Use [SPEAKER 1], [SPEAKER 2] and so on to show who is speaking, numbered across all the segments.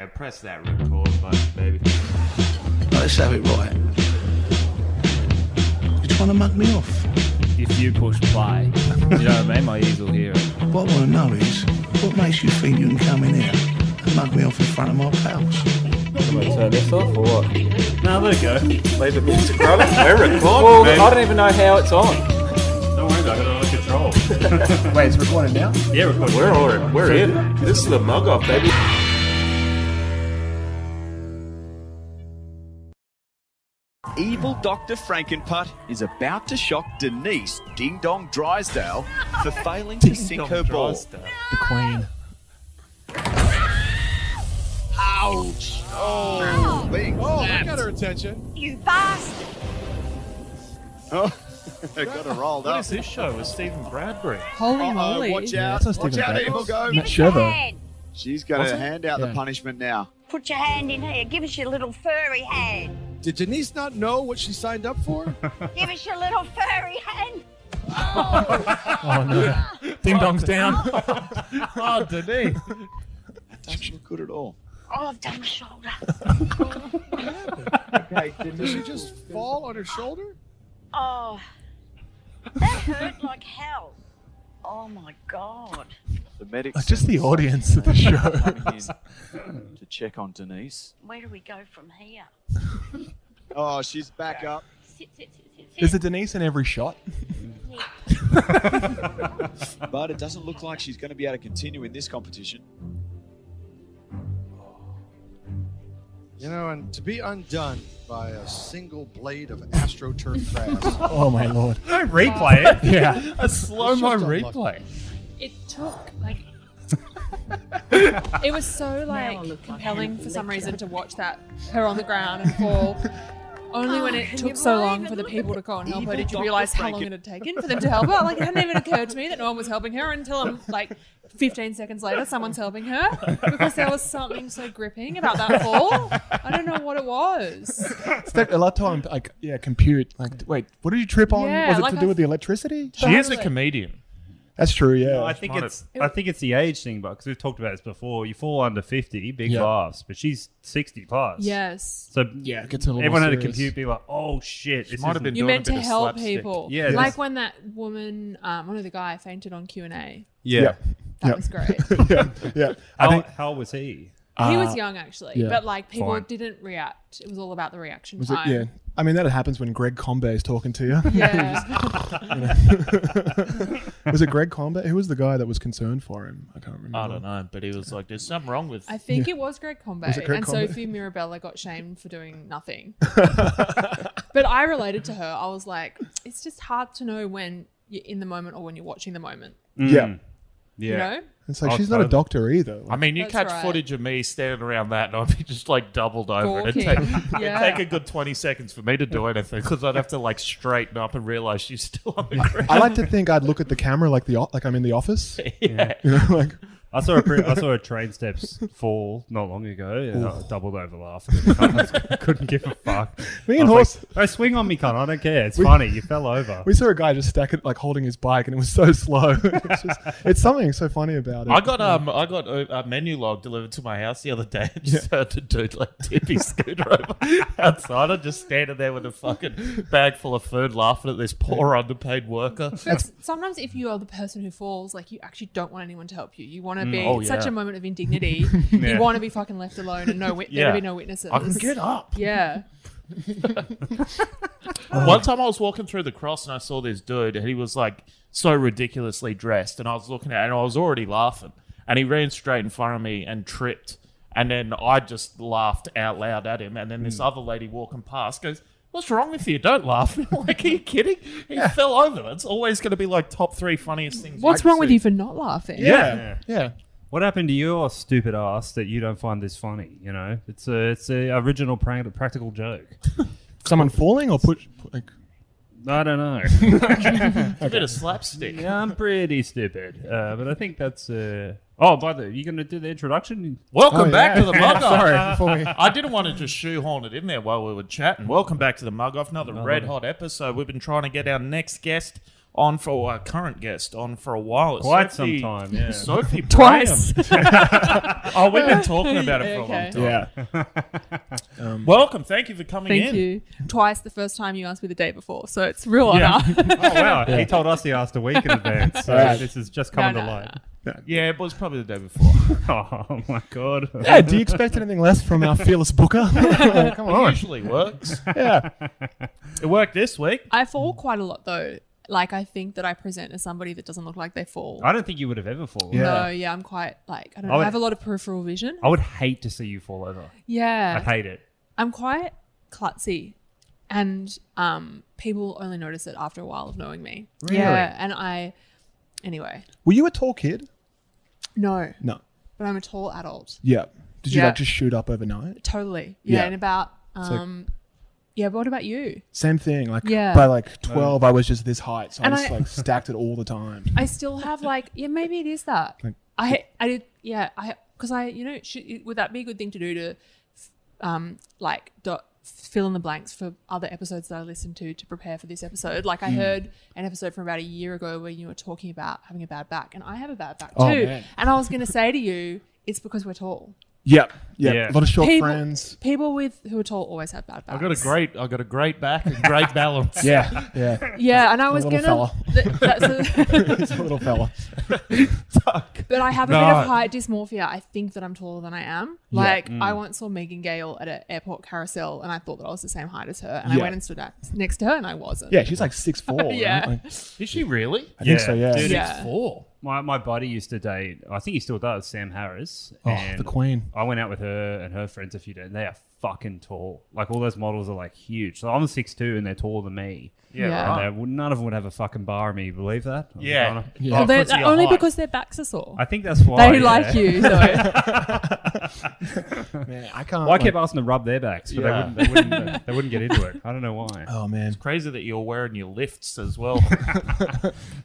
[SPEAKER 1] I press that record button, baby.
[SPEAKER 2] Let's have it right. You're trying to mug me off.
[SPEAKER 3] if you push play, you know what I mean? My ears will hear it.
[SPEAKER 2] What I want to know is, what makes you think you can come in here and mug me off in front of my pals?
[SPEAKER 4] Turn this off or what?
[SPEAKER 3] No, there you go.
[SPEAKER 4] Leave the music rolling. We're recording. Well, I don't even know how it's on.
[SPEAKER 3] Don't worry about it, I'm control.
[SPEAKER 2] Wait, it's recorded now?
[SPEAKER 3] yeah, we're
[SPEAKER 4] We're all we're in. This is the mug off, baby.
[SPEAKER 5] evil Dr. Frankenputt is about to shock Denise Ding Dong Drysdale for failing to sink her ball.
[SPEAKER 3] The Queen.
[SPEAKER 5] Ouch! Oh, being slapped.
[SPEAKER 6] You bastard!
[SPEAKER 5] They got her rolled
[SPEAKER 3] What
[SPEAKER 5] up.
[SPEAKER 3] is this show with Stephen Bradbury?
[SPEAKER 7] Holy
[SPEAKER 5] Uh-oh,
[SPEAKER 8] Uh,
[SPEAKER 7] moly.
[SPEAKER 5] watch
[SPEAKER 3] Yeah,
[SPEAKER 5] out,
[SPEAKER 3] it's not
[SPEAKER 5] watch
[SPEAKER 3] Stephen
[SPEAKER 5] out,
[SPEAKER 3] Bradbury.
[SPEAKER 5] evil go.
[SPEAKER 3] No.
[SPEAKER 6] Give us
[SPEAKER 3] Shiver.
[SPEAKER 6] your hand!
[SPEAKER 5] She's going to hand out the punishment now.
[SPEAKER 6] Put your hand in here. Give us your little furry hand.
[SPEAKER 8] Did Denise not know what she signed up for?
[SPEAKER 6] Give us your little furry hand.
[SPEAKER 3] Oh no. Ding dong's down. oh, Denise.
[SPEAKER 5] Doesn't look good at all.
[SPEAKER 6] Oh, I've done my shoulder.
[SPEAKER 8] Did she just fall on her shoulder?
[SPEAKER 6] Oh, that hurt like hell. Oh my god.
[SPEAKER 5] The medics.
[SPEAKER 3] Just the audience of the show.
[SPEAKER 5] coming in to check on Denise.
[SPEAKER 6] Where do we go from here?
[SPEAKER 5] Oh, she's back up.
[SPEAKER 6] Sit, sit, sit, sit, sit.
[SPEAKER 3] Is it Denise in every shot?
[SPEAKER 5] But it doesn't look like she's going to be able to continue in this competition.
[SPEAKER 8] You know, and to be undone by a single blade of astroturf grass.
[SPEAKER 3] Oh my lord.
[SPEAKER 9] Don't replay it.
[SPEAKER 3] Yeah.
[SPEAKER 9] A slow
[SPEAKER 8] It's
[SPEAKER 9] mo
[SPEAKER 8] just a
[SPEAKER 9] replay.
[SPEAKER 7] It took like it was so like compelling for some reason to watch that her on the ground and fall. Only when it took so long for the people to go and help her did you realize how long it had taken for them to help her. Like it hadn't even occurred to me that no one was helping her until I'm like 15 seconds later, someone's helping her because there was something so gripping about that fall. I don't know what it was.
[SPEAKER 3] It's that- a lot of time, like, yeah, compute. Like, wait, what did you trip on?
[SPEAKER 7] Yeah,
[SPEAKER 3] was it
[SPEAKER 7] like
[SPEAKER 3] to
[SPEAKER 7] I-
[SPEAKER 3] do with the electricity?
[SPEAKER 9] She is a
[SPEAKER 7] Totally.
[SPEAKER 9] comedian.
[SPEAKER 3] That's true, yeah.
[SPEAKER 10] I think it's I think it's the age thing, but because we've talked about this before, you fall under fifty, big
[SPEAKER 3] Yeah.
[SPEAKER 10] laughs, but she's sixty plus.
[SPEAKER 7] Yes.
[SPEAKER 10] So
[SPEAKER 3] yeah, it gets a little
[SPEAKER 10] everyone
[SPEAKER 3] more
[SPEAKER 10] had a
[SPEAKER 3] serious.
[SPEAKER 10] compute, be like, oh shit, this
[SPEAKER 9] might have
[SPEAKER 10] isn't-
[SPEAKER 9] been-
[SPEAKER 7] You
[SPEAKER 9] doing a
[SPEAKER 7] meant
[SPEAKER 9] bit
[SPEAKER 7] to
[SPEAKER 9] of
[SPEAKER 7] help
[SPEAKER 9] slapstick.
[SPEAKER 7] people.
[SPEAKER 10] Yeah,
[SPEAKER 7] Like
[SPEAKER 10] that's-
[SPEAKER 7] when that woman, um, one of the guy fainted on Q and A.
[SPEAKER 9] Yeah.
[SPEAKER 7] That
[SPEAKER 3] Yeah.
[SPEAKER 7] was great.
[SPEAKER 3] yeah, yeah. I
[SPEAKER 10] How,
[SPEAKER 3] think
[SPEAKER 10] how was he?
[SPEAKER 7] He
[SPEAKER 3] Uh,
[SPEAKER 7] was young actually,
[SPEAKER 3] yeah.
[SPEAKER 7] but like people
[SPEAKER 10] Fine.
[SPEAKER 7] didn't react. It was all about the reaction
[SPEAKER 3] was it,
[SPEAKER 7] time.
[SPEAKER 3] yeah. I mean, that happens when Greg Combe is talking to you.
[SPEAKER 7] Yeah.
[SPEAKER 3] was it Greg Combe? Who was the guy that was concerned for him? I can't remember.
[SPEAKER 9] I don't know, but he was like, "There's something wrong with."
[SPEAKER 7] I think it was Greg Combo
[SPEAKER 3] Was it Greg
[SPEAKER 7] and
[SPEAKER 3] Combo?
[SPEAKER 7] Sophie Mirabella got shamed for doing nothing. but I related to her. I was like, it's just hard to know when you're in the moment or when you're watching the moment.
[SPEAKER 3] Yeah,
[SPEAKER 10] Yeah.
[SPEAKER 7] You know?
[SPEAKER 3] it's like
[SPEAKER 10] Oh,
[SPEAKER 3] she's not a
[SPEAKER 10] totally.
[SPEAKER 3] doctor either. Like,
[SPEAKER 9] I mean, you
[SPEAKER 7] That's
[SPEAKER 9] catch
[SPEAKER 7] right.
[SPEAKER 9] footage of me standing around that, and I'd be just like doubled over. It'd take,
[SPEAKER 7] Gawking.
[SPEAKER 9] it'd
[SPEAKER 7] Yeah.
[SPEAKER 9] take a good twenty seconds for me to do anything because I'd have to like straighten up and realize she's still on the ground.
[SPEAKER 3] I like to think I'd look at the camera like the o- like I'm in the office.
[SPEAKER 9] yeah.
[SPEAKER 3] You know, like
[SPEAKER 10] I saw a pre- I saw a train steps fall not long ago. And I doubled over laughing. I couldn't give a fuck.
[SPEAKER 3] Me
[SPEAKER 10] I
[SPEAKER 3] and
[SPEAKER 10] was
[SPEAKER 3] Horse-
[SPEAKER 10] Like, oh, swing on me, cunt. I don't care. It's
[SPEAKER 3] We-
[SPEAKER 10] funny. You fell over.
[SPEAKER 3] we saw a guy just stack it like holding his bike, and it was so slow. it's, just, it's something so funny about it.
[SPEAKER 9] I got um I got a, a menu log delivered to my house the other day and just heard the dude like tip his scooter over outside. I'm just standing there with a fucking bag full of food laughing at this poor underpaid worker.
[SPEAKER 7] But sometimes if you are the person who falls, like you actually don't want anyone to help you. You want to be
[SPEAKER 9] oh,
[SPEAKER 7] it's such
[SPEAKER 9] yeah.
[SPEAKER 7] a moment of indignity.
[SPEAKER 10] Yeah.
[SPEAKER 7] You want to be fucking left alone and no wit-
[SPEAKER 9] Yeah.
[SPEAKER 7] there to be no witnesses.
[SPEAKER 9] I can get up.
[SPEAKER 7] yeah.
[SPEAKER 9] One time I was walking through the cross and I saw this dude and he was like so ridiculously dressed and I was looking at it and I was already laughing and he ran straight in front of me and tripped and then I just laughed out loud at him and then this other lady walking past goes what's wrong with you don't laugh And I'm like are you kidding he fell over it's always going to be like top three funniest things
[SPEAKER 7] What's
[SPEAKER 9] I've
[SPEAKER 7] wrong with
[SPEAKER 9] seen.
[SPEAKER 7] you for not laughing?
[SPEAKER 3] yeah, yeah.
[SPEAKER 10] What happened to your stupid ass that you don't find this funny? You know, it's a it's a original pra- practical joke.
[SPEAKER 3] Someone falling or put like
[SPEAKER 10] I don't know.
[SPEAKER 9] a bit of slapstick
[SPEAKER 10] yeah, I'm pretty stupid, uh, but I think that's. Uh... Oh, by the way, you gonna do the introduction?
[SPEAKER 9] welcome
[SPEAKER 3] Oh,
[SPEAKER 9] back
[SPEAKER 3] yeah.
[SPEAKER 9] to the mug off
[SPEAKER 3] Sorry, before we-
[SPEAKER 9] I didn't want to just shoehorn it in there while we were chatting. Welcome back to the Mug Off, another red hot episode. We've been trying to get our next guest on for our current guest on for a while. It's
[SPEAKER 10] Quite
[SPEAKER 9] Sophie-
[SPEAKER 10] some time, yeah.
[SPEAKER 9] Sophie
[SPEAKER 7] Twice.
[SPEAKER 9] Bryan. oh, we've been talking about it for a long
[SPEAKER 7] Okay.
[SPEAKER 9] time. Welcome. Thank you for coming
[SPEAKER 7] Thank
[SPEAKER 9] in.
[SPEAKER 7] you. Twice the first time you asked me the day before, so it's real
[SPEAKER 9] Yeah.
[SPEAKER 7] honor.
[SPEAKER 10] Oh wow! He told us he asked a week in advance, so
[SPEAKER 3] Right.
[SPEAKER 10] this is just
[SPEAKER 7] No,
[SPEAKER 10] coming
[SPEAKER 7] no,
[SPEAKER 10] to
[SPEAKER 7] no,
[SPEAKER 10] light.
[SPEAKER 9] Yeah, it was probably the day before.
[SPEAKER 10] Oh my god!
[SPEAKER 3] Yeah, do you expect anything less from our fearless booker? Come
[SPEAKER 9] It
[SPEAKER 3] on.
[SPEAKER 9] usually works.
[SPEAKER 3] Yeah.
[SPEAKER 9] It worked this week.
[SPEAKER 7] I fall quite a lot though. Like I think that I present as somebody that doesn't look like they fall.
[SPEAKER 10] I don't think you would have ever fallen.
[SPEAKER 3] Yeah.
[SPEAKER 7] No, yeah, I'm quite like I don't know.
[SPEAKER 10] would-
[SPEAKER 7] I have a lot of peripheral vision.
[SPEAKER 10] I would hate to see you fall over.
[SPEAKER 7] Yeah.
[SPEAKER 10] I'd hate it.
[SPEAKER 7] I'm quite klutzy, and um, people only notice it after a while of knowing me. Yeah, and I, anyway,
[SPEAKER 3] Were you a tall kid?
[SPEAKER 7] no,
[SPEAKER 3] No.
[SPEAKER 7] but I'm a tall adult.
[SPEAKER 3] Yeah. Did you
[SPEAKER 7] Yeah.
[SPEAKER 3] like just shoot up overnight?
[SPEAKER 7] Totally. Yeah,
[SPEAKER 3] Yeah.
[SPEAKER 7] and about um, yeah. But what about you?
[SPEAKER 3] Same thing. Like
[SPEAKER 7] Yeah.
[SPEAKER 3] by like twelve, I was just this height, so I
[SPEAKER 7] And
[SPEAKER 3] just
[SPEAKER 7] I-
[SPEAKER 3] like stacked it all the time.
[SPEAKER 7] I still have like yeah, maybe it is that.
[SPEAKER 3] Like-
[SPEAKER 7] I I did yeah I because I you know should, would that be a good thing to do to um like dot fill in the blanks for other episodes that I listened to to prepare for this episode. Like I
[SPEAKER 3] Hmm.
[SPEAKER 7] heard an episode from about a year ago where you were talking about having a bad back, and I have a bad back too.
[SPEAKER 3] Oh, man.
[SPEAKER 7] And I was going to say to you, it's because we're tall.
[SPEAKER 3] Yep. Yep.
[SPEAKER 10] Yeah.
[SPEAKER 3] A lot of short
[SPEAKER 7] People-
[SPEAKER 3] friends.
[SPEAKER 7] People with who are tall always have bad
[SPEAKER 9] I
[SPEAKER 7] backs.
[SPEAKER 9] got a great, I got a great back and great balance.
[SPEAKER 3] Yeah. Yeah.
[SPEAKER 7] yeah, and I was
[SPEAKER 3] little
[SPEAKER 7] gonna. Th- that's
[SPEAKER 3] He's a little fella.
[SPEAKER 7] But I have a
[SPEAKER 9] No.
[SPEAKER 7] bit of height dysmorphia. I think that I'm taller than I am. Like
[SPEAKER 3] Mm.
[SPEAKER 7] I once saw Megan Gale at an airport carousel, and I thought that I was the same height as her. And
[SPEAKER 3] Yeah.
[SPEAKER 7] I went and stood at, next to her, and I wasn't.
[SPEAKER 3] Yeah, she's like six four.
[SPEAKER 7] Yeah.
[SPEAKER 3] Like, oh,
[SPEAKER 9] Is she really?
[SPEAKER 3] I think so, yeah.
[SPEAKER 10] Dude,
[SPEAKER 7] Yeah.
[SPEAKER 9] Six four.
[SPEAKER 10] My, my buddy used to date, I think he still does, Sam Harris.
[SPEAKER 3] oh,
[SPEAKER 10] and
[SPEAKER 3] the queen.
[SPEAKER 10] I went out with her and her friends a few days, and they are fucking tall. Like, all those models are like huge. So I'm 6'2 and they're taller than me.
[SPEAKER 7] Yeah.
[SPEAKER 10] And they would, none of them would have a fucking bar of me. You believe that?
[SPEAKER 9] Yeah.
[SPEAKER 3] Yeah.
[SPEAKER 9] Oh,
[SPEAKER 7] They're-
[SPEAKER 9] puts you at
[SPEAKER 7] only
[SPEAKER 9] height.
[SPEAKER 7] because their backs are sore.
[SPEAKER 10] I think that's why.
[SPEAKER 7] they
[SPEAKER 10] yeah.
[SPEAKER 7] like you, though.
[SPEAKER 3] Man, I can't.
[SPEAKER 10] Well, I kept
[SPEAKER 3] like-
[SPEAKER 10] asking to rub their backs, but
[SPEAKER 9] Yeah.
[SPEAKER 10] they, wouldn't, they, wouldn't, they wouldn't get into it. I don't know why.
[SPEAKER 3] oh man.
[SPEAKER 9] Crazy that you're wearing your lifts as well.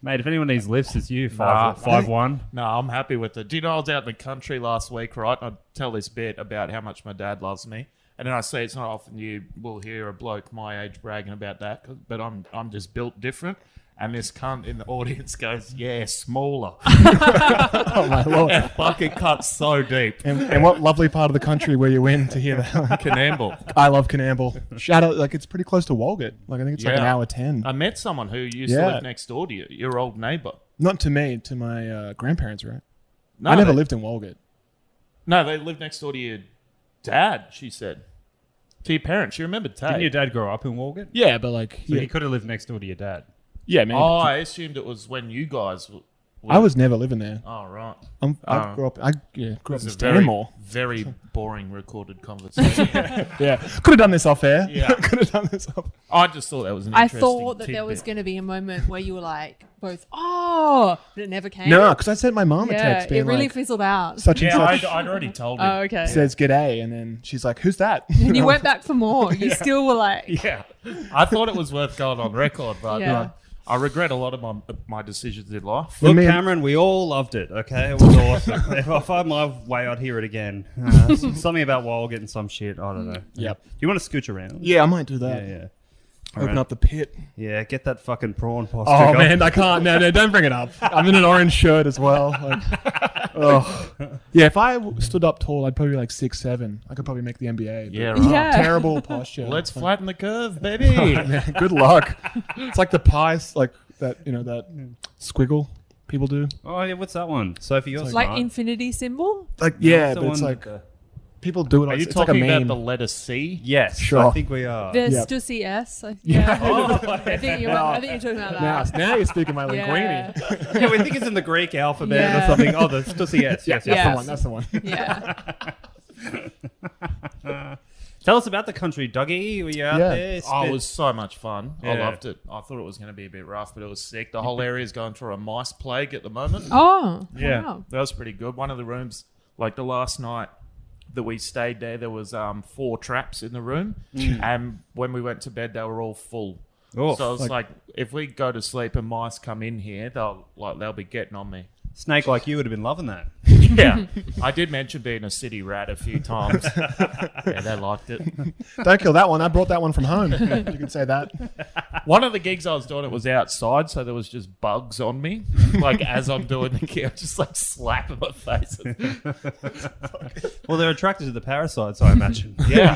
[SPEAKER 10] Mate, if anyone needs lifts, it's you. Five, five one.
[SPEAKER 9] no, I'm happy with it. Do you know I was out in the country last week, right? And I tell this bit about how much my dad loves me, and then I say it's not often you will hear a bloke my age bragging about that, 'cause- but I'm I'm just built different. And this cunt in the audience goes, "Yeah, smaller."
[SPEAKER 3] Oh my lord.
[SPEAKER 9] That fucking cuts so deep.
[SPEAKER 3] And, and what lovely part of the country were you in to hear that?
[SPEAKER 9] Canamble.
[SPEAKER 3] I love Canamble. Shout out, like it's pretty close to Walgett. Like I think it's like an
[SPEAKER 9] Yeah.
[SPEAKER 3] hour ten.
[SPEAKER 9] I met someone who used
[SPEAKER 3] Yeah.
[SPEAKER 9] to live next door to you, your old neighbor.
[SPEAKER 3] Not to me, to my uh, grandparents, right?
[SPEAKER 9] No,
[SPEAKER 3] I never
[SPEAKER 9] they,
[SPEAKER 3] lived in Walgett.
[SPEAKER 9] No, they lived next door to your dad. She said to your parents. You remembered Tay?
[SPEAKER 10] Didn't your dad grow up in Walgett?
[SPEAKER 3] Yeah, but like,
[SPEAKER 10] So
[SPEAKER 3] yeah,
[SPEAKER 10] he could have lived next door to your dad.
[SPEAKER 3] yeah, man.
[SPEAKER 9] Oh, I assumed it was when you guys. w-
[SPEAKER 3] I was never living there.
[SPEAKER 9] Oh right.
[SPEAKER 3] I'm,
[SPEAKER 9] Oh.
[SPEAKER 3] I grew up. I yeah, grew up in
[SPEAKER 9] It's a very,
[SPEAKER 3] Stanmore.
[SPEAKER 9] very boring recorded conversation.
[SPEAKER 3] Yeah, could have done this off air.
[SPEAKER 9] Yeah.
[SPEAKER 3] could have done this off.
[SPEAKER 9] I just thought that was an.
[SPEAKER 7] I
[SPEAKER 9] interesting
[SPEAKER 7] thought that there
[SPEAKER 9] tidbit.
[SPEAKER 7] was going to be a moment where you were like, both, oh, but it never came.
[SPEAKER 3] No, because I sent my mom a
[SPEAKER 7] Yeah,
[SPEAKER 3] text
[SPEAKER 7] it
[SPEAKER 3] being
[SPEAKER 7] really
[SPEAKER 3] like,
[SPEAKER 7] fizzled out.
[SPEAKER 3] such
[SPEAKER 9] Yeah,
[SPEAKER 3] and
[SPEAKER 9] I'd,
[SPEAKER 3] such
[SPEAKER 9] I'd already told him.
[SPEAKER 7] Oh, okay.
[SPEAKER 3] says g'day, and then she's like, "Who's that?"
[SPEAKER 7] and you went back for more. You still were like,
[SPEAKER 9] Yeah, I thought it was worth going on record, but
[SPEAKER 7] Yeah.
[SPEAKER 9] uh, I regret a lot of my my decisions in life.
[SPEAKER 3] Look,
[SPEAKER 10] Look,
[SPEAKER 3] man-
[SPEAKER 10] Cameron, we all loved it. Okay, it was awesome. if I find my way, I'd hear it again. Uh, something about Walgett and some shit. I don't know.
[SPEAKER 3] Yep.
[SPEAKER 10] Do you want to scooch around?
[SPEAKER 3] Yeah, I might do
[SPEAKER 10] Yeah,
[SPEAKER 3] that.
[SPEAKER 10] yeah.
[SPEAKER 3] Open
[SPEAKER 10] Alright.
[SPEAKER 3] up the pit.
[SPEAKER 10] Yeah, get that fucking prawn pasta.
[SPEAKER 3] Oh
[SPEAKER 10] going.
[SPEAKER 3] man, I can't. No, no, don't bring it up. I'm in an orange shirt as well. Like, oh, yeah. If I w- stood up tall, I'd probably be like six seven. I could probably make the NBA. but
[SPEAKER 9] Yeah, right.
[SPEAKER 7] yeah.
[SPEAKER 3] Terrible posture.
[SPEAKER 9] Let's
[SPEAKER 3] Like,
[SPEAKER 9] flatten the curve, baby.
[SPEAKER 3] man, good luck. It's like the pies, like that. You know that squiggle people do.
[SPEAKER 10] Oh yeah, what's that one? Sophie, you're
[SPEAKER 7] Like
[SPEAKER 10] smart.
[SPEAKER 7] infinity symbol?
[SPEAKER 3] Like yeah,
[SPEAKER 10] What's the
[SPEAKER 3] but it's
[SPEAKER 10] one
[SPEAKER 3] like
[SPEAKER 10] with the-
[SPEAKER 3] people do it.
[SPEAKER 9] Are
[SPEAKER 3] Like,
[SPEAKER 9] you
[SPEAKER 3] it's
[SPEAKER 9] talking
[SPEAKER 3] like a meme.
[SPEAKER 9] about the letter C?
[SPEAKER 10] yes,
[SPEAKER 3] Sure.
[SPEAKER 10] I think we are.
[SPEAKER 7] The
[SPEAKER 3] Yeah.
[SPEAKER 7] Stussy S. I- Yeah. I, think you're, I think you're talking about
[SPEAKER 3] Oh, now,
[SPEAKER 7] that.
[SPEAKER 3] now you're speaking my linguine.
[SPEAKER 7] Yeah.
[SPEAKER 10] yeah, we think it's in the Greek alphabet
[SPEAKER 7] Yeah.
[SPEAKER 10] or something. Oh, the just yes, yes, yes.
[SPEAKER 3] That's the
[SPEAKER 7] Yes.
[SPEAKER 3] one. That's the one.
[SPEAKER 7] yeah.
[SPEAKER 10] Tell us about the country, Dougie. Were you out
[SPEAKER 3] Yeah.
[SPEAKER 10] there?
[SPEAKER 9] Oh, it
[SPEAKER 10] Spent-
[SPEAKER 9] was so much fun. I
[SPEAKER 10] Yeah.
[SPEAKER 9] loved it. I thought it was going to be a bit rough, but it was sick. The whole area is going through a mice plague at the moment.
[SPEAKER 7] Oh.
[SPEAKER 10] Yeah.
[SPEAKER 7] Wow.
[SPEAKER 9] That was pretty good. One of the rooms, like the last night that we stayed there, there was um, four traps in the room, and when we went to bed, they were all full.
[SPEAKER 10] Hmm. Oh,
[SPEAKER 9] so I was
[SPEAKER 10] like-
[SPEAKER 9] like, if we go to sleep and mice come in here, they'll like they'll be getting on me.
[SPEAKER 10] Snake like you would have been loving that.
[SPEAKER 9] yeah, I did mention being a city rat a few times. yeah, they liked it.
[SPEAKER 3] Don't kill that one. I brought that one from home. you can say that.
[SPEAKER 9] One of the gigs I was doing, it was outside, so there was just bugs on me. Like as I'm doing the gig, I'm just like slapping my face.
[SPEAKER 10] Well, they're attracted to the parasites, I imagine.
[SPEAKER 9] Yeah.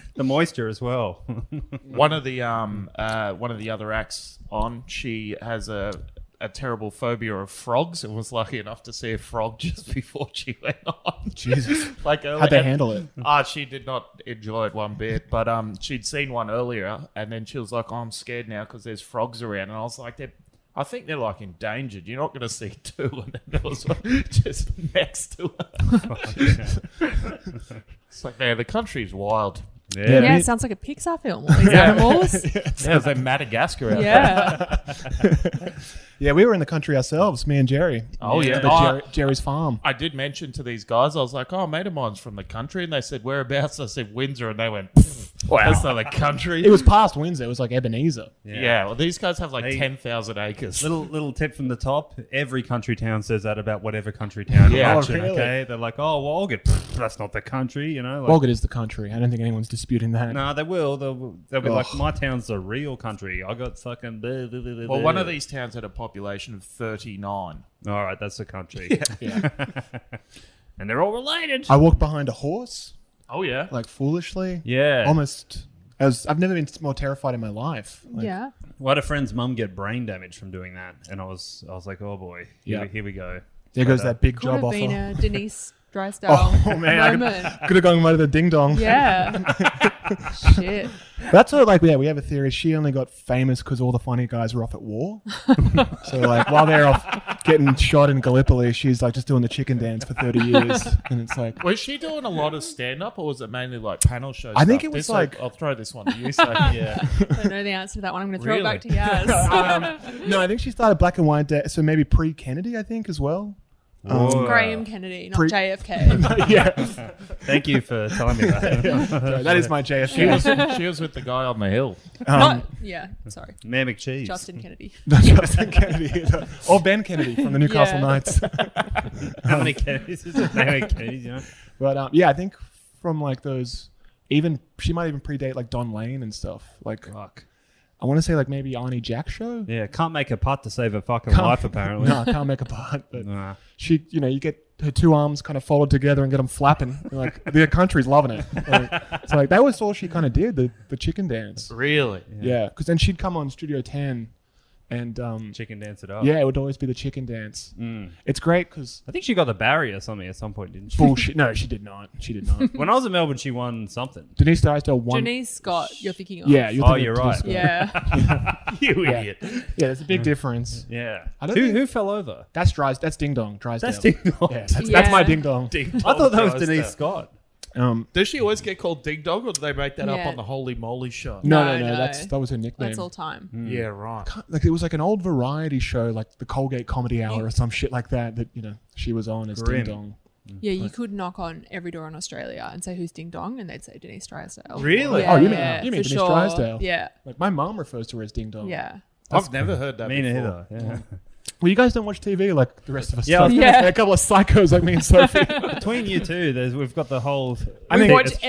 [SPEAKER 10] the moisture as well.
[SPEAKER 9] one of the um uh, one of the other acts on, she has a a terrible phobia of frogs and was lucky enough to see a frog just before she went on.
[SPEAKER 3] Jesus.
[SPEAKER 9] like early,
[SPEAKER 3] How'd they
[SPEAKER 9] and-
[SPEAKER 3] handle it?
[SPEAKER 9] Ah, she did not enjoy it one bit. But um, she'd seen one earlier, and then she was like, oh, "I'm scared now because there's frogs around." And I was like, "They're." I think they're like endangered. You're not going to see two, and then there was one just next to her. it's like, man, the country's wild.
[SPEAKER 7] Yeah,
[SPEAKER 3] Yeah,
[SPEAKER 7] it sounds like a Pixar film. All these
[SPEAKER 9] Yeah.
[SPEAKER 7] animals.
[SPEAKER 9] Yeah, it's like Madagascar out there.
[SPEAKER 7] Yeah.
[SPEAKER 3] Yeah, we were in the country ourselves, me and Jerry.
[SPEAKER 9] Oh, yeah.
[SPEAKER 3] The
[SPEAKER 9] Oh,
[SPEAKER 3] Jerry, Jerry's farm.
[SPEAKER 9] I did mention to these guys, I was like, oh, a mate of mine's from the country. And they said, whereabouts? I said, Windsor. And they went, wow. That's not the country.
[SPEAKER 3] It was past Windsor. It was like Ebenezer.
[SPEAKER 9] yeah. well, these guys have like 10,000 acres.
[SPEAKER 10] Little little tip from the top: every country town says that about whatever country town.
[SPEAKER 9] Yeah.
[SPEAKER 10] Yeah,
[SPEAKER 9] Oh,
[SPEAKER 10] watching,
[SPEAKER 3] really?
[SPEAKER 10] okay. They're like, oh, Walgett. Pfft, that's not the country, you know. Like,
[SPEAKER 3] Walgett is the country. I don't think anyone's disputing that.
[SPEAKER 10] No, they will. They'll, they'll be like,
[SPEAKER 3] Ugh.
[SPEAKER 10] my town's the real country. I got fucking. blah, blah, blah, blah,
[SPEAKER 9] well, one of
[SPEAKER 10] blah."
[SPEAKER 9] these towns had a population of 39.
[SPEAKER 10] All right, that's the country. and they're all related.
[SPEAKER 9] Um,
[SPEAKER 3] I walked behind a horse,
[SPEAKER 9] Oh, yeah.
[SPEAKER 3] like foolishly.
[SPEAKER 10] Yeah.
[SPEAKER 3] Almost. As I've never been more terrified in my life. Like,
[SPEAKER 7] yeah.
[SPEAKER 10] Well, I had a friend's mum get brain damage from doing that, and I was I was like, oh boy, here,
[SPEAKER 3] Yeah.
[SPEAKER 10] we, here we go.
[SPEAKER 3] There goes that big
[SPEAKER 7] Could
[SPEAKER 3] job
[SPEAKER 7] have
[SPEAKER 3] offer.
[SPEAKER 7] been a Denise Drysdale
[SPEAKER 3] Oh, man, I could-
[SPEAKER 7] moment.
[SPEAKER 3] Could have gone right to the ding dong.
[SPEAKER 7] Yeah. Shit.
[SPEAKER 3] That's sort of like, yeah, we have a theory. She only got famous because all the funny guys were off at war. so, like, while they're off getting shot in Gallipoli, she's like just doing the chicken dance for 30 years. And it's like,
[SPEAKER 9] Was she doing a lot of stand up or was it mainly like panel shows?
[SPEAKER 3] I think it was like-
[SPEAKER 9] I'll throw this one to you. So, yeah.
[SPEAKER 7] I don't know the answer to that one. I'm going to throw it back to
[SPEAKER 9] Really?
[SPEAKER 3] Uh,
[SPEAKER 7] Yaz.
[SPEAKER 3] Um, no, I think she started black and white, da- so maybe pre Kennedy, I think, as well.
[SPEAKER 10] Whoa.
[SPEAKER 7] Graham Kennedy, not
[SPEAKER 3] Pre- Um,
[SPEAKER 7] JFK.
[SPEAKER 3] yeah,
[SPEAKER 10] Thank you for telling me that.
[SPEAKER 3] that is my
[SPEAKER 9] she, was,
[SPEAKER 3] JFK.
[SPEAKER 9] she was with the guy on the hill.
[SPEAKER 7] not, yeah, sorry.
[SPEAKER 10] Mayor McCheese.
[SPEAKER 7] Justin Kennedy.
[SPEAKER 3] Justin Kennedy. either. Or Ben Kennedy from the Newcastle
[SPEAKER 7] Yeah.
[SPEAKER 3] Knights.
[SPEAKER 10] How many Kennedys is it? Mayor McCheese, you know?
[SPEAKER 3] But um, yeah, I think from like those, even she might even predate like Don Lane and stuff. Like
[SPEAKER 10] Fuck.
[SPEAKER 3] I want to say like maybe Arnie Jack show.
[SPEAKER 10] Yeah, can't make a putt to save a fucking
[SPEAKER 3] Can't-
[SPEAKER 10] life, apparently.
[SPEAKER 3] No, I can't make a part. But
[SPEAKER 10] Nah.
[SPEAKER 3] she, you know, you get her two arms kind of folded together and get them flapping. and, like the country's loving it. Like, it's like that was all she kind of did the the chicken dance.
[SPEAKER 9] Really?
[SPEAKER 3] Yeah, because then she'd come on Studio Ten, and um,
[SPEAKER 10] Chicken dance it up.
[SPEAKER 3] yeah, it would always be the chicken dance.
[SPEAKER 10] Oh. Mm.
[SPEAKER 3] It's great because
[SPEAKER 10] I think she got the barrier or something at some point, didn't she?
[SPEAKER 3] bullshit. no, she did not. She did not.
[SPEAKER 10] when I was in Melbourne, she won something.
[SPEAKER 3] Denise Drysdale won.
[SPEAKER 7] Denise Scott, you're thinking of.
[SPEAKER 3] Yeah,
[SPEAKER 10] Oh,
[SPEAKER 3] thinking
[SPEAKER 10] you're
[SPEAKER 3] of
[SPEAKER 10] right.
[SPEAKER 3] Denise-
[SPEAKER 7] Yeah.
[SPEAKER 10] you
[SPEAKER 3] Yeah. Yeah, there's a big difference.
[SPEAKER 10] Yeah.
[SPEAKER 3] I don't
[SPEAKER 10] Who,
[SPEAKER 3] think-
[SPEAKER 10] who fell over?
[SPEAKER 3] That's Drys. That's Ding Dong. Drysdale.
[SPEAKER 10] That's Ding Dong.
[SPEAKER 3] Yeah, that's, that's my
[SPEAKER 7] Yeah.
[SPEAKER 3] Ding Dong.
[SPEAKER 10] I thought that was Denise Scott.
[SPEAKER 3] Um,
[SPEAKER 9] Does she always get called Ding Dong or do they make that up
[SPEAKER 7] Yeah.
[SPEAKER 9] on the Holy Moly show?
[SPEAKER 3] no,
[SPEAKER 7] No,
[SPEAKER 3] no, no,
[SPEAKER 7] no.
[SPEAKER 3] That's that was her nickname.
[SPEAKER 7] That's all time.
[SPEAKER 10] Mm.
[SPEAKER 9] Yeah, right.
[SPEAKER 3] like it was like an old variety show, like the Colgate Comedy Hour or some shit like that. That you know she was on as
[SPEAKER 10] Grim.
[SPEAKER 3] Ding Dong.
[SPEAKER 7] Yeah, you could knock on every door in Australia and say who's Ding Dong, and they'd say Denise Drysdale.
[SPEAKER 9] Really?
[SPEAKER 7] Yeah,
[SPEAKER 3] Oh, you mean-
[SPEAKER 7] yeah,
[SPEAKER 3] you mean
[SPEAKER 7] for
[SPEAKER 3] Denise
[SPEAKER 7] sure.
[SPEAKER 3] Drysdale.
[SPEAKER 7] Yeah,
[SPEAKER 3] Like my mom refers to her as Ding Dong.
[SPEAKER 7] yeah.
[SPEAKER 9] I've never heard that
[SPEAKER 10] Me
[SPEAKER 9] before.
[SPEAKER 10] neither. Yeah.
[SPEAKER 3] Well, you guys don't watch TV like the rest of us.
[SPEAKER 10] Yeah, I was
[SPEAKER 3] do.
[SPEAKER 7] gonna Yeah. say-
[SPEAKER 3] a couple of psychos like me and Sophie.
[SPEAKER 10] Between you two, there's, we've got the whole.
[SPEAKER 3] I
[SPEAKER 7] We
[SPEAKER 3] mean,
[SPEAKER 7] watch
[SPEAKER 3] it's- yeah.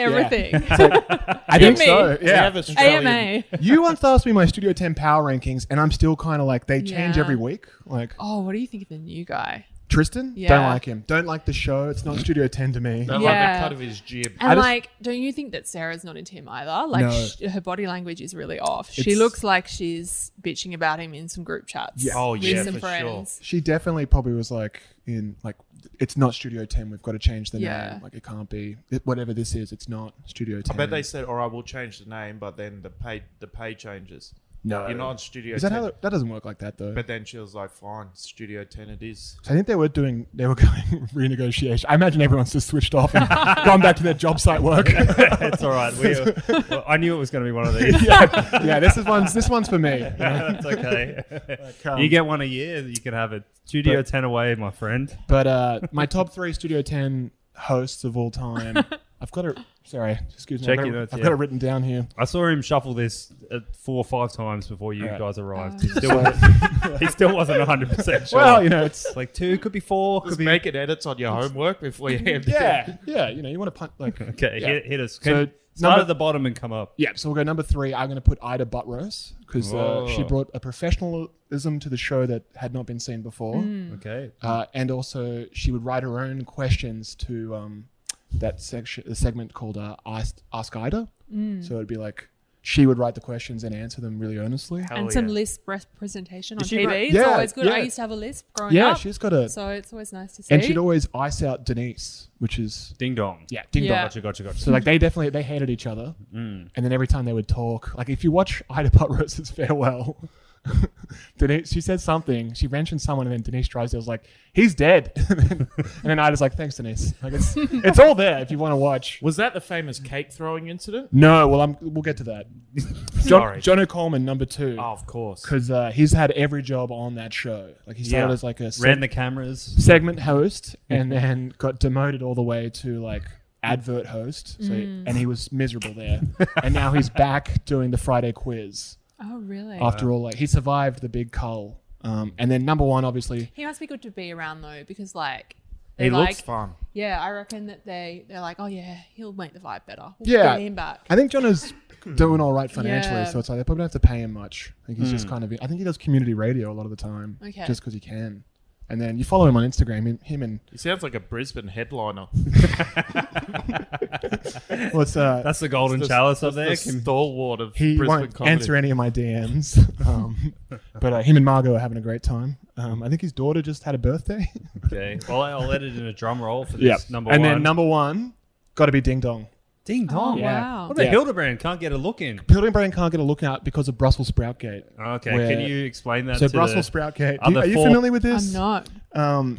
[SPEAKER 7] everything.
[SPEAKER 3] I think
[SPEAKER 7] me.
[SPEAKER 3] so.
[SPEAKER 9] They
[SPEAKER 3] Yeah.
[SPEAKER 9] have Australian-
[SPEAKER 7] AMA.
[SPEAKER 3] you once asked me my Studio 10 power rankings, and I'm still kind of like they change
[SPEAKER 7] Yeah.
[SPEAKER 3] every week. Like
[SPEAKER 7] Oh, what do you think of the new guy?
[SPEAKER 3] Tristan, don't
[SPEAKER 7] Yeah.
[SPEAKER 3] like him. Don't like the show. It's not Studio 10 to me.
[SPEAKER 9] They like
[SPEAKER 7] Yeah.
[SPEAKER 9] the cut of his jib.
[SPEAKER 7] And
[SPEAKER 3] I just-
[SPEAKER 7] like, don't you think that Sarah's not into him either? Like,
[SPEAKER 3] No.
[SPEAKER 7] sh- her body language is really off. She
[SPEAKER 3] It's-
[SPEAKER 7] looks like she's bitching about him in some group chats.
[SPEAKER 3] Yeah.
[SPEAKER 9] Oh, yeah,
[SPEAKER 7] with some
[SPEAKER 9] for sure.
[SPEAKER 7] friends.
[SPEAKER 3] She definitely probably was like in like it's not Studio 10. We've got to change the
[SPEAKER 7] Yeah.
[SPEAKER 3] name. Like it can't be it, whatever this is. It's not Studio 10.
[SPEAKER 9] I bet they said, "All right, we'll change the name," but then the pay the pay changes.
[SPEAKER 3] No.
[SPEAKER 9] you're not on Studio.
[SPEAKER 3] is that
[SPEAKER 9] 10.
[SPEAKER 3] how that, that doesn't work like that though?
[SPEAKER 9] But then she was like, "Fine, Studio Ten it is."
[SPEAKER 3] So I think they were doing they were going renegotiation. I imagine everyone's just switched off and gone back to their job site work.
[SPEAKER 10] it's all right. We, well, I knew it was going to be one of these.
[SPEAKER 3] yeah, this is one's this one's for me. you know?
[SPEAKER 10] That's okay.
[SPEAKER 3] um,
[SPEAKER 10] you get one a year, you can have it. Studio
[SPEAKER 3] But-
[SPEAKER 10] 10 away, my friend.
[SPEAKER 3] But uh, my top three Studio 10 hosts of all time. I I've got it. Sorry, excuse me.
[SPEAKER 10] Check
[SPEAKER 3] I've, got
[SPEAKER 10] your
[SPEAKER 3] it-
[SPEAKER 10] notes,
[SPEAKER 3] I've
[SPEAKER 10] yeah.
[SPEAKER 3] got it written down here.
[SPEAKER 10] I saw him shuffle this uh, four or five times before you
[SPEAKER 3] Alright.
[SPEAKER 10] guys arrived.
[SPEAKER 7] Oh.
[SPEAKER 10] He still, wasn't, he still wasn't 100% sure.
[SPEAKER 3] Ah. Well, you know, it's
[SPEAKER 10] It's like two, could be four, could
[SPEAKER 9] Just
[SPEAKER 10] be.
[SPEAKER 9] making edits on your homework before you hand it in.
[SPEAKER 3] yeah, yeah. You know, you want to punch like
[SPEAKER 10] Okay,
[SPEAKER 3] yeah.
[SPEAKER 10] hit, hit us.
[SPEAKER 3] So,
[SPEAKER 10] Can- start
[SPEAKER 3] number-
[SPEAKER 10] at the bottom and come up.
[SPEAKER 3] Yeah, so we'll go number three. I'm going to put Ida Buttrose because uh,
[SPEAKER 10] Whoa.
[SPEAKER 3] she brought a professionalism to the show that had not been seen before,
[SPEAKER 10] Okay.
[SPEAKER 3] uh, and also she would write her own questions to um, that section, the segment called uh, Ask, Ask Ida. So it'd be like she would write the questions and answer them really earnestly.
[SPEAKER 7] and some lisp representation on
[SPEAKER 10] she
[SPEAKER 7] TV.
[SPEAKER 10] got-
[SPEAKER 7] it's
[SPEAKER 3] Yeah,
[SPEAKER 7] always good.
[SPEAKER 3] yeah.
[SPEAKER 7] I used to have a lisp growing
[SPEAKER 3] yeah,
[SPEAKER 7] up,
[SPEAKER 3] she's got a,
[SPEAKER 7] so it's always nice to see.
[SPEAKER 3] and she'd always ice out Denise, which is
[SPEAKER 10] Ding dong.
[SPEAKER 3] yeah, ding
[SPEAKER 7] Yeah.
[SPEAKER 3] dong.
[SPEAKER 10] Gotcha, gotcha, gotcha.
[SPEAKER 3] So like they definitely they hated each other, and then every time they would talk, like if you watch Ida Buttrose's farewell, Denise she said something, she mentioned someone, and then Denise Drysdale's like, "He's dead," and, then, and then Ida's like, "Thanks, Denise." Like it's it's all there if you want to watch.
[SPEAKER 9] Was that the famous cake throwing incident?
[SPEAKER 3] No, well I'm we'll get to that. John,
[SPEAKER 9] Sorry.
[SPEAKER 3] John O'Coleman number two,
[SPEAKER 9] Oh, of course.
[SPEAKER 3] because uh, he's had every job on that show. Like he started
[SPEAKER 10] Yeah.
[SPEAKER 3] as like a se-
[SPEAKER 10] Ran the cameras.
[SPEAKER 3] segment host, and then got demoted all the way to like advert host. So
[SPEAKER 7] Mm.
[SPEAKER 3] and he was miserable there, and now he's back doing the Friday quiz.
[SPEAKER 7] oh, really?
[SPEAKER 3] After all, like he survived the big cull, um, and then number one, obviously,
[SPEAKER 7] He must be good to be around though, because like they
[SPEAKER 9] He
[SPEAKER 7] like,
[SPEAKER 9] looks fun.
[SPEAKER 7] Yeah, I reckon that they they're like, oh yeah, he'll make the vibe better. We'll
[SPEAKER 3] Yeah.
[SPEAKER 7] get him back.
[SPEAKER 3] I think John is doing all right financially.
[SPEAKER 7] Yeah.
[SPEAKER 3] So it's like they probably don't have to pay him much. I think he's just kind of. I think he does community radio a lot of the time,
[SPEAKER 7] Okay.
[SPEAKER 3] just because he can. And then you follow him on Instagram. Him, him and
[SPEAKER 9] He sounds like a Brisbane headliner.
[SPEAKER 3] well, it's uh,
[SPEAKER 10] That's the golden
[SPEAKER 9] The-
[SPEAKER 10] chalice up
[SPEAKER 9] the
[SPEAKER 10] there. Kim-
[SPEAKER 9] stalwart of
[SPEAKER 3] he
[SPEAKER 9] Brisbane
[SPEAKER 3] won't
[SPEAKER 9] comedy.
[SPEAKER 3] answer any of my DMs. Um, but uh, him and Margot are having a great time. Um, I think his daughter just had a birthday.
[SPEAKER 10] Okay. Well, I'll edit in a drum roll for this number
[SPEAKER 3] and
[SPEAKER 10] one.
[SPEAKER 3] then number one, got to be Ding Dong.
[SPEAKER 10] Ding dong.
[SPEAKER 7] Oh, Yeah. wow.
[SPEAKER 10] What about
[SPEAKER 3] Yeah.
[SPEAKER 10] Hildebrand? Can't get a look in.
[SPEAKER 3] Building Brain can't get a look out because of Brussels sprout gate.
[SPEAKER 10] Okay.
[SPEAKER 3] Where-
[SPEAKER 10] Can you explain that
[SPEAKER 3] So
[SPEAKER 10] to
[SPEAKER 3] Brussels
[SPEAKER 10] the-
[SPEAKER 3] sprout gate. do
[SPEAKER 10] other
[SPEAKER 3] you- are you
[SPEAKER 10] four-
[SPEAKER 3] familiar with this?
[SPEAKER 7] I'm not.
[SPEAKER 3] Um,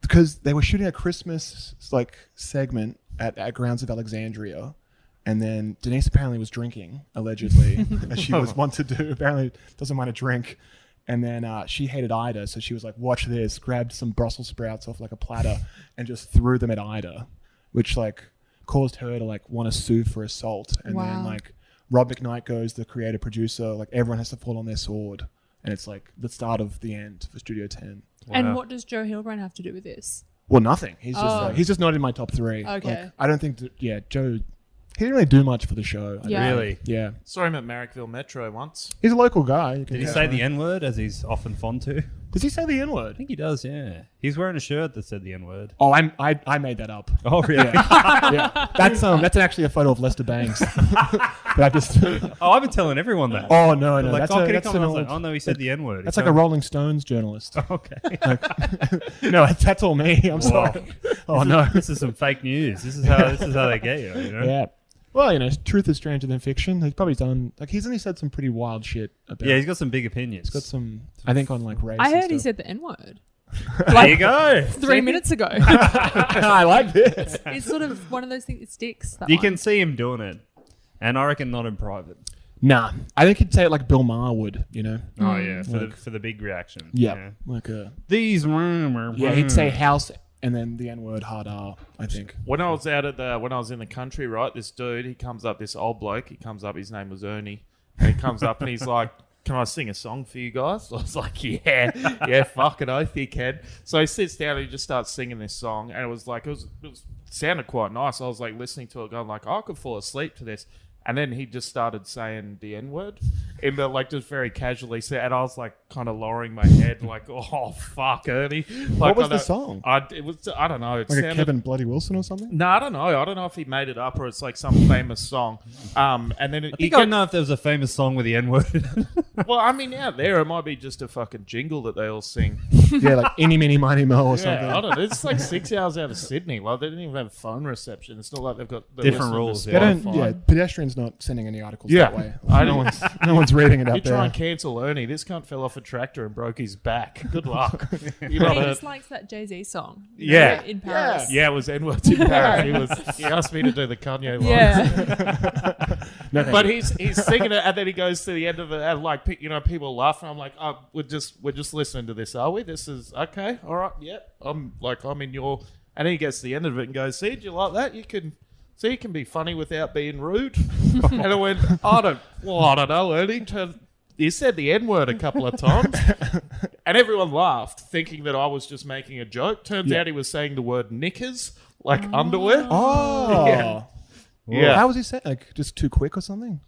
[SPEAKER 3] because they were shooting a Christmas like segment at, at Grounds of Alexandria, and then Denise apparently was drinking allegedly, as she was wont to do. Apparently doesn't mind a drink, and then uh, she hated Ida, so she was like, "Watch this!" Grabbed some Brussels sprouts off like a platter and just threw them at Ida, which like caused her to like want to sue for assault, and then
[SPEAKER 7] Wow.
[SPEAKER 3] like Rob McKnight goes, the creator producer, like everyone has to fall on their sword. And it's like the start of the end for Studio 10.
[SPEAKER 7] And what does Joe Hilbrand have to do with this?
[SPEAKER 3] Well, nothing. He's just
[SPEAKER 7] Oh.
[SPEAKER 3] like, he's just not in my top three. Like,
[SPEAKER 7] Okay.
[SPEAKER 3] I don't think. That, yeah, Joe. He didn't really do much for the show. I
[SPEAKER 7] Yeah.
[SPEAKER 3] don't
[SPEAKER 10] Really?
[SPEAKER 3] think. Yeah.
[SPEAKER 9] Saw him at Marrickville Metro once.
[SPEAKER 3] He's a local guy.
[SPEAKER 10] Did he say the N word as he's often fond to? I
[SPEAKER 3] Does he say the N word?
[SPEAKER 10] think he does. Yeah. He's wearing a shirt that said the N word.
[SPEAKER 3] Oh, I'm, I I made that up.
[SPEAKER 10] Oh really?
[SPEAKER 3] yeah. That's um that's actually a photo of Lester Bangs. but I just.
[SPEAKER 10] oh, I've been telling everyone that.
[SPEAKER 3] Oh no no
[SPEAKER 10] like,
[SPEAKER 3] that's
[SPEAKER 10] oh,
[SPEAKER 3] a,
[SPEAKER 10] can he
[SPEAKER 3] that's
[SPEAKER 10] come?
[SPEAKER 3] an
[SPEAKER 10] I was like,
[SPEAKER 3] old,
[SPEAKER 10] oh no, he said the N word.
[SPEAKER 3] that's like a Rolling Stones journalist.
[SPEAKER 10] Okay.
[SPEAKER 3] no, that's, that's all me. I'm sorry. Oh no.
[SPEAKER 10] this is some fake news. This is how this is how they get you. you know?
[SPEAKER 3] Yeah. Well, you know, truth is stranger than fiction. He's probably done like he's only said some pretty wild shit about.
[SPEAKER 10] Yeah, he's got some big opinions.
[SPEAKER 3] got some. I think on like race.
[SPEAKER 7] I
[SPEAKER 3] and
[SPEAKER 7] heard he
[SPEAKER 3] stuff.
[SPEAKER 7] said the N word
[SPEAKER 10] there you go.
[SPEAKER 7] three minutes ago.
[SPEAKER 3] I like this.
[SPEAKER 7] it's sort of one of those things. It sticks. That
[SPEAKER 10] You
[SPEAKER 7] one.
[SPEAKER 10] can see him doing it, and I reckon not in private.
[SPEAKER 3] Nah, I think he'd say it like Bill Maher would, you know?
[SPEAKER 10] Oh yeah, for the for the big reaction.
[SPEAKER 3] Hmm. Yeah, like a
[SPEAKER 10] These rumor.
[SPEAKER 3] yeah. hmm. He'd say house and then the N word hard R. I think.
[SPEAKER 9] When I was out at the when I was in the country, right, this dude, he comes up, this old bloke, he comes up, his name was Ernie, and he comes up and he's like, Can I sing a song for you guys? I was like, Yeah, yeah, fucking oath you can. So he sits down and he just starts singing this song and it was like it was it was sounded quite nice. I was like listening to it, going like, "Oh, I could fall asleep to this. And then he just started saying the N word in the like just very casually said, and I was like kind of lowering my head, like, oh fuck, Ernie. Like,
[SPEAKER 3] What was
[SPEAKER 9] I
[SPEAKER 3] the
[SPEAKER 9] don't-
[SPEAKER 3] song?
[SPEAKER 9] I, it was I don't know. It
[SPEAKER 3] Like a
[SPEAKER 9] sounded-
[SPEAKER 3] Kevin Bloody Wilson or something.
[SPEAKER 9] no, I don't know. I don't know if he made it up or it's like some famous song. Um, and then it,
[SPEAKER 10] I
[SPEAKER 9] he
[SPEAKER 10] think I
[SPEAKER 9] got,
[SPEAKER 10] know if there was a famous song with the N word.
[SPEAKER 9] well, I mean, out there it might be just a fucking jingle that they all sing.
[SPEAKER 3] yeah, like any mini miny mo or something.
[SPEAKER 9] Yeah, I don't know. It's like six hours out of Sydney. Like they didn't even have phone reception. It's not like they've got the
[SPEAKER 10] Different
[SPEAKER 9] listening to
[SPEAKER 10] rules,
[SPEAKER 3] They
[SPEAKER 10] yeah.
[SPEAKER 9] Spotify.
[SPEAKER 3] don't, yeah, pedestrians not sending any articles
[SPEAKER 9] Yeah.
[SPEAKER 3] that way.
[SPEAKER 9] I
[SPEAKER 3] no
[SPEAKER 9] don't-
[SPEAKER 3] one's no one's reading it
[SPEAKER 9] You
[SPEAKER 3] out
[SPEAKER 9] try
[SPEAKER 3] there.
[SPEAKER 9] and cancel Ernie. This cunt fell off a tractor and broke his back. Good luck. You know
[SPEAKER 7] He
[SPEAKER 9] that-
[SPEAKER 7] just likes that Jay Z song. you know,
[SPEAKER 9] Yeah.
[SPEAKER 7] in Paris.
[SPEAKER 9] Yeah, it was N words in Paris. He was. He asked me to do the Kanye line.
[SPEAKER 7] Yeah.
[SPEAKER 3] No, thank
[SPEAKER 9] But
[SPEAKER 3] you.
[SPEAKER 9] he's he's singing it, and then he goes to the end of it, and like pe- you know, people laugh, and I'm like, oh, we're just we're just listening to this, are we? This is okay, all right, yeah. I'm like I'm in your, and then he gets to the end of it and goes, see, do you like that? You can so you can be funny without being rude. and I went, I don't, well, I don't know, Ernie. Turn, you said the N word a couple of times. and everyone laughed, thinking that I was just making a joke. Turns
[SPEAKER 3] Yeah.
[SPEAKER 9] out he was saying the word knickers, like underwear.
[SPEAKER 3] Oh.
[SPEAKER 9] Yeah. Yeah.
[SPEAKER 3] How was he saying? Like, just too quick or something?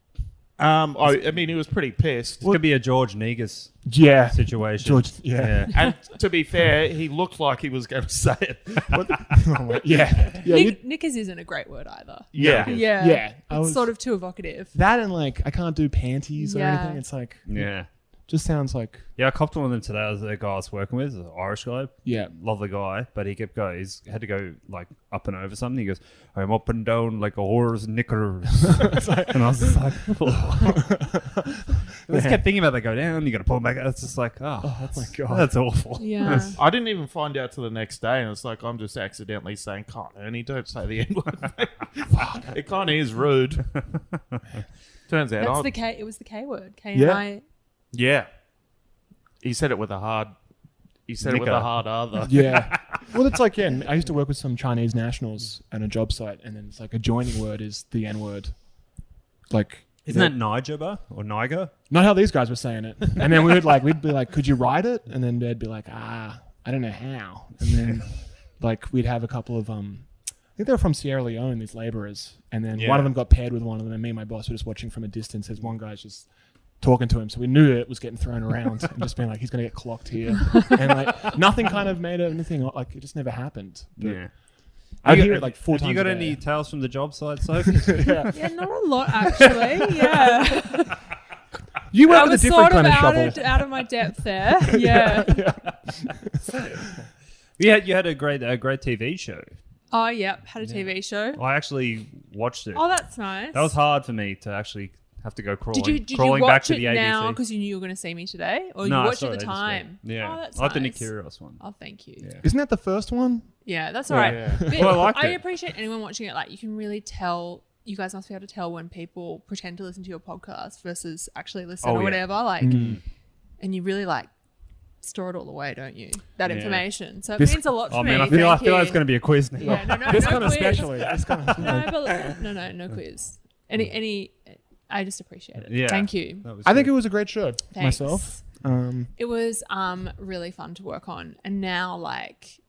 [SPEAKER 9] Um, I, I mean, he was pretty pissed.
[SPEAKER 10] This could be a George Negus
[SPEAKER 3] Yeah.
[SPEAKER 10] situation.
[SPEAKER 3] George, yeah.
[SPEAKER 9] and to be fair, he looked like he was going to say it. But-
[SPEAKER 3] Yeah. Oh Yeah. you-
[SPEAKER 7] Nick, Knickers isn't a great word either.
[SPEAKER 9] yeah.
[SPEAKER 7] Yeah.
[SPEAKER 3] Yeah,
[SPEAKER 7] It's
[SPEAKER 3] I was-
[SPEAKER 7] sort of too evocative.
[SPEAKER 3] that and like, I can't do panties or
[SPEAKER 7] Yeah.
[SPEAKER 3] anything. It's like,
[SPEAKER 10] Yeah.
[SPEAKER 3] just sounds like,
[SPEAKER 10] Yeah, I copped one of them today. I was a guy I was working with, an Irish guy.
[SPEAKER 3] yeah.
[SPEAKER 10] Lovely guy, but he kept going. He's had to go like up and over something. He goes, "I'm up and down like a whore's knickers," and I was just like, I just kept thinking about that go down. You got to pull back. It's just like, oh, that's, my god, that's awful.
[SPEAKER 7] Yeah.
[SPEAKER 9] I didn't even find out till the next day, and it's like I'm just accidentally saying, "Can't Ernie, don't say the N word." it kind of is rude. Turns out,
[SPEAKER 7] That's
[SPEAKER 9] I,
[SPEAKER 7] the K. It was the K word. K
[SPEAKER 3] Yeah.
[SPEAKER 7] and I.
[SPEAKER 9] yeah, he said it with a hard. He said it with
[SPEAKER 10] Knicker.
[SPEAKER 9] a hard other.
[SPEAKER 3] Yeah. well, it's like, yeah, I used to work with some Chinese nationals at a job site, and then it's like adjoining word is the N word. Like,
[SPEAKER 10] Isn't that Niger bar or Niger?
[SPEAKER 3] not how these guys were saying it. And then we would like, we'd be like, could you write it? And then they'd be like, ah, I don't know how. And then like, we'd have a couple of, um, I think they were from Sierra Leone, these laborers. And then one
[SPEAKER 10] Yeah.
[SPEAKER 3] of them got paired with one of them. And me and my boss were just watching from a distance as one guy's just talking to him. So we knew it was getting thrown around and just being like, he's going to get clocked here. And like, nothing kind of made it anything. Like, it just never happened. But I hear it like four
[SPEAKER 10] Have
[SPEAKER 3] times.
[SPEAKER 10] you got
[SPEAKER 3] a
[SPEAKER 10] any
[SPEAKER 3] day.
[SPEAKER 10] tales from the job site, Sophie?
[SPEAKER 7] Yeah, not a lot actually. Yeah.
[SPEAKER 3] You work
[SPEAKER 7] I
[SPEAKER 3] with a
[SPEAKER 7] was
[SPEAKER 3] different
[SPEAKER 7] sort of
[SPEAKER 3] kind of
[SPEAKER 7] out
[SPEAKER 3] shovel.
[SPEAKER 7] of, out of my depth there. Yeah.
[SPEAKER 10] yeah, you had a great, a great TV show.
[SPEAKER 7] Oh, yep. Had a TV show.
[SPEAKER 10] I actually watched it.
[SPEAKER 7] Oh, that's nice.
[SPEAKER 10] That was hard for me to actually have to go crawling,
[SPEAKER 7] Did you did you
[SPEAKER 10] crawling
[SPEAKER 7] watch
[SPEAKER 10] back to
[SPEAKER 7] it
[SPEAKER 10] the ABC.
[SPEAKER 7] now because you knew you were going to see me today, or
[SPEAKER 10] No, I
[SPEAKER 7] you watched
[SPEAKER 10] saw
[SPEAKER 7] it at
[SPEAKER 10] this
[SPEAKER 7] the
[SPEAKER 10] way.
[SPEAKER 7] time?
[SPEAKER 10] Yeah,
[SPEAKER 7] Oh, that's
[SPEAKER 10] I like the Nick
[SPEAKER 7] nice.
[SPEAKER 10] Kyrgios one.
[SPEAKER 7] Oh, thank you. Yeah,
[SPEAKER 3] Isn't that the first one?
[SPEAKER 7] that's all right. But
[SPEAKER 10] Well, I liked it.
[SPEAKER 7] appreciate anyone watching it. Like, you can really tell. You guys must be able to tell when people pretend to listen to your podcast versus actually listen
[SPEAKER 10] Oh,
[SPEAKER 7] or
[SPEAKER 10] yeah.
[SPEAKER 7] whatever. Like,
[SPEAKER 10] Mm.
[SPEAKER 7] and you really like store it all away, don't you? That
[SPEAKER 10] Yeah.
[SPEAKER 7] information. So it
[SPEAKER 3] This-
[SPEAKER 7] means a lot to
[SPEAKER 10] Oh
[SPEAKER 7] me.
[SPEAKER 10] man, I feel, I
[SPEAKER 7] Thank
[SPEAKER 10] feel
[SPEAKER 7] you.
[SPEAKER 10] like it's going to be a quiz now.
[SPEAKER 7] Yeah, no, no,
[SPEAKER 3] This
[SPEAKER 7] no
[SPEAKER 3] kind of
[SPEAKER 7] quiz.
[SPEAKER 3] specially. This kind of.
[SPEAKER 7] No, but no, no, no quiz. Any, any. I just appreciate it.
[SPEAKER 10] Yeah.
[SPEAKER 7] Thank you.
[SPEAKER 10] That was
[SPEAKER 3] I think it
[SPEAKER 10] good.
[SPEAKER 3] was a great show
[SPEAKER 7] Thanks.
[SPEAKER 3] myself. Um,
[SPEAKER 7] It was um really fun to work on, and now like,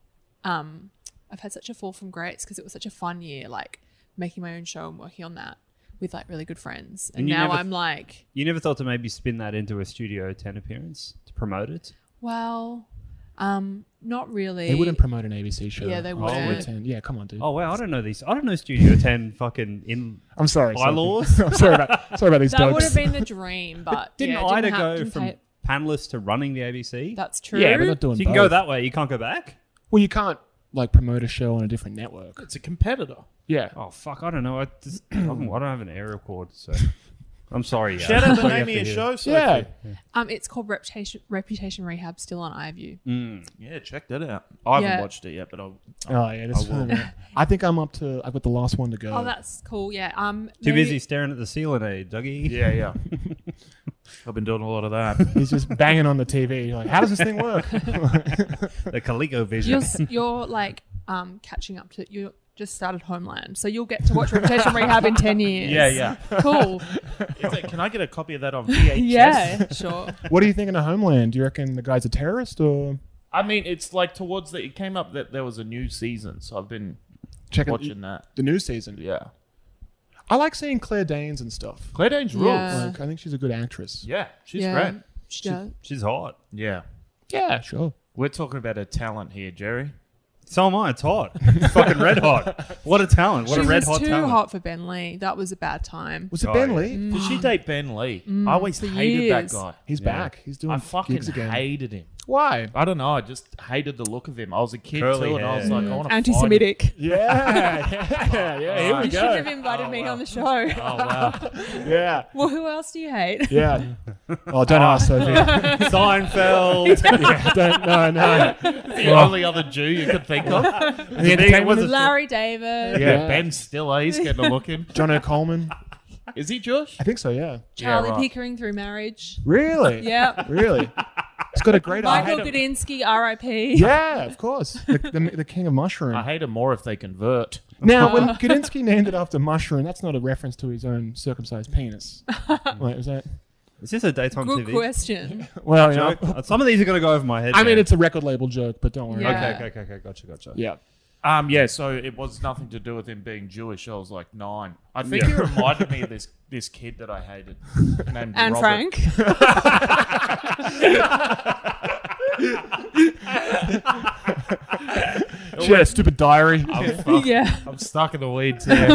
[SPEAKER 7] um, I've had such a fall from grace because it was such a fun year, like making my own show and working on that with like really good friends, and,
[SPEAKER 10] And you
[SPEAKER 7] now
[SPEAKER 10] never-
[SPEAKER 7] I'm like,
[SPEAKER 10] you never thought to maybe spin that into a Studio 10 appearance to promote it.
[SPEAKER 7] well, um, not really.
[SPEAKER 3] they wouldn't promote an ABC show.
[SPEAKER 7] Yeah, they
[SPEAKER 3] Oh,
[SPEAKER 7] wouldn't.
[SPEAKER 3] would ten- Yeah, come on, dude.
[SPEAKER 10] Oh wow, I don't know these. I don't know Studio 10 fucking in.
[SPEAKER 3] I'm sorry. Sophie.
[SPEAKER 10] Bylaws?
[SPEAKER 3] I'm sorry about. Sorry about these
[SPEAKER 7] that would
[SPEAKER 3] dogs.
[SPEAKER 7] have been the dream, but
[SPEAKER 10] Didn't
[SPEAKER 7] yeah, it
[SPEAKER 10] Ida
[SPEAKER 7] didn't ha-
[SPEAKER 10] go
[SPEAKER 7] didn't
[SPEAKER 10] from
[SPEAKER 7] pay-
[SPEAKER 10] panelist to running the ABC?
[SPEAKER 7] That's true.
[SPEAKER 3] yeah, but not doing.
[SPEAKER 10] so you can
[SPEAKER 3] both.
[SPEAKER 10] go that way. You can't go back.
[SPEAKER 3] Well, you can't like promote a show on a different network.
[SPEAKER 9] It's a competitor.
[SPEAKER 3] Yeah.
[SPEAKER 10] Oh fuck, I don't know. I just I don't I don't have an error cord, so I'm sorry. Yeah.
[SPEAKER 9] Shout out the
[SPEAKER 10] Sorry, I have
[SPEAKER 9] name of
[SPEAKER 10] to
[SPEAKER 9] your
[SPEAKER 10] hear.
[SPEAKER 9] show, Sophie.
[SPEAKER 3] yeah.
[SPEAKER 7] Um, it's called Reputation Reputation Rehab, still on iView.
[SPEAKER 10] Mm.
[SPEAKER 9] Yeah, check that out. I haven't
[SPEAKER 7] Yeah.
[SPEAKER 9] watched it yet, but I'll,
[SPEAKER 3] Oh yeah. That's
[SPEAKER 9] will.
[SPEAKER 3] fine. I think I'm up to. I've got the last one to go.
[SPEAKER 7] Oh, that's cool. Yeah. Um,
[SPEAKER 10] Too
[SPEAKER 7] maybe-
[SPEAKER 10] busy staring at the ceiling, eh, Dougie?
[SPEAKER 9] yeah, yeah. I've been doing a lot of that.
[SPEAKER 3] He's just banging on the TV. You're like, how does this thing work?
[SPEAKER 10] The Coleco
[SPEAKER 7] you're
[SPEAKER 10] Vision.
[SPEAKER 7] s- you're like um catching up to you just started Homeland, so you'll get to watch Reputation Rehab in ten years.
[SPEAKER 10] Yeah, yeah.
[SPEAKER 7] cool.
[SPEAKER 9] It's like, can I get a copy of that on VHS?
[SPEAKER 7] Yeah, sure.
[SPEAKER 3] what do you think of Homeland? Do you reckon the guy's a terrorist or?
[SPEAKER 9] I mean, it's like towards the. It came up that there was a new season, so I've been
[SPEAKER 3] Check
[SPEAKER 9] watching that.
[SPEAKER 3] the new season.
[SPEAKER 9] Yeah,
[SPEAKER 3] I like seeing Claire Danes and stuff.
[SPEAKER 9] Claire Danes rules.
[SPEAKER 7] Yeah.
[SPEAKER 3] Like, I think she's a good actress.
[SPEAKER 9] Yeah, she's
[SPEAKER 7] yeah.
[SPEAKER 9] great.
[SPEAKER 7] She does.
[SPEAKER 10] She's hot.
[SPEAKER 9] Yeah.
[SPEAKER 3] Yeah, sure.
[SPEAKER 9] We're talking about a talent here, Jerry.
[SPEAKER 10] So am I. It's hot. fucking red hot. What a talent. What
[SPEAKER 7] She
[SPEAKER 10] a red
[SPEAKER 7] was
[SPEAKER 10] hot
[SPEAKER 7] too
[SPEAKER 10] talent.
[SPEAKER 7] hot for Ben Lee. That was a bad time.
[SPEAKER 3] Was it
[SPEAKER 10] Oh,
[SPEAKER 3] Ben
[SPEAKER 10] yeah.
[SPEAKER 3] Lee?
[SPEAKER 9] Did she date Ben Lee? I always
[SPEAKER 7] Mm. For
[SPEAKER 9] hated
[SPEAKER 7] years.
[SPEAKER 9] that guy.
[SPEAKER 3] He's back. He's doing
[SPEAKER 9] I fucking
[SPEAKER 3] gigs again.
[SPEAKER 9] hated him.
[SPEAKER 3] Why?
[SPEAKER 9] I don't know. I just hated the look of him. I was a kid
[SPEAKER 10] Curly
[SPEAKER 9] too, and I was
[SPEAKER 10] hair.
[SPEAKER 9] like, I want to
[SPEAKER 7] Mm. Anti-Semitic.
[SPEAKER 3] Yeah, yeah, yeah. Here we
[SPEAKER 7] You should
[SPEAKER 3] go.
[SPEAKER 7] have invited
[SPEAKER 9] Oh,
[SPEAKER 7] me
[SPEAKER 9] wow.
[SPEAKER 7] on the show.
[SPEAKER 9] Oh wow!
[SPEAKER 3] Yeah,
[SPEAKER 7] well, who else do you hate?
[SPEAKER 3] yeah. Oh, don't ask Sophie.
[SPEAKER 10] Seinfeld.
[SPEAKER 3] yeah, don't. No, no.
[SPEAKER 9] the only other Jew you could think of.
[SPEAKER 3] The entertainment is
[SPEAKER 7] Larry
[SPEAKER 9] Yeah,
[SPEAKER 7] David,
[SPEAKER 3] Yeah.
[SPEAKER 9] Ben Stiller. He's getting a look in.
[SPEAKER 3] John O'Coleman.
[SPEAKER 9] Is he Jewish?
[SPEAKER 3] I think so. Yeah.
[SPEAKER 7] Charlie
[SPEAKER 9] Yeah, right.
[SPEAKER 7] Pickering through marriage.
[SPEAKER 3] Really?
[SPEAKER 7] Yeah.
[SPEAKER 3] Really. He's got a great
[SPEAKER 7] Michael
[SPEAKER 3] eye.
[SPEAKER 7] Gudinski, R.I.P.
[SPEAKER 3] Yeah, of course. The, the, the king of mushroom.
[SPEAKER 9] I hate him more if they convert.
[SPEAKER 3] Now, when Gudensky named it after mushroom, that's not a reference to his own circumcised penis. Wait, was that?
[SPEAKER 10] Is this a daytime
[SPEAKER 7] Good
[SPEAKER 10] TV?
[SPEAKER 7] question.
[SPEAKER 3] Well, you know,
[SPEAKER 10] Joke? Uh, Some of these are going to go over my head.
[SPEAKER 3] I mean,
[SPEAKER 10] man.
[SPEAKER 3] it's a record label joke, but don't worry.
[SPEAKER 7] Yeah.
[SPEAKER 10] Okay, okay, okay, okay. Gotcha, gotcha.
[SPEAKER 3] Yeah.
[SPEAKER 9] Um, yeah, so it was nothing to do with him being Jewish. I was like nine. I think he reminded me of this this kid that I hated named
[SPEAKER 7] And
[SPEAKER 9] Robert.
[SPEAKER 7] Frank.
[SPEAKER 3] Yeah, stupid diary.
[SPEAKER 7] yeah.
[SPEAKER 9] I'm stuck in the weeds here.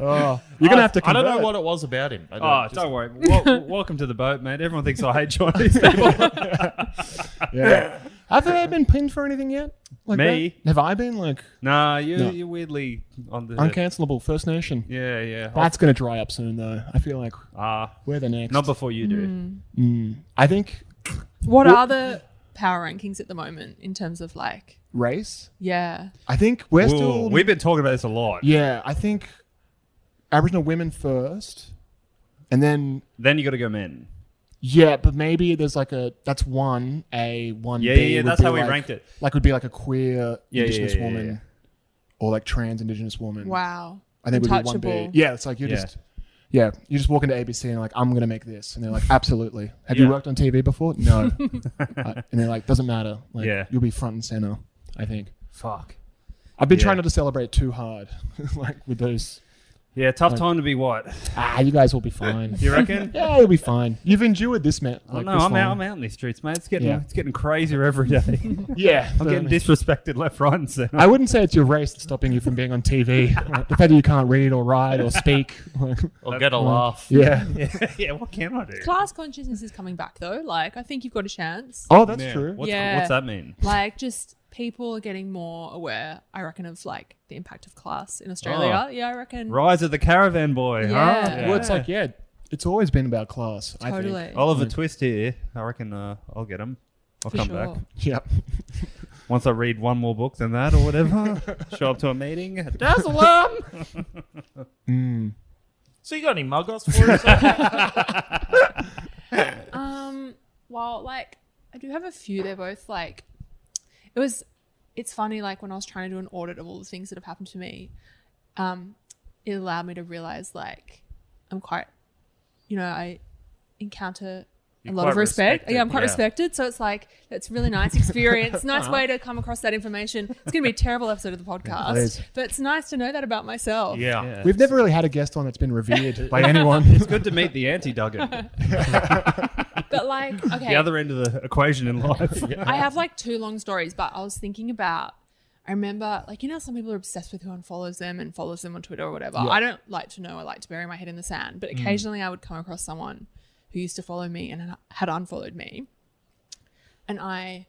[SPEAKER 3] Oh, You're gonna have to.
[SPEAKER 9] Uh, I
[SPEAKER 3] Convert.
[SPEAKER 9] don't know what it was about him. I don't,
[SPEAKER 10] Oh,
[SPEAKER 9] just-
[SPEAKER 10] don't worry. Wel- welcome to the boat, mate. Everyone thinks I hate Chinese people.
[SPEAKER 3] Yeah. Have I been pinned for anything yet? Like
[SPEAKER 10] Me?
[SPEAKER 3] that? Have I been like
[SPEAKER 10] nah, you,
[SPEAKER 3] No.
[SPEAKER 10] you're weirdly on the.
[SPEAKER 3] uncancelable First Nation?
[SPEAKER 10] Yeah, yeah.
[SPEAKER 3] That's gonna dry up soon, though. I feel like
[SPEAKER 10] Ah,
[SPEAKER 3] we're the next.
[SPEAKER 10] not before you do.
[SPEAKER 7] Hmm.
[SPEAKER 3] I think
[SPEAKER 7] What are the power rankings at the moment in terms of like,
[SPEAKER 3] race.
[SPEAKER 7] yeah.
[SPEAKER 3] I think we're
[SPEAKER 10] Ooh,
[SPEAKER 3] still.
[SPEAKER 10] we've been talking about this a lot.
[SPEAKER 3] yeah, I think Aboriginal women first, and then
[SPEAKER 10] Then you got to go men.
[SPEAKER 3] yeah, but maybe there's like a that's one A one.
[SPEAKER 10] Yeah,
[SPEAKER 3] B
[SPEAKER 10] yeah, yeah,
[SPEAKER 3] would
[SPEAKER 10] that's
[SPEAKER 3] be
[SPEAKER 10] how we
[SPEAKER 3] like-
[SPEAKER 10] ranked it.
[SPEAKER 3] Like would be like a queer
[SPEAKER 10] Yeah, yeah,
[SPEAKER 3] Indigenous
[SPEAKER 10] yeah, yeah,
[SPEAKER 3] woman,
[SPEAKER 10] yeah.
[SPEAKER 3] or like trans Indigenous woman.
[SPEAKER 7] Wow.
[SPEAKER 3] I think would be one B.
[SPEAKER 7] Untouchable.
[SPEAKER 3] Yeah, it's like you're
[SPEAKER 10] Yeah.
[SPEAKER 3] just yeah, you just walk into ABC and like I'm gonna make this, and they're like absolutely. Have you
[SPEAKER 10] Yeah.
[SPEAKER 3] worked on TV before? No, Uh, and they're like doesn't matter. Like,
[SPEAKER 10] Yeah.
[SPEAKER 3] you'll be front and center. I think
[SPEAKER 10] Fuck.
[SPEAKER 3] I've been
[SPEAKER 10] Yeah.
[SPEAKER 3] trying not to celebrate too hard, like with those.
[SPEAKER 10] Yeah, tough time to be white.
[SPEAKER 3] Ah, you guys will be fine.
[SPEAKER 10] You reckon?
[SPEAKER 3] yeah, you'll be fine. You've endured this, man.
[SPEAKER 10] I
[SPEAKER 3] Like,
[SPEAKER 10] no,
[SPEAKER 3] this
[SPEAKER 10] I'm
[SPEAKER 3] long.
[SPEAKER 10] out. I'm out in these streets, mate. It's getting
[SPEAKER 3] Yeah.
[SPEAKER 10] it's getting crazier every day.
[SPEAKER 3] Yeah,
[SPEAKER 10] I'm
[SPEAKER 3] but I
[SPEAKER 10] getting
[SPEAKER 3] mean-
[SPEAKER 10] disrespected left, right, and center.
[SPEAKER 3] I wouldn't say it's your race that's stopping you from being on TV. Like, the fact that you can't read or write or speak. like,
[SPEAKER 9] I'll get a laugh.
[SPEAKER 3] Mm. yeah.
[SPEAKER 10] yeah, what can I do?
[SPEAKER 7] Class consciousness is coming back though. Like, I think you've got a chance.
[SPEAKER 3] Oh, that's
[SPEAKER 10] Yeah,
[SPEAKER 3] true.
[SPEAKER 10] What's,
[SPEAKER 7] Yeah.
[SPEAKER 10] what's that mean?
[SPEAKER 7] Like, just people are getting more aware, I reckon, of like the impact of class in
[SPEAKER 3] Oh.
[SPEAKER 7] Australia. Yeah, I reckon.
[SPEAKER 10] Rise of the Caravan Boy, huh?
[SPEAKER 7] Yeah.
[SPEAKER 3] Well, it's like yeah, it's always been about class. I
[SPEAKER 7] Totally.
[SPEAKER 3] think.
[SPEAKER 10] Oliver Twist here. I reckon uh, I'll get him. I'll
[SPEAKER 7] For
[SPEAKER 10] come
[SPEAKER 7] sure.
[SPEAKER 10] back
[SPEAKER 3] Yeah.
[SPEAKER 10] once I read one more book than that or whatever. Show up to a meeting. Dazzle
[SPEAKER 3] Mm.
[SPEAKER 9] So you got any muggles for us?
[SPEAKER 7] Um, well, like I do have a few. They're both like it was. It's funny, like when I was trying to do an audit of all the things that have happened to me, um, it allowed me to realize like I'm quite, you know, I encounter a lot of
[SPEAKER 9] quite
[SPEAKER 7] respect.
[SPEAKER 9] respected,
[SPEAKER 7] Yeah, I'm quite
[SPEAKER 9] yeah. Uh-huh.
[SPEAKER 7] respected. So it's like it's really nice experience. nice way to come across that information. It's gonna be a terrible episode of the podcast,
[SPEAKER 3] is.
[SPEAKER 7] but it's nice to know that about myself.
[SPEAKER 9] yeah.
[SPEAKER 3] We've never really had a guest on that's been revered by anyone.
[SPEAKER 10] It's good to meet the anti Duggan,
[SPEAKER 7] But like, okay,
[SPEAKER 10] the other end of the equation in life.
[SPEAKER 7] I have like two long stories, but I was thinking about. I remember, like you know, some people are obsessed with who unfollows them and follows them on Twitter or whatever. I don't like to know. I like to bury my head in the sand. But occasionally, I would come across someone who used to follow me and had unfollowed me, and I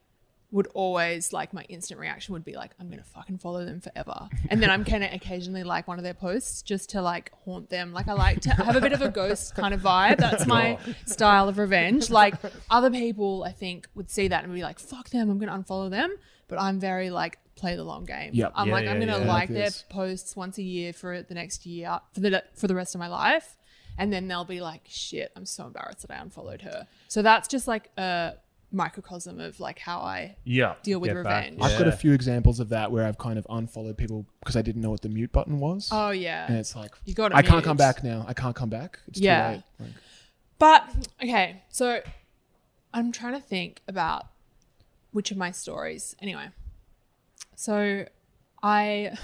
[SPEAKER 7] would always like my instant reaction would be like, I'm gonna fucking follow them forever. And then I'm kind of occasionally like one of their posts just to like haunt them. Like I like to have a bit of a ghost kind of vibe. That's my style of revenge. Like other people, I think, would see that and be like, fuck them, I'm gonna unfollow them. But I'm very like, play the long game.
[SPEAKER 3] Yep.
[SPEAKER 7] I'm
[SPEAKER 10] Yeah,
[SPEAKER 7] like, I'm
[SPEAKER 10] yeah,
[SPEAKER 7] gonna
[SPEAKER 10] yeah.
[SPEAKER 7] like their
[SPEAKER 3] Obvious.
[SPEAKER 7] posts once a year for the next year, for the for the rest of my life. And then they'll be like, shit, I'm so embarrassed that I unfollowed her. So that's just like a microcosm of like how I
[SPEAKER 9] Yeah.
[SPEAKER 7] deal with
[SPEAKER 10] Get back.
[SPEAKER 7] revenge.
[SPEAKER 3] I've got a few examples of that where I've kind of unfollowed people because I didn't know what the mute button was.
[SPEAKER 7] Oh yeah.
[SPEAKER 3] and it's like,
[SPEAKER 7] You gotta
[SPEAKER 3] I can't come
[SPEAKER 7] mute.
[SPEAKER 3] back now. I can't come back. It's
[SPEAKER 7] Yeah.
[SPEAKER 3] too late. Like,
[SPEAKER 7] But okay, so I'm trying to think about which of my stories. Anyway, so I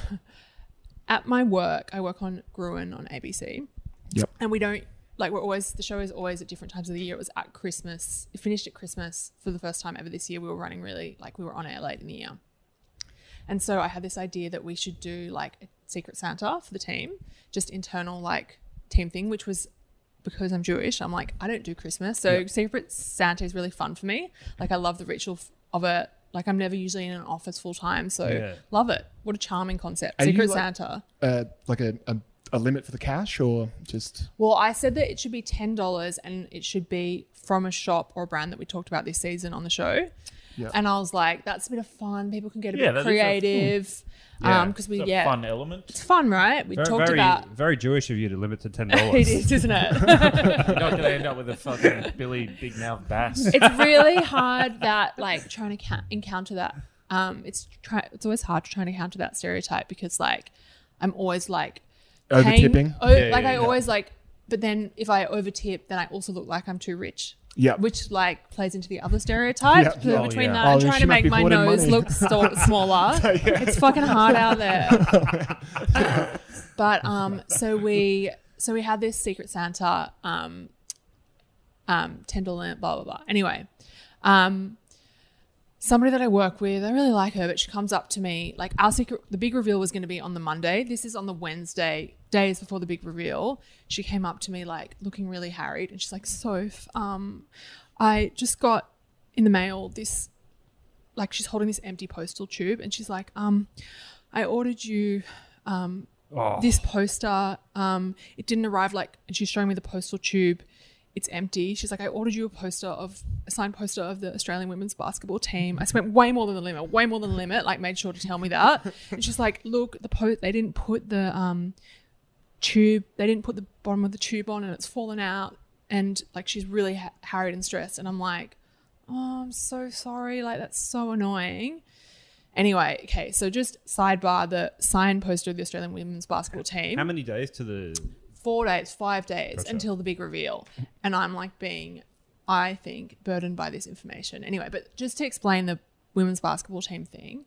[SPEAKER 7] at my work, I work on Gruen on ABC.
[SPEAKER 3] Yep.
[SPEAKER 7] And we don't like we're always the show is always at different times of the year. It was at Christmas. It finished at Christmas for the first time ever this year. We were running really like we were on air late in the year. And so I had this idea that we should do like a secret Santa for the team, just internal like team thing, which was because I'm Jewish, I'm like, I don't do Christmas. So Secret Santa is really fun for me. Like, I love the ritual f- of it. Like, I'm never usually in an office full time. So
[SPEAKER 10] Yeah.
[SPEAKER 7] love it. What a charming concept.
[SPEAKER 3] Are you,
[SPEAKER 7] Secret
[SPEAKER 3] like-
[SPEAKER 7] Santa.
[SPEAKER 3] uh, like a, a, a limit for the cash or just
[SPEAKER 7] Well, I said that it should be $10 and it should be from a shop or a brand that we talked about this season on the show. And I was like, that's a bit of fun. People can get a
[SPEAKER 9] Yeah,
[SPEAKER 7] bit
[SPEAKER 9] that is a-
[SPEAKER 7] creative.
[SPEAKER 10] Yeah.
[SPEAKER 7] Um, because we,
[SPEAKER 9] It's a
[SPEAKER 7] yeah,
[SPEAKER 9] fun element.
[SPEAKER 7] it's fun, right? We
[SPEAKER 10] Very,
[SPEAKER 7] talked
[SPEAKER 10] very,
[SPEAKER 7] about
[SPEAKER 10] very Jewish of you to limit to ten
[SPEAKER 7] it
[SPEAKER 10] dollars.
[SPEAKER 7] is, isn't it?
[SPEAKER 9] You're not going to end up with a fucking Billy Big Mouth Bass.
[SPEAKER 7] it's really hard that like trying to ca- encounter that um, it's try- it's always hard to try and counter that stereotype because like I'm always like paying-
[SPEAKER 3] Overtipping?
[SPEAKER 7] Oh,
[SPEAKER 3] Yeah,
[SPEAKER 7] like
[SPEAKER 3] yeah,
[SPEAKER 7] I
[SPEAKER 3] yeah.
[SPEAKER 7] always like, but then if I overtip, then I also look like I'm too rich.
[SPEAKER 3] Yeah.
[SPEAKER 7] which like plays into the other stereotype.
[SPEAKER 3] Yeah.
[SPEAKER 7] So
[SPEAKER 3] Oh,
[SPEAKER 7] between
[SPEAKER 3] yeah.
[SPEAKER 7] that
[SPEAKER 3] Oh,
[SPEAKER 7] and
[SPEAKER 3] yeah,
[SPEAKER 7] trying
[SPEAKER 3] she
[SPEAKER 7] to
[SPEAKER 3] must
[SPEAKER 7] make
[SPEAKER 3] be
[SPEAKER 7] my
[SPEAKER 3] hoarding
[SPEAKER 7] nose
[SPEAKER 3] money.
[SPEAKER 7] look sto- smaller, it's fucking hard out there. But um, so we so we had this Secret Santa um, um, Tenderlint, blah blah blah. Anyway, um, somebody that I work with, I really like her, but she comes up to me like our secret. The big reveal was going to be on the Monday. This is on the Wednesday, days before the big reveal. She came up to me like looking really harried, and she's like, "Soph, um, I just got in the mail this." Like she's holding this empty postal tube, and she's like, "Um, I ordered you." Um,
[SPEAKER 10] Oh.
[SPEAKER 7] this poster. Um, it didn't arrive like, and she's showing me the postal tube. It's empty. She's like, I ordered you a poster of a signed poster of the Australian women's basketball team. I spent way more than the limit, way more than the limit. Like, made sure to tell me that. And she's like, look, the post they didn't put the um tube. They didn't put the bottom of the tube on, and it's fallen out. And like, she's really ha- harried and stressed. And I'm like, oh, I'm so sorry. Like, that's so annoying. Anyway, okay, so just sidebar the signed poster of the Australian women's basketball team
[SPEAKER 10] How many days to the?
[SPEAKER 7] four days, five days until the big reveal. And I'm like being, I think, burdened by this information. Anyway, but just to explain the women's basketball team thing,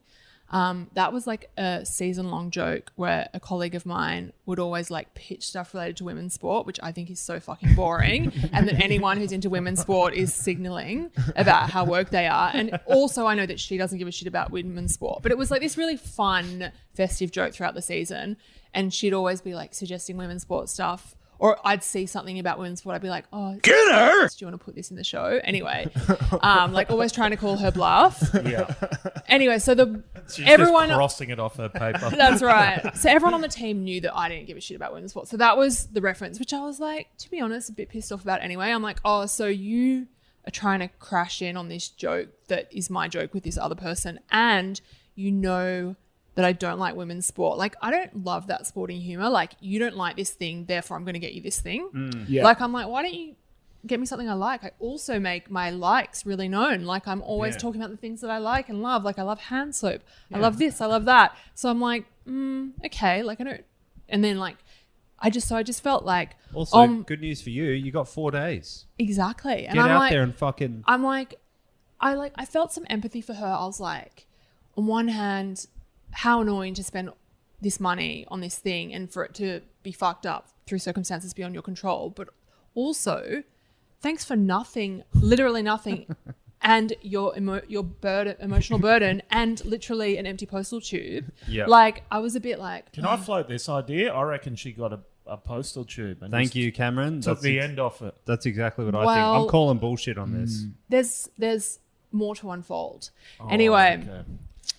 [SPEAKER 7] um, that was like a season long joke where a colleague of mine would always like pitch stuff related to women's sport, which I think is so fucking boring. and that anyone who's into women's sport is signaling about how woke they are. And also, I know that she doesn't give a shit about women's sport, but it was like this really fun, festive joke throughout the season. And she'd always be like suggesting women's sport stuff. Or I'd see something about women's sport, I'd be like, oh, get her! Do you want to put this in the show? Anyway, um, like always trying to call her bluff.
[SPEAKER 10] Yeah,
[SPEAKER 7] Anyway, so the
[SPEAKER 10] She's
[SPEAKER 7] everyone
[SPEAKER 10] just crossing it off her paper.
[SPEAKER 7] that's right. So everyone on the team knew that I didn't give a shit about women's sports. So that was the reference, which I was like, to be honest, a bit pissed off about anyway. I'm like, oh, so you are trying to crash in on this joke that is my joke with this other person, and you know that I don't like women's sport. Like, I don't love that sporting humor. Like, you don't like this thing, therefore I'm going to get you this thing.
[SPEAKER 3] Yeah.
[SPEAKER 7] Like, I'm like, why don't you get me something I like? I also make my likes really known. Like, I'm always
[SPEAKER 10] Yeah.
[SPEAKER 7] talking about the things that I like and love. Like, I love hand soap. I love this. I love that. So I'm like, mm, okay. Like, I don't. And then, like, I just, so I just felt like,
[SPEAKER 10] Also,
[SPEAKER 7] um,
[SPEAKER 10] good news for you. You got four days.
[SPEAKER 7] exactly. And
[SPEAKER 10] Get
[SPEAKER 7] I'm
[SPEAKER 10] out
[SPEAKER 7] like,
[SPEAKER 10] there and fucking.
[SPEAKER 7] I'm like, I like, I felt some empathy for her. I was like, on one hand, how annoying to spend this money on this thing and for it to be fucked up through circumstances beyond your control, but also, thanks for nothing, literally nothing, and your emo- your burden, emotional burden, and literally an empty postal tube.
[SPEAKER 10] Yeah.
[SPEAKER 7] Like I was a bit like,
[SPEAKER 9] Can I float this idea? I reckon she got a, a postal tube. And
[SPEAKER 10] Thank
[SPEAKER 9] just
[SPEAKER 10] you, Cameron.
[SPEAKER 9] Took
[SPEAKER 10] That's
[SPEAKER 9] the
[SPEAKER 10] ex-
[SPEAKER 9] end off it.
[SPEAKER 10] That's exactly what I think.
[SPEAKER 7] Well-
[SPEAKER 10] I'm calling bullshit on this.
[SPEAKER 7] there's there's more to unfold. anyway.
[SPEAKER 9] Okay.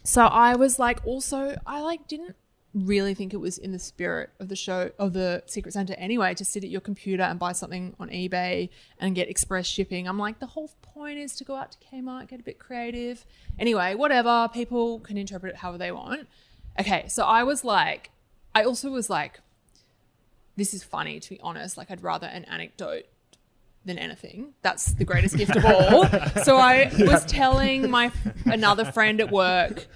[SPEAKER 7] So I was like, also, I like didn't really think it was in the spirit of the show of the Secret Santa anyway to sit at your computer and buy something on eBay and get express shipping. I'm like, the whole point is to go out to Kmart, get a bit creative. Anyway, whatever. People can interpret it however they want. Okay, so I was like, I also was like, this is funny to be honest. Like, I'd rather an anecdote than anything. That's the greatest gift of all. So I was telling my another friend at work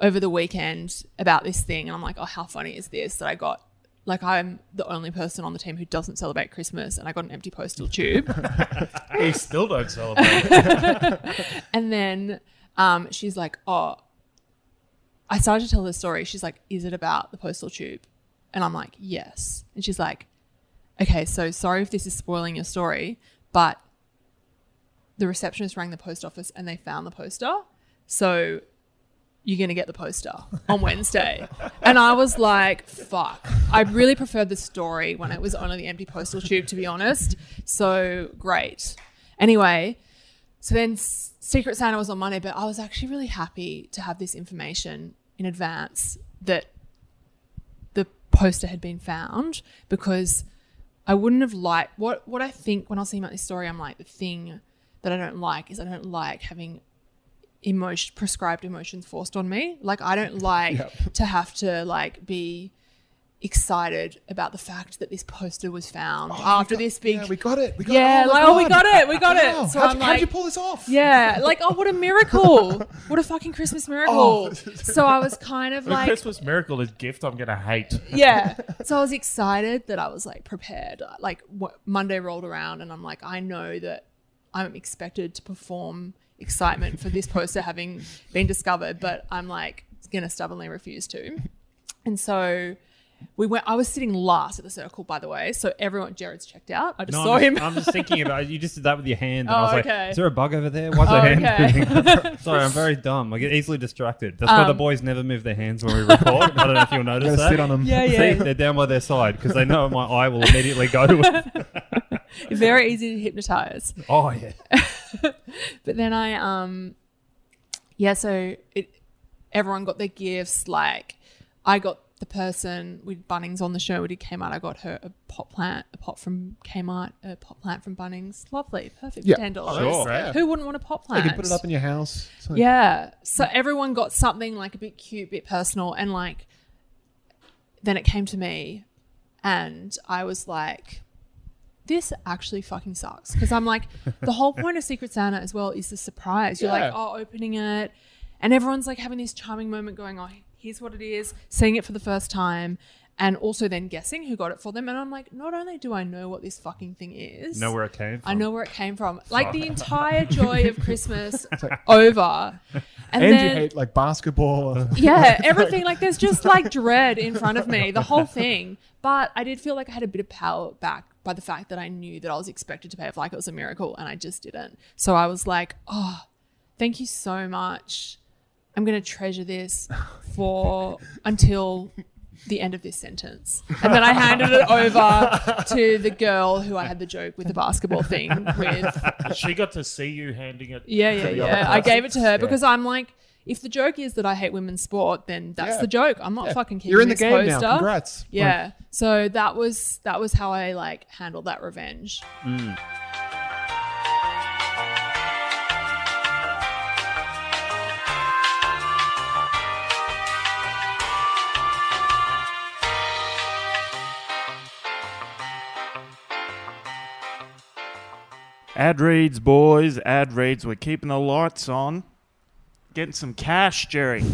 [SPEAKER 7] over the weekend about this thing, and I'm like, oh, how funny is this that I got. Like I'm the only person on the team who doesn't celebrate Christmas, and I got an empty postal tube.
[SPEAKER 9] You still don't celebrate.
[SPEAKER 7] And then um, she's like, Oh, I started to tell this story. She's like, Is it about the postal tube? And I'm like, Yes. And she's like, Okay, so sorry if this is spoiling your story, but the receptionist rang the post office and they found the poster. So you're going to get the poster on Wednesday. and I was like, fuck. I really preferred the story when it was only the empty postal tube, to be honest. So great. Anyway, so then S- Secret Santa was on Monday, but I was actually really happy to have this information in advance that the poster had been found because I wouldn't have liked what what I think when I was thinking about this story. I'm like the thing that I don't like is I don't like having emotion prescribed emotions forced on me. Like I don't like to have to like be excited about the fact that this poster was found after this big.
[SPEAKER 3] Yeah, we Oh, got it. We got
[SPEAKER 7] yeah,
[SPEAKER 3] oh my
[SPEAKER 7] like, oh, we
[SPEAKER 3] God.
[SPEAKER 7] got it. We got
[SPEAKER 3] Wow.
[SPEAKER 7] it. So
[SPEAKER 3] how'd,
[SPEAKER 7] I'm
[SPEAKER 3] you,
[SPEAKER 7] like,
[SPEAKER 3] how'd you pull this off?
[SPEAKER 7] Yeah, like oh, what a miracle! What a fucking
[SPEAKER 10] Oh,
[SPEAKER 7] Christmas miracle! So I was kind of
[SPEAKER 9] The
[SPEAKER 7] like,
[SPEAKER 9] Christmas miracle is gift I'm gonna hate.
[SPEAKER 7] yeah. So I was excited that I was like prepared. Like wh- Monday rolled around, and I'm like, I know that I'm expected to perform excitement for this poster having been discovered, but I'm like gonna stubbornly refuse to. And so we went. I was sitting last at the circle, by the way. So everyone, Jared's checked out. I just
[SPEAKER 10] No,
[SPEAKER 7] saw
[SPEAKER 10] I'm,
[SPEAKER 7] him.
[SPEAKER 10] Just, I'm just thinking about you. Just did that with your hand, and
[SPEAKER 7] Oh,
[SPEAKER 10] I was like,
[SPEAKER 7] okay.
[SPEAKER 10] "Is there a bug over there? Why's the
[SPEAKER 7] Oh,
[SPEAKER 10] hand
[SPEAKER 7] okay.
[SPEAKER 10] moving?" Sorry, I'm very dumb. I get easily distracted. That's why the
[SPEAKER 7] Um,
[SPEAKER 10] boys never move their hands when we record. I don't know if you'll notice
[SPEAKER 3] Gotta
[SPEAKER 10] that.
[SPEAKER 3] sit on 'em.
[SPEAKER 7] Yeah,
[SPEAKER 10] See,
[SPEAKER 7] yeah.
[SPEAKER 10] they're down by their side because they know my eye will immediately go to it.
[SPEAKER 7] Very easy to hypnotize.
[SPEAKER 10] Oh yeah.
[SPEAKER 7] But then I um yeah, so it everyone got their gifts, like I got the person with Bunnings on the show when he came out, I got her a pot plant, a pot from Kmart, a pot plant from Bunnings. Lovely, perfect.
[SPEAKER 3] Yeah.
[SPEAKER 7] Ten dollars.
[SPEAKER 9] Oh, that's great.
[SPEAKER 7] Who wouldn't want a pot
[SPEAKER 3] You
[SPEAKER 7] plant?
[SPEAKER 3] can put it up in your house. It's like-
[SPEAKER 7] yeah. So everyone got something like a bit cute, bit personal, and like then it came to me and I was like, this actually fucking sucks. Because I'm like, the whole point of Secret Santa as well is the surprise. You're
[SPEAKER 3] Yeah.
[SPEAKER 7] like, oh, opening it. And everyone's like having this charming moment going, oh, here's what it is, seeing it for the first time. And also then guessing who got it for them. And I'm like, not only do I know what this fucking thing is,
[SPEAKER 10] Know where it came from.
[SPEAKER 7] I know where it came from. Like the entire joy of Christmas over. And,
[SPEAKER 3] And you
[SPEAKER 7] then,
[SPEAKER 3] hate like basketball. or-
[SPEAKER 7] yeah, everything. Like there's just like dread in front of me, the whole thing. But I did feel like I had a bit of power back by the fact that I knew that I was expected to pay off like it was a miracle and I just didn't. So I was like, oh, thank you so much. I'm going to treasure this for until the end of this sentence. And then I handed it over to the girl who I had the joke with the basketball thing with.
[SPEAKER 9] she got to see you handing it.
[SPEAKER 7] Yeah,
[SPEAKER 9] to
[SPEAKER 7] yeah,
[SPEAKER 9] the other
[SPEAKER 7] yeah. I
[SPEAKER 9] person.
[SPEAKER 7] gave it to her because I'm like, if the joke is that I hate women's sport, then that's
[SPEAKER 3] Yeah.
[SPEAKER 7] the joke. I'm not
[SPEAKER 3] Yeah.
[SPEAKER 7] fucking keeping
[SPEAKER 3] You're in the
[SPEAKER 7] this
[SPEAKER 3] game
[SPEAKER 7] poster.
[SPEAKER 3] now. Congrats. Like,
[SPEAKER 7] Yeah. so that was that was how I like handled that revenge.
[SPEAKER 9] Ad reads, boys. Ad reads. We're keeping the lights on. Getting some cash, Jerry.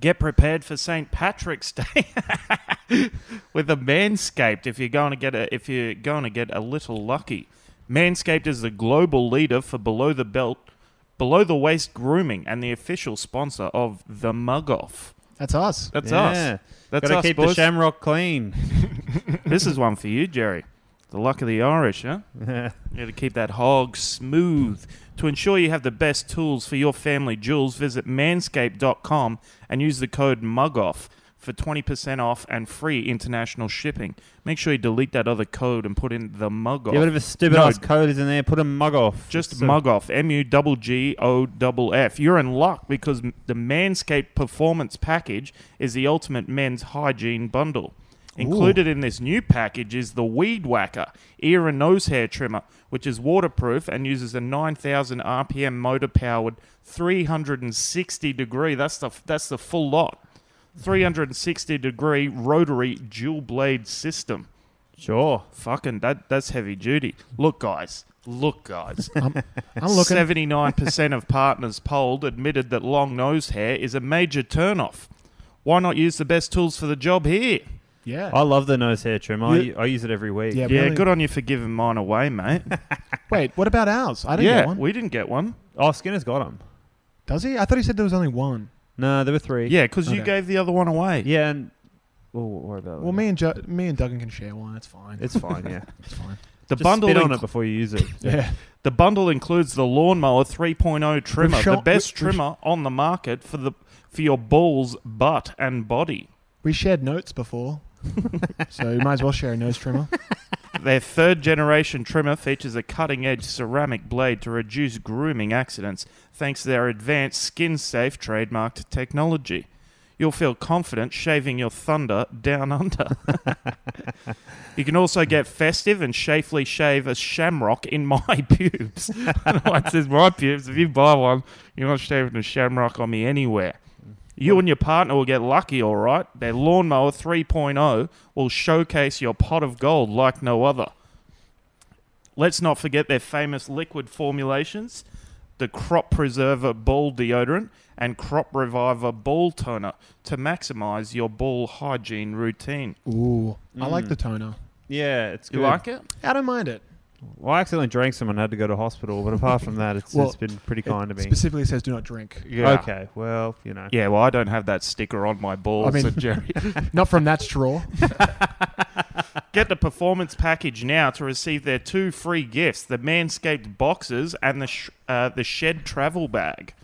[SPEAKER 9] Get prepared for St. Patrick's Day with a Manscaped. If you're going to get a, if you're going to get a little lucky, Manscaped is the global leader for below the belt, below the waist grooming, and the official sponsor of the Mug Off.
[SPEAKER 3] That's us.
[SPEAKER 9] That's
[SPEAKER 10] Yeah.
[SPEAKER 9] us. That's
[SPEAKER 10] Gotta
[SPEAKER 9] us,
[SPEAKER 10] keep the
[SPEAKER 9] boys.
[SPEAKER 10] shamrock clean.
[SPEAKER 9] this is one for you, Jerry. The luck of the Irish, huh? You got to keep that hog smooth. To ensure you have the best tools for your family jewels, visit manscaped.com and use the code MUGOFF for 20% off and free international shipping. Make sure you delete that other code and put in the MUGOFF.
[SPEAKER 10] Get rid of a stupid
[SPEAKER 9] No,
[SPEAKER 10] ass code is in there. Put a mug off.
[SPEAKER 9] just
[SPEAKER 10] So-
[SPEAKER 9] mug off. M U double G O double F. You're in luck because m- the Manscaped Performance Package is the ultimate men's hygiene bundle. Included in this new package is the Weed Whacker ear and nose hair trimmer, which is waterproof and uses a 9,000 RPM motor powered 360 degree. That's the that's the full lot. 360 degree rotary dual blade system.
[SPEAKER 10] Sure.
[SPEAKER 9] Fucking that that's heavy duty. Look guys, look guys.
[SPEAKER 3] I'm looking.
[SPEAKER 9] 79% of partners polled admitted that long nose hair is a major turnoff. Why not use the best tools for the job here?
[SPEAKER 3] Yeah.
[SPEAKER 10] I love the nose hair trim. I,
[SPEAKER 3] You-
[SPEAKER 10] I use it every week.
[SPEAKER 3] Yeah.
[SPEAKER 9] Yeah,
[SPEAKER 3] Really?
[SPEAKER 9] good on you for giving mine away, mate.
[SPEAKER 3] Wait, what about ours? I didn't get
[SPEAKER 9] yeah,
[SPEAKER 3] one.
[SPEAKER 9] we didn't get one.
[SPEAKER 10] Oh, Skinner's got them.
[SPEAKER 3] Does he? I thought he said there was only one.
[SPEAKER 10] No, there were three.
[SPEAKER 9] Yeah, because you
[SPEAKER 3] Okay.
[SPEAKER 9] gave the other one away.
[SPEAKER 10] Yeah, and oh, we'll we'll worry about it.
[SPEAKER 3] Well, me and jo- me and Duggan can share one. That's fine.
[SPEAKER 10] It's fine. Yeah.
[SPEAKER 3] it's fine.
[SPEAKER 9] the
[SPEAKER 10] Just
[SPEAKER 9] bundle
[SPEAKER 10] spit on
[SPEAKER 9] inc-
[SPEAKER 10] it before you use it.
[SPEAKER 3] Yeah.
[SPEAKER 9] the bundle includes the lawnmower 3.0 trimmer,
[SPEAKER 3] We've shown-
[SPEAKER 9] the best
[SPEAKER 3] we- we've-
[SPEAKER 9] trimmer on the market for the for your balls, butt, and body.
[SPEAKER 3] We shared notes before, so you might as well share a nose trimmer.
[SPEAKER 9] Their third generation trimmer features a cutting edge ceramic blade to reduce grooming accidents thanks to their advanced skin safe trademarked technology. You'll feel confident shaving your thunder down under. you can also get festive and safely shave a shamrock in my pubes. I know it says my pubes. If you buy one, you're not shaving a shamrock on me anywhere. You and your partner will get lucky, all right. Their lawnmower 3.0 will showcase your pot of gold like no other. Let's not forget their famous liquid formulations the Crop Preserver Ball Deodorant and Crop Reviver Ball Toner to maximize your ball hygiene routine.
[SPEAKER 3] Ooh, I like
[SPEAKER 9] Mm.
[SPEAKER 3] the toner.
[SPEAKER 10] Yeah, it's
[SPEAKER 9] You
[SPEAKER 10] good.
[SPEAKER 9] like it?
[SPEAKER 3] I don't mind it.
[SPEAKER 10] Well, I accidentally drank some and had to go to hospital, but apart from that, it's,
[SPEAKER 3] Well,
[SPEAKER 10] it's been pretty
[SPEAKER 3] It
[SPEAKER 10] kind to me.
[SPEAKER 3] Specifically, says do not drink.
[SPEAKER 9] Yeah.
[SPEAKER 10] Okay, well, you know.
[SPEAKER 9] Yeah, well, I don't have that sticker on my balls,
[SPEAKER 3] I mean-
[SPEAKER 9] so Jerry.
[SPEAKER 3] Not from that straw.
[SPEAKER 9] Get the performance package now to receive their two free gifts: the Manscaped boxes and the sh- uh, the Shed travel bag.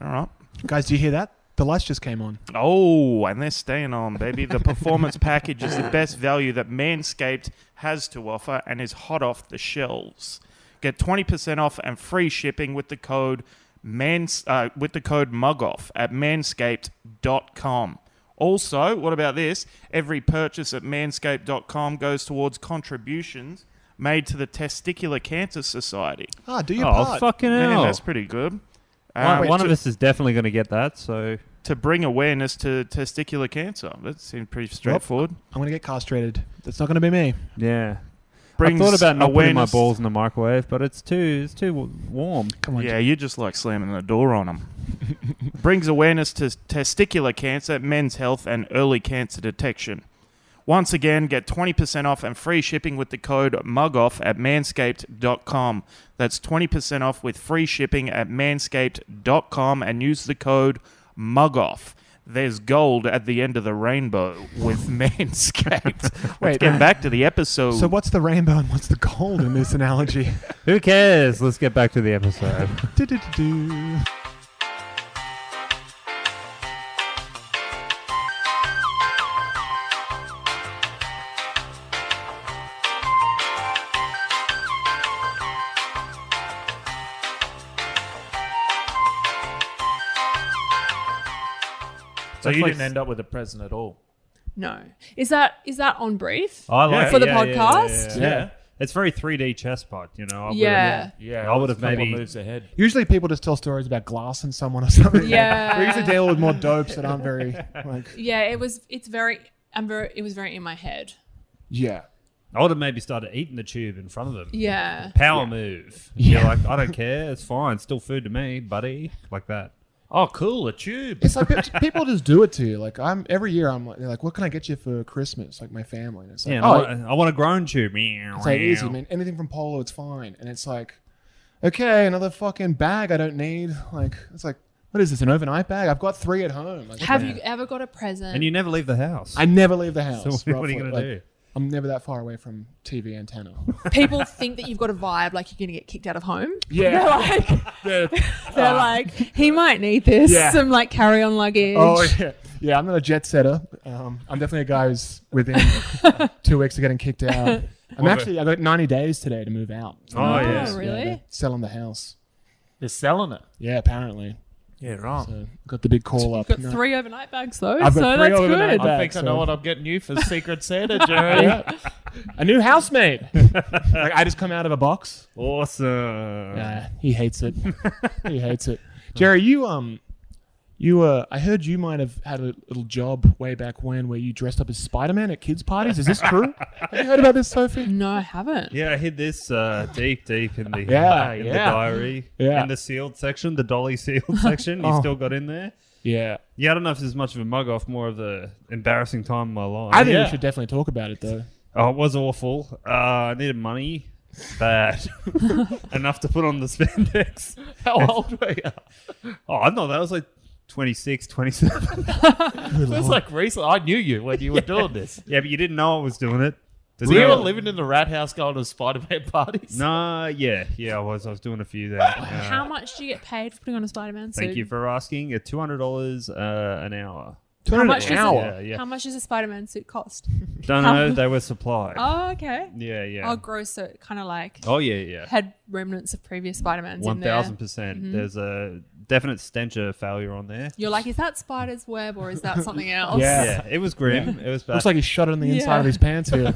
[SPEAKER 9] All right.
[SPEAKER 3] Guys, do you hear that? The lights just came on.
[SPEAKER 9] Oh, and they're staying on, baby. The performance package is the best value that Manscaped has to offer and is hot off the shelves. Get 20% off and free shipping with the code mans uh, with the code mugoff at manscaped.com. Also, what about this? Every purchase at manscaped.com goes towards contributions made to the Testicular Cancer Society.
[SPEAKER 3] Ah, do your
[SPEAKER 10] Oh,
[SPEAKER 3] part.
[SPEAKER 10] fucking
[SPEAKER 9] Man,
[SPEAKER 10] hell.
[SPEAKER 9] that's pretty good.
[SPEAKER 10] one
[SPEAKER 9] Um,
[SPEAKER 10] one
[SPEAKER 9] to-
[SPEAKER 10] of us is definitely going to get that, so
[SPEAKER 9] to bring awareness to testicular cancer. That seemed pretty straightforward.
[SPEAKER 3] I'm gonna get castrated. That's not gonna be me.
[SPEAKER 10] yeah. I
[SPEAKER 9] Brings
[SPEAKER 10] thought about not putting my
[SPEAKER 9] awareness-
[SPEAKER 10] balls in the microwave, but it's too it's too w- warm.
[SPEAKER 3] Come on.
[SPEAKER 9] Yeah, you just like slamming the door on them. Brings awareness to testicular cancer, men's health, and early cancer detection. Once again, get 20% off and free shipping with the code MUGOFF at manscaped.com. That's 20% off with free shipping at manscaped.com and use the code MUGOFF. There's gold at the end of the rainbow with Manscaped. Let's
[SPEAKER 3] Wait.
[SPEAKER 9] get back to the episode.
[SPEAKER 3] So what's the rainbow and what's the gold in this analogy?
[SPEAKER 10] Who cares? Let's get back to the episode.
[SPEAKER 3] Du-du-du-du.
[SPEAKER 9] So you didn't
[SPEAKER 10] end up with a present at all.
[SPEAKER 7] No. Is that is that on brief?
[SPEAKER 10] I like
[SPEAKER 9] Yeah.
[SPEAKER 10] it.
[SPEAKER 7] For the
[SPEAKER 10] Yeah, yeah, yeah,
[SPEAKER 7] podcast?
[SPEAKER 10] Yeah,
[SPEAKER 9] Yeah.
[SPEAKER 10] It's very 3D chess part, you know. I would've-
[SPEAKER 7] Yeah.
[SPEAKER 9] yeah,
[SPEAKER 10] I would have maybe.
[SPEAKER 9] ahead.
[SPEAKER 3] Usually people just tell stories about glass and someone or something.
[SPEAKER 7] Yeah.
[SPEAKER 3] we usually deal with more dopes that aren't very like.
[SPEAKER 7] Yeah, it was it's very I'm very it was very in my head.
[SPEAKER 3] Yeah.
[SPEAKER 10] I would have maybe started eating the tube in front of them.
[SPEAKER 7] Yeah.
[SPEAKER 10] Power move. You're like, I don't care. It's fine. Still food to me, buddy. Like that.
[SPEAKER 9] Oh, cool, a tube.
[SPEAKER 3] It's like pe- people just do it to you. Like I'm every year I'm like, they're like, what can I get you for Christmas? Like my family. And it's like,
[SPEAKER 10] Yeah. uh, and I,
[SPEAKER 3] oh,
[SPEAKER 10] want, I want a grown tube. Meow,
[SPEAKER 3] it's like easy,
[SPEAKER 10] meow.
[SPEAKER 3] man. Anything from Polo, it's fine. And it's like, okay, another fucking bag I don't need. Like it's like, what is this? An overnight bag? I've got three at home. Like, what
[SPEAKER 7] Have
[SPEAKER 3] the-
[SPEAKER 7] you ever got a present?
[SPEAKER 10] And you never leave the house.
[SPEAKER 3] I never leave the house.
[SPEAKER 10] so what, what are
[SPEAKER 3] roughly.
[SPEAKER 10] you going to
[SPEAKER 3] Like,
[SPEAKER 10] do?
[SPEAKER 3] I'm never that far away from TV antenna.
[SPEAKER 7] People think that you've got a vibe like you're gonna get kicked out of home.
[SPEAKER 3] Yeah.
[SPEAKER 7] They're like
[SPEAKER 10] Oh,
[SPEAKER 7] they're like, he might need this.
[SPEAKER 3] Ah. Yeah.
[SPEAKER 7] Some like carry on luggage.
[SPEAKER 3] Oh yeah, yeah. I'm not a jet setter. Um, I'm definitely a guy who's within uh, two weeks of getting kicked out. I'm actually I got 90 days today to move out.
[SPEAKER 10] Oh,
[SPEAKER 7] Oh,
[SPEAKER 10] yeah.
[SPEAKER 7] really?
[SPEAKER 3] they're selling the house.
[SPEAKER 9] They're selling it.
[SPEAKER 3] Yeah, apparently.
[SPEAKER 9] Yeah, right.
[SPEAKER 3] So got the big call up.
[SPEAKER 7] You've got
[SPEAKER 3] No.
[SPEAKER 7] three overnight bags though,
[SPEAKER 3] I've got
[SPEAKER 7] so
[SPEAKER 3] three
[SPEAKER 7] that's
[SPEAKER 3] overnight bags.
[SPEAKER 7] good.
[SPEAKER 9] I think I
[SPEAKER 3] so-
[SPEAKER 9] know what I'm getting you for Secret Santa, Jerry.
[SPEAKER 3] Yeah. A new housemate. like I just come out of a box.
[SPEAKER 10] Awesome.
[SPEAKER 3] Nah, he hates it. he hates it. Jerry, you um, you uh, I heard you might have had a little job way back when where you dressed up as Spider Man at kids parties. Is this true? have you heard about this, Sophie?
[SPEAKER 7] No, I haven't.
[SPEAKER 10] Yeah, I hid this uh, deep, deep in the
[SPEAKER 3] Yeah,
[SPEAKER 10] in the
[SPEAKER 3] yeah.
[SPEAKER 10] diary,
[SPEAKER 3] Yeah.
[SPEAKER 10] in the sealed section, the dolly sealed section. You
[SPEAKER 3] Oh.
[SPEAKER 10] still got in there.
[SPEAKER 3] Yeah,
[SPEAKER 10] Yeah, I don't know if there's much of a mug off, more of the embarrassing time in my life.
[SPEAKER 3] I think
[SPEAKER 9] Yeah.
[SPEAKER 3] we should definitely talk about it though.
[SPEAKER 10] oh, it was awful. Uh, I needed money, bad enough to put on the spandex.
[SPEAKER 9] How old were you?
[SPEAKER 10] Oh, I don't know. That was like 26, 27.
[SPEAKER 9] Feels like recently. I knew you when you were doing this.
[SPEAKER 10] yeah, but you didn't know I was doing it. Does
[SPEAKER 9] Were you
[SPEAKER 10] anyone-
[SPEAKER 9] were living in the rat house going to Spider-Man parties?
[SPEAKER 10] Nah, yeah, yeah, I was. I was doing a few there. Uh,
[SPEAKER 7] How much do you get paid for putting on a Spider-Man suit?
[SPEAKER 10] Thank you for asking. At two hundred dollars uh, an hour.
[SPEAKER 7] How much, does
[SPEAKER 10] hour?
[SPEAKER 7] A,
[SPEAKER 10] Yeah, yeah.
[SPEAKER 7] how much does a Spider-Man suit cost?
[SPEAKER 10] Don't
[SPEAKER 7] How-
[SPEAKER 10] know. They were supplied.
[SPEAKER 7] Oh, okay.
[SPEAKER 10] yeah, yeah.
[SPEAKER 7] Oh, gross. So it kind of like
[SPEAKER 10] oh yeah, yeah.
[SPEAKER 7] had remnants of previous Spider-Mans
[SPEAKER 10] One
[SPEAKER 7] in there. Mm-hmm.
[SPEAKER 10] thousand percent. There's a definite stencher failure on there.
[SPEAKER 7] You're like, is that spider's web or is that something else?
[SPEAKER 3] Yeah.
[SPEAKER 10] Yeah, it was grim. It was bad.
[SPEAKER 3] Looks like he shot it on the inside
[SPEAKER 7] Yeah.
[SPEAKER 3] of his pants here.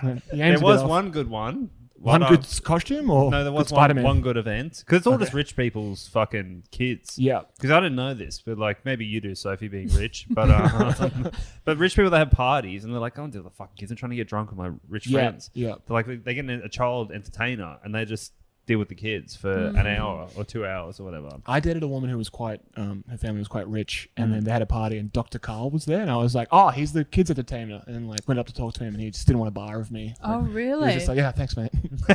[SPEAKER 3] He aims a
[SPEAKER 10] there
[SPEAKER 3] bit
[SPEAKER 10] was
[SPEAKER 3] off.
[SPEAKER 10] one good one
[SPEAKER 3] One
[SPEAKER 10] What
[SPEAKER 3] good
[SPEAKER 10] else?
[SPEAKER 3] costume or
[SPEAKER 10] no, there
[SPEAKER 3] good
[SPEAKER 10] was one,
[SPEAKER 3] Spider-Man?
[SPEAKER 10] one good event because it's all
[SPEAKER 3] Okay.
[SPEAKER 10] just rich people's fucking kids.
[SPEAKER 3] Yeah.
[SPEAKER 10] because I didn't know this, but like maybe you do, Sophie, being rich. But um, but rich people they have parties and they're like, I don't do the fucking kids. I'm trying to get drunk with my rich
[SPEAKER 3] Yeah,
[SPEAKER 10] friends.
[SPEAKER 3] yeah.
[SPEAKER 10] they're like they get a child entertainer and they just deal with the kids for an
[SPEAKER 7] Mm.
[SPEAKER 10] hour or two hours or whatever.
[SPEAKER 3] I dated a woman who was quite, um, her family was quite rich, and
[SPEAKER 10] Mm.
[SPEAKER 3] then they had a party, and Dr. Carl was there, and I was like, oh, he's the kids entertainer, and like went up to talk to him, and he just didn't want a bar of me.
[SPEAKER 7] Oh,
[SPEAKER 3] Like, He
[SPEAKER 7] really?
[SPEAKER 3] was just like, yeah, thanks, mate.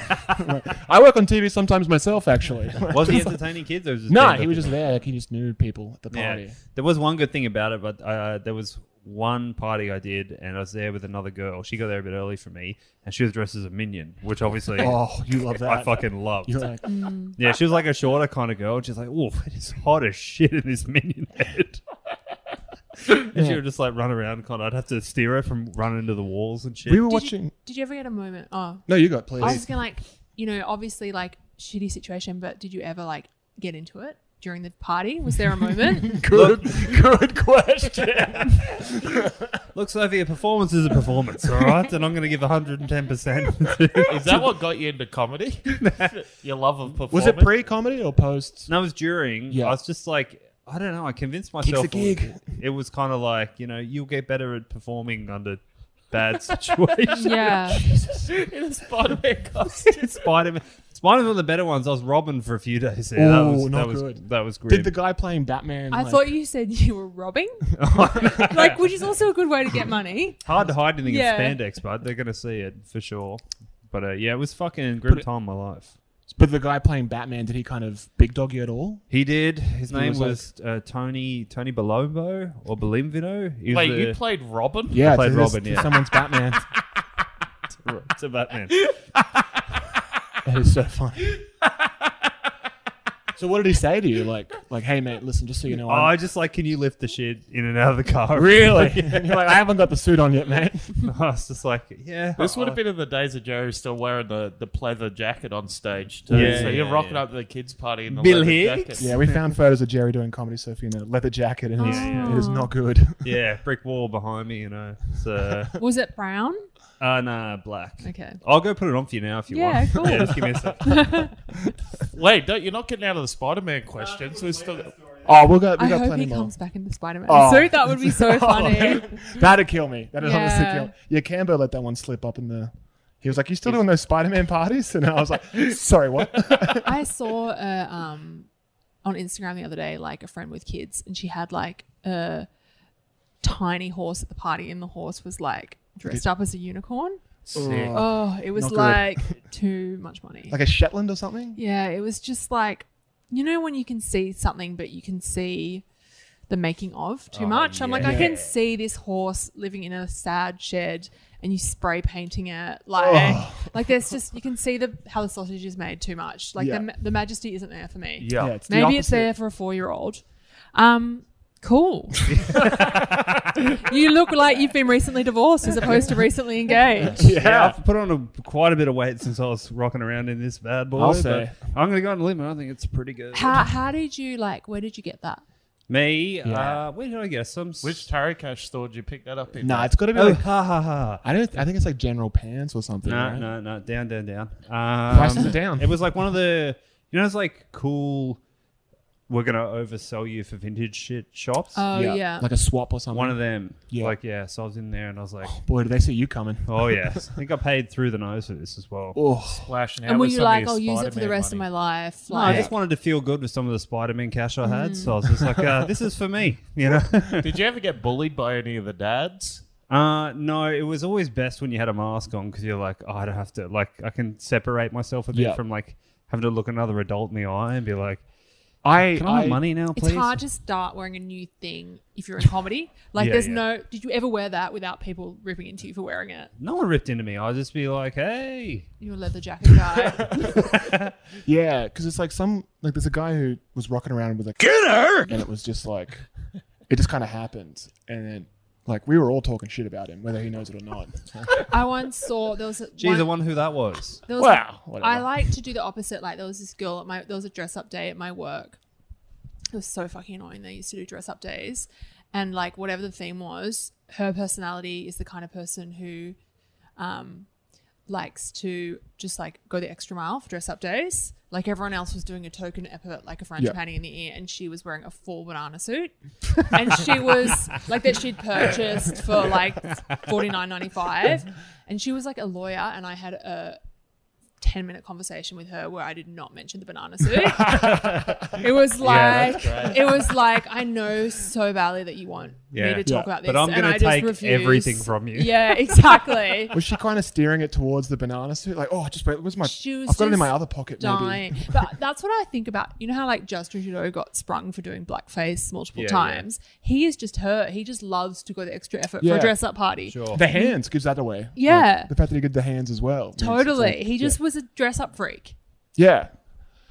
[SPEAKER 3] I work on TV sometimes myself, actually.
[SPEAKER 10] Was he entertaining kids? Or was it just
[SPEAKER 3] No,
[SPEAKER 10] stand-up
[SPEAKER 3] he was just
[SPEAKER 10] people?
[SPEAKER 3] there. Like, he just knew people at the party.
[SPEAKER 10] Yeah. There was one good thing about it, but uh, there was one party I did, and I was there with another girl. She got there a bit early for me, and she was dressed as a minion, which obviously
[SPEAKER 3] Oh, you love that.
[SPEAKER 10] I fucking loved.
[SPEAKER 3] You're like,
[SPEAKER 10] yeah, she was like a shorter kind of girl, and she's like, "Oh, it is hot as shit in this minion head." and she would just like run around, kind of. I'd have to steer her from running into the walls and shit.
[SPEAKER 3] we were
[SPEAKER 7] Did
[SPEAKER 3] watching.
[SPEAKER 7] You, did you ever get a moment? Oh,
[SPEAKER 3] No, you got
[SPEAKER 7] I was
[SPEAKER 3] please.
[SPEAKER 7] just gonna like, you know, obviously like shitty situation, but did you ever like get into it during the party? Was there a moment?
[SPEAKER 3] Good, good question.
[SPEAKER 10] Look, Sophie, a performance is a performance, all right? And I'm going to give 110. percent
[SPEAKER 9] Is that what got you into comedy? Your love of performance.
[SPEAKER 3] Was it pre-comedy or post?
[SPEAKER 10] No, it was during.
[SPEAKER 3] Yeah.
[SPEAKER 10] I was just like, I don't know. I convinced myself.
[SPEAKER 3] the gig.
[SPEAKER 10] It was kind of like, you know, you'll get better at performing under bad situations.
[SPEAKER 7] yeah.
[SPEAKER 9] in a Spider-Man costume?
[SPEAKER 10] Spider Man. Spider Man, the better ones. I was Robin for a few days there. that
[SPEAKER 3] Ooh,
[SPEAKER 10] was,
[SPEAKER 3] not
[SPEAKER 10] that was,
[SPEAKER 3] good.
[SPEAKER 10] That was grim.
[SPEAKER 3] Did the guy playing Batman?
[SPEAKER 7] I
[SPEAKER 3] like-
[SPEAKER 7] thought you said you were robbing, like, which is also a good way to get money.
[SPEAKER 10] Hard to hide anything
[SPEAKER 7] Yeah.
[SPEAKER 10] in spandex, but they're going to see it for sure. But uh, yeah, it was fucking grim
[SPEAKER 3] But it-
[SPEAKER 10] time in my life.
[SPEAKER 3] But the guy playing Batman, did he kind of big dog you at all?
[SPEAKER 10] He did. His name
[SPEAKER 3] was
[SPEAKER 10] was, uh, Tony Tony Balombo or Belimvino. He was
[SPEAKER 9] Wait,
[SPEAKER 10] the-
[SPEAKER 9] you played Robin?
[SPEAKER 3] Yeah,
[SPEAKER 10] played
[SPEAKER 3] to this-
[SPEAKER 10] Robin,
[SPEAKER 3] to
[SPEAKER 10] yeah.
[SPEAKER 3] someone's Batman.
[SPEAKER 10] it's a Batman.
[SPEAKER 3] That is so funny. so what did he say to you? Like, like, hey mate, listen, just so you know,
[SPEAKER 10] Oh, I
[SPEAKER 3] I'm
[SPEAKER 10] just like, can you lift the shit in and out of the car?
[SPEAKER 3] really. And you're like, I haven't got the suit on yet, mate.
[SPEAKER 10] I was just like, yeah.
[SPEAKER 9] This would
[SPEAKER 10] I'll-
[SPEAKER 9] have been in the days of Jerry still wearing the, the pleather jacket on stage too.
[SPEAKER 10] Yeah,
[SPEAKER 9] so
[SPEAKER 10] yeah,
[SPEAKER 9] you're rocking
[SPEAKER 10] yeah.
[SPEAKER 9] up to the kids' party in the
[SPEAKER 10] Bill
[SPEAKER 9] leather
[SPEAKER 10] Hicks?
[SPEAKER 9] jacket.
[SPEAKER 3] Yeah, we found photos of Jerry doing comedy stuff in a leather jacket, and
[SPEAKER 7] Oh.
[SPEAKER 3] it's,
[SPEAKER 10] Yeah, yeah.
[SPEAKER 3] it is not good.
[SPEAKER 10] Yeah, brick wall behind me, you know. So,
[SPEAKER 7] Was it brown?
[SPEAKER 10] uh, nah, black.
[SPEAKER 7] Okay.
[SPEAKER 10] I'll go put it on for you now if you
[SPEAKER 7] Yeah,
[SPEAKER 10] want.
[SPEAKER 7] cool.
[SPEAKER 10] Yeah, just give me a sec.
[SPEAKER 9] Wait, don't, you're not getting out of the Spider-Man questions. We're still.
[SPEAKER 3] Oh, we'll go.
[SPEAKER 7] I
[SPEAKER 3] We got
[SPEAKER 7] hope
[SPEAKER 3] plenty
[SPEAKER 7] he
[SPEAKER 3] more.
[SPEAKER 7] comes back into Spider-Man
[SPEAKER 3] Oh.
[SPEAKER 7] suit. That would be so funny.
[SPEAKER 3] That'd kill me. That'd honestly
[SPEAKER 7] Yeah.
[SPEAKER 3] kill. Me. Yeah, Cambo let that one slip up in the. He was like, "You still doing those Spider-Man parties?" And I was like, "Sorry, what?"
[SPEAKER 7] I saw uh, um, on Instagram the other day, like a friend with kids, and she had like a tiny horse at the party, and the horse was like dressed up as a unicorn.
[SPEAKER 9] Sick.
[SPEAKER 7] Oh, it was
[SPEAKER 3] not good.
[SPEAKER 7] like too much money.
[SPEAKER 3] like a Shetland or something.
[SPEAKER 7] yeah, it was just like, you know, when you can see something, but you can see the making of
[SPEAKER 3] Oh,
[SPEAKER 7] too much. I'm like, I can see this horse living in a sad shed. And you spray painting it like, like there's just you can see the how the sausage is made too much. Like
[SPEAKER 3] Yeah.
[SPEAKER 7] the, ma- the majesty isn't there for me.
[SPEAKER 3] Yeah, it's the
[SPEAKER 7] Maybe it's
[SPEAKER 3] opposite.
[SPEAKER 7] there for a four year old. Um, cool. you look like you've been recently divorced as opposed to recently engaged.
[SPEAKER 10] Yeah. I've put on a, quite a bit of weight since I was rocking around in this bad boy.
[SPEAKER 3] I'll
[SPEAKER 10] but
[SPEAKER 3] say.
[SPEAKER 10] I'm going to go on a limb and I think it's pretty good.
[SPEAKER 7] How, how did you like, where did you get that?
[SPEAKER 10] me, uh, where did I get some? s-
[SPEAKER 9] Which Tarikash store did you pick that up in?
[SPEAKER 3] Nah, it's got to be
[SPEAKER 10] Oh,
[SPEAKER 3] like
[SPEAKER 10] ha ha ha.
[SPEAKER 3] I don't. I think it's like General Pants or something.
[SPEAKER 10] No,
[SPEAKER 3] right?
[SPEAKER 10] no, no. Down, down, down. Um,
[SPEAKER 3] Prices are down.
[SPEAKER 10] It was like one of the, you know, it's like cool. We're gonna oversell you for vintage shit shops.
[SPEAKER 7] Oh, yeah.
[SPEAKER 3] like a swap or something.
[SPEAKER 10] one of them.
[SPEAKER 3] Yeah.
[SPEAKER 10] Like yeah. So I was in there and I was like,
[SPEAKER 3] Boy, do they see you coming?
[SPEAKER 10] oh yeah. I think I paid through the nose for this as well.
[SPEAKER 3] Oh,
[SPEAKER 9] Splashing out
[SPEAKER 7] and were
[SPEAKER 9] with
[SPEAKER 7] you
[SPEAKER 9] some of
[SPEAKER 7] like,
[SPEAKER 9] your
[SPEAKER 7] I'll use it for the
[SPEAKER 9] Spider-Man
[SPEAKER 7] rest
[SPEAKER 9] money.
[SPEAKER 7] of my life?
[SPEAKER 10] No, I
[SPEAKER 7] Like,
[SPEAKER 10] just wanted to feel good with some of the Spider-Man cash I had, so I was just like, uh, "This is for me," you know.
[SPEAKER 9] Did you ever get bullied by any of the dads?
[SPEAKER 10] uh, no, it was always best when you had a mask on because you're like, oh, "I don't have to like, I can separate myself a bit
[SPEAKER 3] Yeah.
[SPEAKER 10] from like having to look another adult in the eye and be like,
[SPEAKER 3] I.
[SPEAKER 10] Can I, have money now,
[SPEAKER 7] it's
[SPEAKER 10] please?
[SPEAKER 7] hard to start wearing a new thing if you're in comedy. Like,
[SPEAKER 10] Yeah,
[SPEAKER 7] there's
[SPEAKER 10] yeah.
[SPEAKER 7] no, did you ever wear that without people ripping into you for wearing it?
[SPEAKER 10] No one ripped into me. I'd just be like, hey.
[SPEAKER 7] You're a leather jacket guy.
[SPEAKER 3] Yeah, because it's like some like there's a guy who was rocking around with a get her, and it was just like it just kind of happened, and then like we were all talking shit about him, whether he knows it or not.
[SPEAKER 7] I once saw, there was a,
[SPEAKER 10] Geez, I wonder who that was.
[SPEAKER 7] there was
[SPEAKER 3] wow, whatever.
[SPEAKER 7] I like to do the opposite. Like there was this girl at my there was a dress up day at my work. It was so fucking annoying. They used to do dress up days, and like whatever the theme was, her personality is the kind of person who, um, likes to just like go the extra mile for dress up days. Like everyone else was doing a token epithet, like a French
[SPEAKER 3] Yeah.
[SPEAKER 7] painting in the ear, and she was wearing a full banana suit, and she was like that she'd purchased for like forty nine ninety five, and she was like a lawyer, and I had a. 10 minute conversation with her where I did not mention the banana suit. it was
[SPEAKER 10] Yeah,
[SPEAKER 7] like
[SPEAKER 10] that's great.
[SPEAKER 7] it was like I know so badly that you want
[SPEAKER 10] Yeah.
[SPEAKER 7] me to talk
[SPEAKER 10] Yeah.
[SPEAKER 7] about this
[SPEAKER 10] But I'm
[SPEAKER 7] and
[SPEAKER 10] gonna
[SPEAKER 7] I just
[SPEAKER 10] take
[SPEAKER 7] refuse.
[SPEAKER 10] everything from you.
[SPEAKER 7] Yeah, exactly.
[SPEAKER 3] Was she kind of steering it towards the banana suit? Like, oh, just wait, where's my?
[SPEAKER 7] She was
[SPEAKER 3] I've got it in
[SPEAKER 7] just
[SPEAKER 3] my other pocket.
[SPEAKER 7] dying.
[SPEAKER 3] Maybe.
[SPEAKER 7] but that's what I think about. You know how like Justin Trudeau got sprung for doing blackface multiple
[SPEAKER 10] Yeah, yeah.
[SPEAKER 7] times? He is just her. He just loves to go the extra effort for
[SPEAKER 3] Yeah.
[SPEAKER 7] a dress up party.
[SPEAKER 10] Sure.
[SPEAKER 3] The hands gives that away. Like,
[SPEAKER 7] Yeah.
[SPEAKER 3] the fact that he did the hands as well. means it's like-
[SPEAKER 7] Totally. He just was a dress up freak.
[SPEAKER 3] Yeah.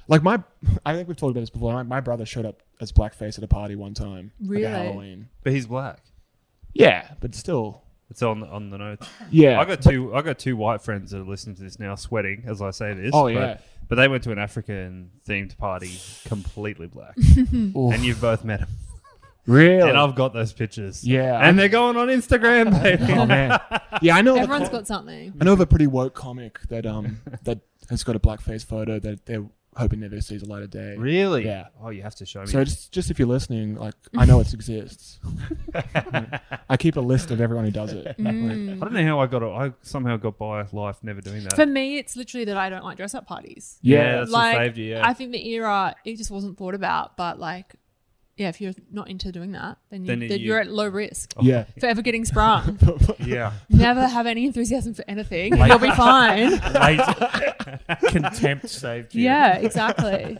[SPEAKER 3] Like my, I think we've talked about this before. My, my brother showed up as blackface at a party one time.
[SPEAKER 7] Really?
[SPEAKER 3] Like a Halloween.
[SPEAKER 10] But he's black.
[SPEAKER 3] Yeah, but still.
[SPEAKER 10] It's on on the notes.
[SPEAKER 3] Yeah.
[SPEAKER 10] I got two. I got two white friends that are listening to this now, sweating as I say this.
[SPEAKER 3] Oh,
[SPEAKER 10] but-
[SPEAKER 3] yeah.
[SPEAKER 10] But, they went to an African themed party, completely black,
[SPEAKER 3] Oof.
[SPEAKER 10] and you've both met them.
[SPEAKER 3] really?
[SPEAKER 10] And I've got those pictures.
[SPEAKER 3] Yeah,
[SPEAKER 10] and they're going on Instagram, baby.
[SPEAKER 3] oh man. Yeah, I know. of a
[SPEAKER 7] Everyone's
[SPEAKER 3] co-
[SPEAKER 7] got something.
[SPEAKER 3] I know of a pretty woke comic that um that has got a blackface photo that they're hoping never sees a light of day.
[SPEAKER 10] really?
[SPEAKER 3] Yeah.
[SPEAKER 10] Oh, you have to show me.
[SPEAKER 3] So just just if you're listening, like I know it exists. I keep a list of everyone who does it.
[SPEAKER 10] I don't know how I got. it. I somehow got by life never doing that.
[SPEAKER 7] For me, it's literally that I don't like dress up parties.
[SPEAKER 10] yeah,
[SPEAKER 3] Yeah.
[SPEAKER 10] that's
[SPEAKER 7] like
[SPEAKER 10] what saved you. Yeah.
[SPEAKER 7] I think the era it just wasn't thought about, but like yeah, if you're not into doing that, then, you,
[SPEAKER 10] Then
[SPEAKER 7] then,
[SPEAKER 10] you- Oh.
[SPEAKER 7] you're at low risk
[SPEAKER 3] Yeah.
[SPEAKER 7] for ever getting sprung.
[SPEAKER 10] yeah.
[SPEAKER 7] Never have any enthusiasm for anything. You'll be fine.
[SPEAKER 9] Contempt saved you.
[SPEAKER 7] Yeah, exactly.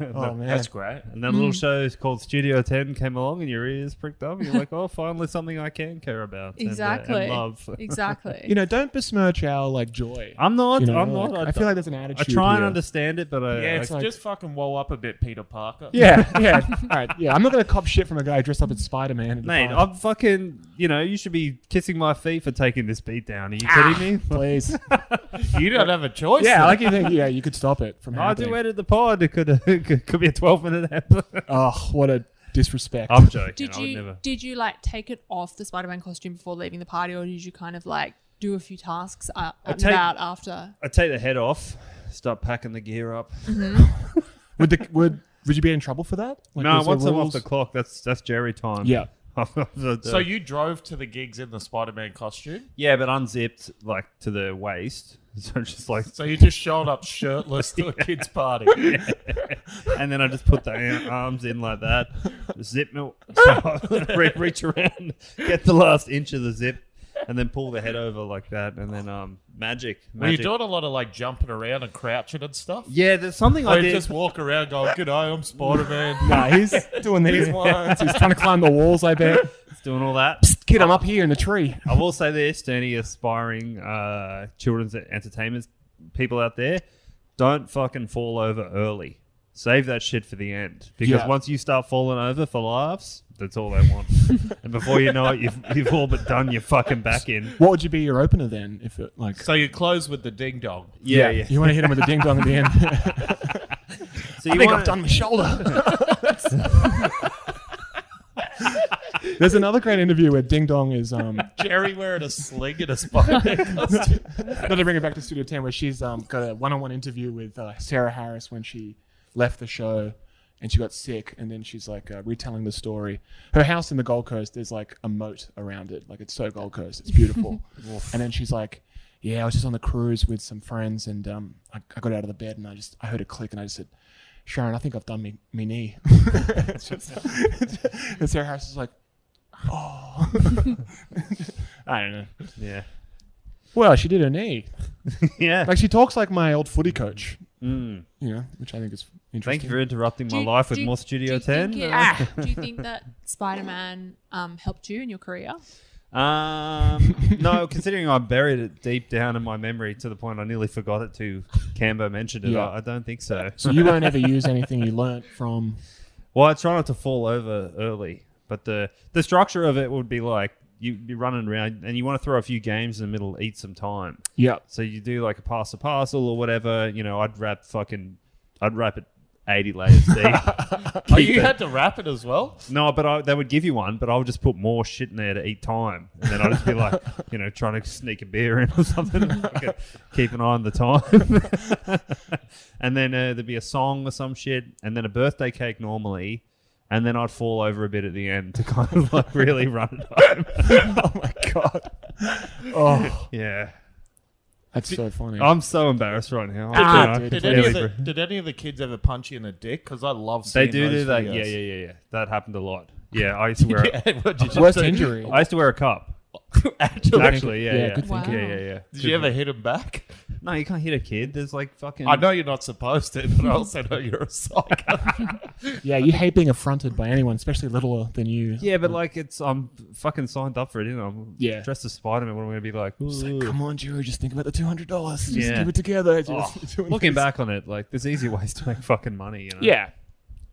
[SPEAKER 3] Oh man.
[SPEAKER 9] That's great.
[SPEAKER 10] And then a
[SPEAKER 3] Mm.
[SPEAKER 10] little show called Studio 10 came along, and your ears pricked up. And you're like, oh, finally something I can care about. and, uh,
[SPEAKER 7] Exactly.
[SPEAKER 10] And, love.
[SPEAKER 7] Exactly.
[SPEAKER 3] you know, don't besmirch our like joy.
[SPEAKER 10] I'm not.
[SPEAKER 3] You know,
[SPEAKER 10] I'm not.
[SPEAKER 3] like, I feel like there's an attitude.
[SPEAKER 10] I try and
[SPEAKER 3] here.
[SPEAKER 10] understand it, but I.
[SPEAKER 9] Yeah,
[SPEAKER 10] I-
[SPEAKER 9] it's just fucking wall up a bit, Peter Parker.
[SPEAKER 3] Yeah, yeah. All right, yeah. I'm not gonna cop shit from a guy dressed up as Spider Man.
[SPEAKER 10] Mate, I'm fucking. You know, you should be kissing my feet for taking this beat down. Are you
[SPEAKER 3] Ah,
[SPEAKER 10] kidding me?
[SPEAKER 3] please.
[SPEAKER 9] You don't have a choice.
[SPEAKER 3] yeah,
[SPEAKER 9] then.
[SPEAKER 3] like you think. Yeah, you could stop it from
[SPEAKER 10] I
[SPEAKER 3] happening.
[SPEAKER 10] do edit the pod. It could, it could be a 12 minute episode.
[SPEAKER 3] Oh, what a disrespect.
[SPEAKER 10] I'm joking.
[SPEAKER 7] did
[SPEAKER 10] I would
[SPEAKER 7] you
[SPEAKER 10] never.
[SPEAKER 7] did you like take it off the Spider Man costume before leaving the party, or did you kind of like do a few tasks out, out and
[SPEAKER 10] take-
[SPEAKER 7] about after?
[SPEAKER 10] I take the head off, start packing the gear up.
[SPEAKER 3] would the would would you be in trouble for that? Like,
[SPEAKER 10] no,
[SPEAKER 3] is there
[SPEAKER 10] once I'm off
[SPEAKER 3] rules?
[SPEAKER 10] the clock, that's that's Jerry time.
[SPEAKER 3] Yeah.
[SPEAKER 9] So you drove to the gigs in the Spider-Man costume.
[SPEAKER 10] Yeah, but unzipped like to the waist. So just like,
[SPEAKER 9] So you just showed up shirtless to a kid's party.
[SPEAKER 10] and then I just put the ar- arms in like that, zip me, so re- reach around, get the last inch of the zip, and then pull the head over like that, and then um, magic,
[SPEAKER 9] Were you
[SPEAKER 10] magic.
[SPEAKER 9] doing a lot of like jumping around and crouching and stuff?
[SPEAKER 10] yeah, there's something
[SPEAKER 9] Or
[SPEAKER 10] I
[SPEAKER 9] you
[SPEAKER 10] did.
[SPEAKER 9] just walk around going, "Good day, I'm Spider-Man."
[SPEAKER 3] Nah, he's doing these ones. He's trying to climb the walls. I bet.
[SPEAKER 10] doing all that.
[SPEAKER 3] Kid, I'm up here in the tree.
[SPEAKER 10] I will say this to any aspiring uh, children's entertainment people out there: don't fucking fall over early. Save that shit for the end, because
[SPEAKER 3] Yeah.
[SPEAKER 10] once you start falling over for laughs, that's all they want. and before you know it, you've, you've all but done your fucking back in.
[SPEAKER 3] What would you be your opener then? If it like,
[SPEAKER 9] So you close with the ding dong.
[SPEAKER 10] Yeah, yeah.
[SPEAKER 3] you want to hit him with a ding dong at the end.
[SPEAKER 10] So you
[SPEAKER 3] I think
[SPEAKER 10] wanna-
[SPEAKER 3] I've done my shoulder. There's another great interview where Ding Dong is um,
[SPEAKER 9] Jerry wearing a sling and a Spider-Man costume.
[SPEAKER 3] not to bring it back to Studio 10, where she's um, got a one on one interview with uh, Sarah Harris when she left the show and she got sick. And then she's like uh, retelling the story. Her house in the Gold Coast, there's like a moat around it. Like it's so Gold Coast, it's beautiful. and then she's like, Yeah, I was just on the cruise with some friends and um, I, I got out of the bed and I just I heard a click and I just said, Sharon, I think I've done me, me knee. It's just- and Sarah Harris is like, Oh, I don't know.
[SPEAKER 10] Yeah,
[SPEAKER 3] Well, she did her knee.
[SPEAKER 10] yeah.
[SPEAKER 3] Like she talks like my old footy coach,
[SPEAKER 10] Mm.
[SPEAKER 3] you know, which I think is interesting.
[SPEAKER 10] Thank you for interrupting my
[SPEAKER 7] Do you-
[SPEAKER 10] life with
[SPEAKER 7] do you-
[SPEAKER 10] more
[SPEAKER 7] do
[SPEAKER 10] Studio
[SPEAKER 7] you
[SPEAKER 10] Ten.
[SPEAKER 7] think it- ah,
[SPEAKER 10] Uh,
[SPEAKER 7] do you think that Spider Man um, helped you in your career?
[SPEAKER 10] Um, no, considering I buried it deep down in my memory to the point I nearly forgot it to Cambo mentioned it.
[SPEAKER 3] Yeah.
[SPEAKER 10] I, I don't think so.
[SPEAKER 3] so you won't ever use anything you learnt from.
[SPEAKER 10] Well, I try not to fall over early, but the the structure of it would be like you be running around and you want to throw a few games in the middle, eat some time.
[SPEAKER 3] Yeah.
[SPEAKER 10] So you do like a pass to parcel or whatever. You know, I'd wrap fucking, I'd wrap it 80 layers deep.
[SPEAKER 11] Oh,
[SPEAKER 10] Keep
[SPEAKER 11] you
[SPEAKER 10] it.
[SPEAKER 11] had to wrap it as well?
[SPEAKER 10] No, but I, they would give you one, but I would just put more shit in there to eat time. And then I'd just be like, you know, trying to sneak a beer in or something. Fucking keep an eye on the time. and then uh, there'd be a song or some shit, and then a birthday cake normally. And then I'd fall over a bit at the end to kind of like really run it home. oh my God.
[SPEAKER 3] Oh.
[SPEAKER 10] Yeah.
[SPEAKER 3] That's so funny.
[SPEAKER 10] I'm so embarrassed right now.
[SPEAKER 11] Ah,
[SPEAKER 10] I
[SPEAKER 11] did,
[SPEAKER 10] can't
[SPEAKER 11] any
[SPEAKER 10] really
[SPEAKER 11] of the,
[SPEAKER 10] br-
[SPEAKER 11] did any of the kids ever punch you in the dick? Because I love
[SPEAKER 10] They
[SPEAKER 11] seeing
[SPEAKER 10] do
[SPEAKER 11] those
[SPEAKER 10] do that.
[SPEAKER 11] videos.
[SPEAKER 10] Yeah, yeah, yeah, yeah. That happened a lot. Yeah, I used to wear. a-
[SPEAKER 11] Yeah, what did you
[SPEAKER 3] Worst
[SPEAKER 11] do?
[SPEAKER 3] injury.
[SPEAKER 10] I used to wear a cup.
[SPEAKER 11] Actually,
[SPEAKER 10] Actually, yeah,
[SPEAKER 3] Yeah,
[SPEAKER 10] yeah,
[SPEAKER 3] good
[SPEAKER 7] thinking.
[SPEAKER 10] yeah, yeah,
[SPEAKER 7] Wow.
[SPEAKER 10] yeah.
[SPEAKER 11] did you ever hit him back?
[SPEAKER 10] No, you can't hit a kid. There's like fucking.
[SPEAKER 11] I know you're not supposed to, but I also know you're a psycho.
[SPEAKER 3] yeah, you hate being affronted by anyone, especially littler than you.
[SPEAKER 10] Yeah, but like it's I'm fucking signed up for it, you know. I'm
[SPEAKER 3] Yeah.
[SPEAKER 10] dressed as Spider Man. What am I gonna be like?
[SPEAKER 3] It's
[SPEAKER 10] "Ooh."
[SPEAKER 3] like, come on, Jerry, just think about the two hundred dollars. Just
[SPEAKER 10] Yeah.
[SPEAKER 3] keep it together.
[SPEAKER 10] Oh,
[SPEAKER 3] Just doing
[SPEAKER 10] looking
[SPEAKER 3] this.
[SPEAKER 10] back on it, like there's easier ways to make fucking money. You know?
[SPEAKER 3] Yeah.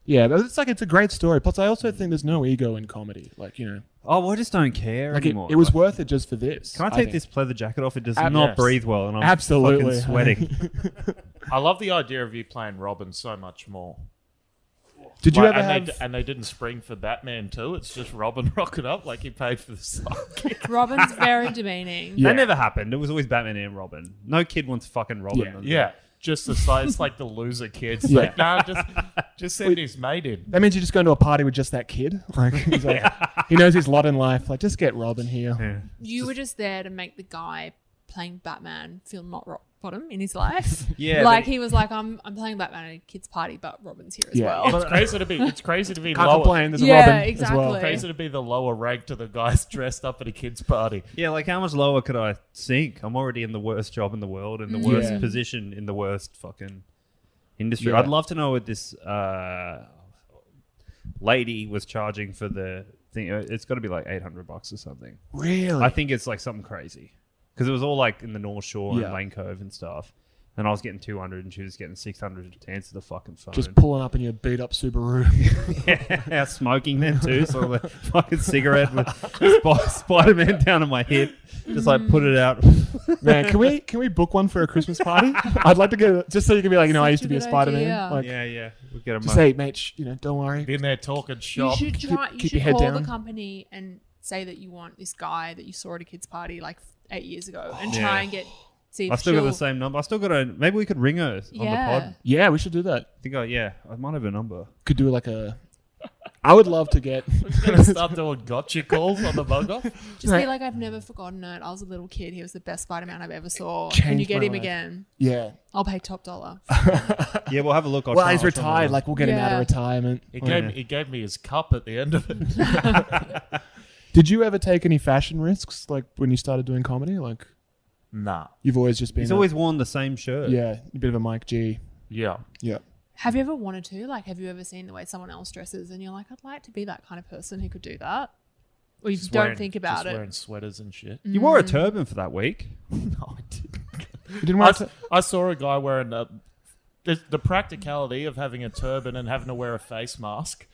[SPEAKER 3] Yeah, but it's like it's a great story. Plus, I also think there's no ego in comedy. Like you know,
[SPEAKER 10] Oh, well, I just don't care
[SPEAKER 3] like it,
[SPEAKER 10] anymore.
[SPEAKER 3] it was
[SPEAKER 10] Like,
[SPEAKER 3] worth it just for this.
[SPEAKER 10] Can I take
[SPEAKER 3] think.
[SPEAKER 10] this pleather jacket off? It does
[SPEAKER 3] Ab-
[SPEAKER 10] not
[SPEAKER 11] yes.
[SPEAKER 10] breathe well, and I'm
[SPEAKER 3] Absolutely
[SPEAKER 10] fucking sweating.
[SPEAKER 11] I love the idea of you playing Robin so much more.
[SPEAKER 3] Did you
[SPEAKER 11] Like,
[SPEAKER 3] ever
[SPEAKER 11] and,
[SPEAKER 3] have?
[SPEAKER 11] they, d- and they didn't spring for Batman too. It's just Robin rocking up like he paid for the sidekick.
[SPEAKER 7] Robin's very demeaning.
[SPEAKER 10] That never happened. It was always Batman and Robin. No kid wants fucking Robin.
[SPEAKER 3] Yeah.
[SPEAKER 10] does it?
[SPEAKER 11] yeah, just the side. It's like the loser kids.
[SPEAKER 3] Yeah.
[SPEAKER 11] Like, nah, just just send his mate in.
[SPEAKER 3] that means you're just going to a party with just that kid. Like, he's like he knows his lot in life. Like, just get Robin here.
[SPEAKER 10] Yeah.
[SPEAKER 7] You were just there to make the guy playing Batman feel not rock bottom in his life.
[SPEAKER 10] Yeah, but
[SPEAKER 7] like
[SPEAKER 10] he-
[SPEAKER 7] he was like, I'm I'm playing Batman at a kids' party, but Robin's here as
[SPEAKER 3] Yeah.
[SPEAKER 7] well.
[SPEAKER 3] Yeah.
[SPEAKER 11] It's crazy to be. It's crazy to be
[SPEAKER 3] Oh. Can't
[SPEAKER 11] lower.
[SPEAKER 3] complain. There's a
[SPEAKER 7] Yeah,
[SPEAKER 3] Robin as well.
[SPEAKER 7] exactly.
[SPEAKER 11] Crazy to be the lower rank to the guys dressed up at a kids' party.
[SPEAKER 10] Yeah, like how much lower could I sink? I'm already in the worst job in the world, in the
[SPEAKER 7] Mm.
[SPEAKER 10] worst
[SPEAKER 3] Yeah.
[SPEAKER 10] position, in the worst fucking industry.
[SPEAKER 3] Yeah.
[SPEAKER 10] I'd love to know what this uh, lady was charging for the thing. Uh, It's got to be like 800 bucks or something.
[SPEAKER 3] Really?
[SPEAKER 10] I think it's like something crazy because it was all like in the North Shore
[SPEAKER 3] Yeah.
[SPEAKER 10] and Lane Cove and stuff. And I was getting 200 and she was getting 600 to answer the fucking phone.
[SPEAKER 3] just pulling up in your beat up Subaru.
[SPEAKER 10] yeah, smoking then too. So the fucking cigarette with Sp- Spider Man down on my hip. Just like put it out.
[SPEAKER 3] Man, can we can we book one for a Christmas party? I'd like to get a- just so you can be like, you know, I
[SPEAKER 7] Such
[SPEAKER 3] used to
[SPEAKER 7] a
[SPEAKER 3] be a
[SPEAKER 7] good
[SPEAKER 3] Spider Man.
[SPEAKER 7] idea.
[SPEAKER 3] Like,
[SPEAKER 10] yeah, yeah. We'll get a
[SPEAKER 3] just say, mate, sh- you know, don't worry.
[SPEAKER 11] In there talking
[SPEAKER 7] You
[SPEAKER 11] shop.
[SPEAKER 7] should try. you
[SPEAKER 3] keep
[SPEAKER 7] should
[SPEAKER 3] your head
[SPEAKER 7] call
[SPEAKER 3] down.
[SPEAKER 7] the company and say that you want this guy that you saw at a kids' party like eight years
[SPEAKER 3] Oh,
[SPEAKER 7] ago, and
[SPEAKER 10] Yeah.
[SPEAKER 7] try and get see if
[SPEAKER 10] I've still got
[SPEAKER 7] she'll-
[SPEAKER 10] the same number. I still got a. Maybe we could ring her on
[SPEAKER 7] Yeah.
[SPEAKER 10] the pod.
[SPEAKER 3] Yeah, we should do that.
[SPEAKER 10] I think I yeah. I might have a number.
[SPEAKER 3] Could do like a. I would love to get.
[SPEAKER 11] gonna start doing gotcha calls on the bug off.
[SPEAKER 7] Just
[SPEAKER 3] Right.
[SPEAKER 7] be like, I've never forgotten it. I was a little kid. He was the best Spider Man I've ever saw. Can you
[SPEAKER 3] Changed
[SPEAKER 7] get
[SPEAKER 3] my
[SPEAKER 7] him
[SPEAKER 3] life.
[SPEAKER 7] again?
[SPEAKER 3] Yeah.
[SPEAKER 7] I'll pay top dollar.
[SPEAKER 10] Yeah, we'll have a look. I'll
[SPEAKER 3] Well,
[SPEAKER 10] try-
[SPEAKER 3] he's
[SPEAKER 10] I'll try
[SPEAKER 3] retired.
[SPEAKER 10] one.
[SPEAKER 3] Like, we'll get him out of
[SPEAKER 7] Yeah.
[SPEAKER 3] retirement.
[SPEAKER 11] He
[SPEAKER 3] Like-
[SPEAKER 11] gave, he gave me his cup at the end of it.
[SPEAKER 3] Did you ever take any fashion risks, like when you started doing comedy? Like,
[SPEAKER 11] nah.
[SPEAKER 3] you've always just been.
[SPEAKER 10] he's
[SPEAKER 3] a-
[SPEAKER 10] always worn the same shirt.
[SPEAKER 3] Yeah, a bit of a Mike G.
[SPEAKER 11] Yeah.
[SPEAKER 3] Yeah.
[SPEAKER 7] Have you ever wanted to? Like, have you ever seen the way someone else dresses and you're like, I'd like to be that kind of person who could do that? Or you don't
[SPEAKER 11] wearing-
[SPEAKER 7] think about
[SPEAKER 11] just
[SPEAKER 7] it. Mm.
[SPEAKER 11] Wearing sweaters and shit.
[SPEAKER 10] You wore a turban for that week.
[SPEAKER 11] No, I didn't.
[SPEAKER 3] You didn't
[SPEAKER 11] I,
[SPEAKER 3] want
[SPEAKER 11] s-
[SPEAKER 3] to.
[SPEAKER 11] I saw a guy wearing a, the the practicality of having a turban and having to wear a face mask.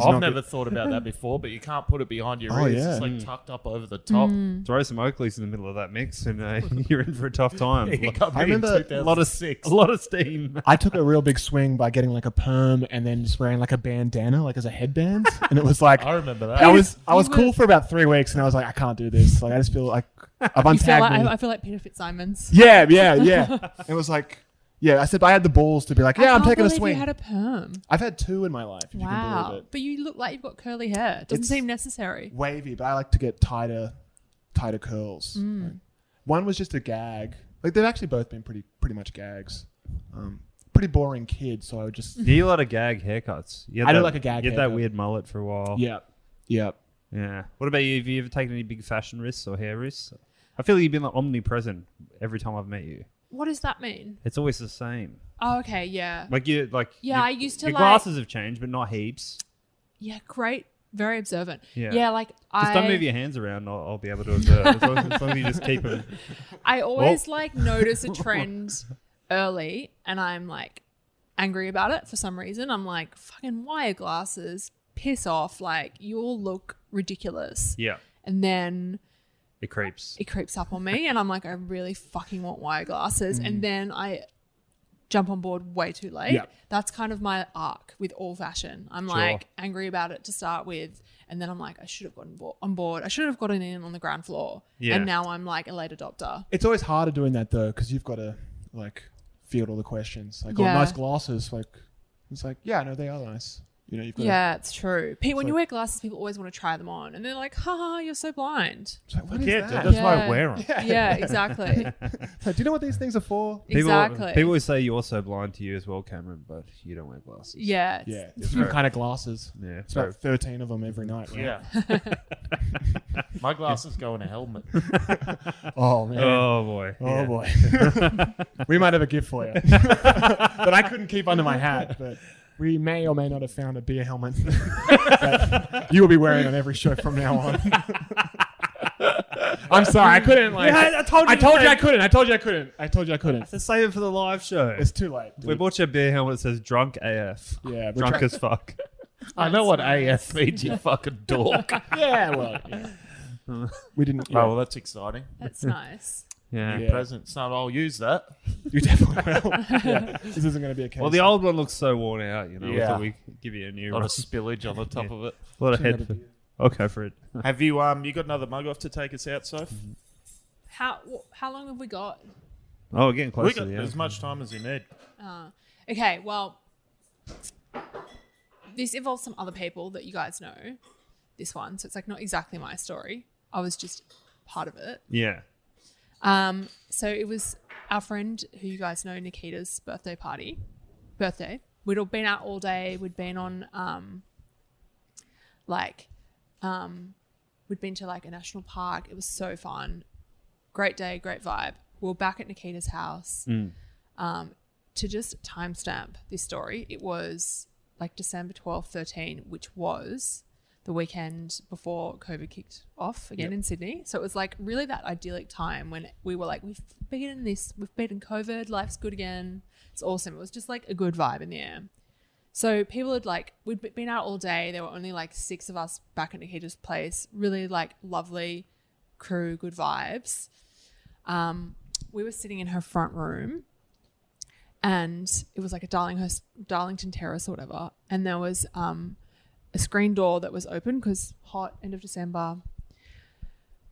[SPEAKER 11] I've
[SPEAKER 3] not
[SPEAKER 11] never thought about that before, but you can't put it behind your
[SPEAKER 3] Oh,
[SPEAKER 11] ears. It's
[SPEAKER 3] yeah.
[SPEAKER 11] like tucked up over the top.
[SPEAKER 3] Mm-hmm.
[SPEAKER 10] Throw some Oakleys in the middle of that mix, and uh, you're in for a tough time.
[SPEAKER 11] He got
[SPEAKER 3] I
[SPEAKER 11] me in
[SPEAKER 3] remember a lot of-
[SPEAKER 11] 2006.
[SPEAKER 10] a lot of steam.
[SPEAKER 3] I took a real big swing by getting like a perm and then just wearing like a bandana, like as a headband, and it was like
[SPEAKER 11] I remember that.
[SPEAKER 3] I was I
[SPEAKER 7] You
[SPEAKER 3] was cool
[SPEAKER 7] were-
[SPEAKER 3] for about three weeks, and I was like, I can't do this. Like I just feel like I've
[SPEAKER 7] You feel
[SPEAKER 3] untagged
[SPEAKER 7] like,
[SPEAKER 3] me.
[SPEAKER 7] I, I feel like Peter Fitzsimons.
[SPEAKER 3] yeah, yeah, yeah. it was like, yeah. I said I had the balls to be like,
[SPEAKER 7] I
[SPEAKER 3] yeah, I'm
[SPEAKER 7] can't
[SPEAKER 3] taking a
[SPEAKER 7] believe
[SPEAKER 3] swing.
[SPEAKER 7] You had a perm.
[SPEAKER 3] I've had two in my life. If you can believe
[SPEAKER 7] Wow.
[SPEAKER 3] it.
[SPEAKER 7] But you look like you've got curly hair. It doesn't
[SPEAKER 3] It's-
[SPEAKER 7] seem necessary.
[SPEAKER 3] wavy, but I like to get tighter, tighter curls.
[SPEAKER 7] Mm.
[SPEAKER 3] Like, one was just a gag. Like they've actually both been pretty, pretty much gags. Um, pretty boring kid, so I would
[SPEAKER 7] Mm.
[SPEAKER 3] just
[SPEAKER 10] Yeah, you had a gag haircuts. You had
[SPEAKER 3] I do
[SPEAKER 10] that-
[SPEAKER 3] like a gag
[SPEAKER 10] You had
[SPEAKER 3] haircut.
[SPEAKER 10] that weird mullet for a while.
[SPEAKER 3] yeah, yeah.
[SPEAKER 10] Yeah. What about you? Have you ever taken any big fashion risks or hair risks? I feel like you've been like omnipresent every time I've met you.
[SPEAKER 7] What does that mean?
[SPEAKER 10] It's always the same.
[SPEAKER 7] Oh, okay. Yeah.
[SPEAKER 10] Like you, like
[SPEAKER 7] Yeah,
[SPEAKER 10] your-
[SPEAKER 7] I used to
[SPEAKER 10] Your
[SPEAKER 7] like-
[SPEAKER 10] glasses have changed, but not heaps.
[SPEAKER 7] Yeah. Great. Very observant.
[SPEAKER 10] Yeah.
[SPEAKER 7] Yeah. like,
[SPEAKER 10] Just
[SPEAKER 7] I.
[SPEAKER 10] don't move your hands around. I'll, I'll be able to observe. as, long as, as long as you just keep them.
[SPEAKER 7] I always like notice a trend early and I'm like angry about it for some reason. I'm like, fucking wire glasses, piss off. Like, you'll look ridiculous.
[SPEAKER 10] Yeah,
[SPEAKER 7] And then
[SPEAKER 10] it creeps.
[SPEAKER 7] it creeps up on me and I'm like, I really fucking want wire glasses. And then I jump on board way too late.
[SPEAKER 3] Yeah.
[SPEAKER 7] That's kind of my arc with all fashion. I'm
[SPEAKER 10] Sure.
[SPEAKER 7] like angry about it to start with, and then I'm like, I should have gotten bo- on board. I should have gotten in on the ground floor.
[SPEAKER 3] Yeah.
[SPEAKER 7] And now I'm like a late adopter.
[SPEAKER 3] It's always harder doing that though, because you've got to like field all the questions. Like,
[SPEAKER 7] Yeah.
[SPEAKER 3] oh, nice glasses. Like, it's like, yeah, no, they are nice. You know, you've got.
[SPEAKER 7] Yeah, it's true. Pete, when
[SPEAKER 3] So-
[SPEAKER 7] you wear glasses, people always want to try them on, and they're like, "Haha, you're so blind."
[SPEAKER 3] what is Yeah, dude, that?
[SPEAKER 10] that's why I wear 'em.
[SPEAKER 7] Yeah,
[SPEAKER 10] Yeah.
[SPEAKER 7] exactly.
[SPEAKER 3] Like, do you know what these things are for?
[SPEAKER 10] People,
[SPEAKER 7] Exactly.
[SPEAKER 10] People always say you're so blind to you as well, Cameron, but you don't wear glasses.
[SPEAKER 7] Yeah, it's-
[SPEAKER 3] Yeah, different kind of glasses.
[SPEAKER 10] Yeah,
[SPEAKER 3] it's about thirteen of them every night. Right?
[SPEAKER 9] Yeah. My glasses go in a helmet.
[SPEAKER 3] Oh man.
[SPEAKER 10] Oh, boy.
[SPEAKER 3] Oh
[SPEAKER 10] Yeah.
[SPEAKER 3] boy. we might have a gift for you, but I couldn't keep under my hat. But we may or may not have found a beer helmet that you will be wearing on every show from now on. I'm sorry, I couldn't. Like,
[SPEAKER 10] Yeah, I told you
[SPEAKER 3] I told you
[SPEAKER 10] that.
[SPEAKER 3] I couldn't. I told you I couldn't. I told you I couldn't.
[SPEAKER 10] So save it for the live show.
[SPEAKER 3] It's too late.
[SPEAKER 10] we bought you a beer helmet that says drunk AF.
[SPEAKER 3] Yeah, we're
[SPEAKER 10] Drunk
[SPEAKER 3] try-
[SPEAKER 10] as fuck.
[SPEAKER 9] I know what AF means, you fucking
[SPEAKER 11] Oh,
[SPEAKER 9] dork.
[SPEAKER 3] Yeah, well, yeah. we didn't.
[SPEAKER 9] Oh, well, that's exciting.
[SPEAKER 7] that's nice.
[SPEAKER 10] Yeah.
[SPEAKER 3] Yeah.
[SPEAKER 9] Present. So I'll use that.
[SPEAKER 3] You definitely will. Yeah, this isn't going to be a case.
[SPEAKER 10] Well, the old one looks so worn out, you know.
[SPEAKER 9] Yeah.
[SPEAKER 10] We thought we could give you a new
[SPEAKER 9] A lot
[SPEAKER 10] one.
[SPEAKER 9] of spillage on the top of it.
[SPEAKER 10] A lot of head. I'll go for it.
[SPEAKER 9] Have you um you got another mug off to take us out, Soph?
[SPEAKER 7] How wh- how long have we got?
[SPEAKER 10] Oh, we're getting close
[SPEAKER 9] We
[SPEAKER 10] to
[SPEAKER 9] got
[SPEAKER 10] the end.
[SPEAKER 9] as much time as you need.
[SPEAKER 7] Uh, okay, well, this involves some other people that you guys know. This one, so it's like not exactly my story. I was just part of it.
[SPEAKER 10] Yeah.
[SPEAKER 7] Um, so it was our friend who you guys know, Nikita's birthday party. Birthday. We'd all been out all day. We'd been on, um, like, um, we'd been to like a national park. It was so fun. Great day, great vibe. We were back at Nikita's house. Um, to just timestamp this story, it was like December 12, 13, which was the weekend before COVID kicked off again in Sydney. So it was like really that idyllic time when we were like, we've beaten this, we've beaten COVID, life's good again. It's awesome. It was just like a good vibe in the air. So people had like, we'd be- been out all day. There were only like six of us back at Nikita's place. Really like lovely crew, good vibes. Um, we were sitting in her front room and it was like a Darlinghurst, Darlington Terrace or whatever. And there was um, a screen door that was open because hot end of December.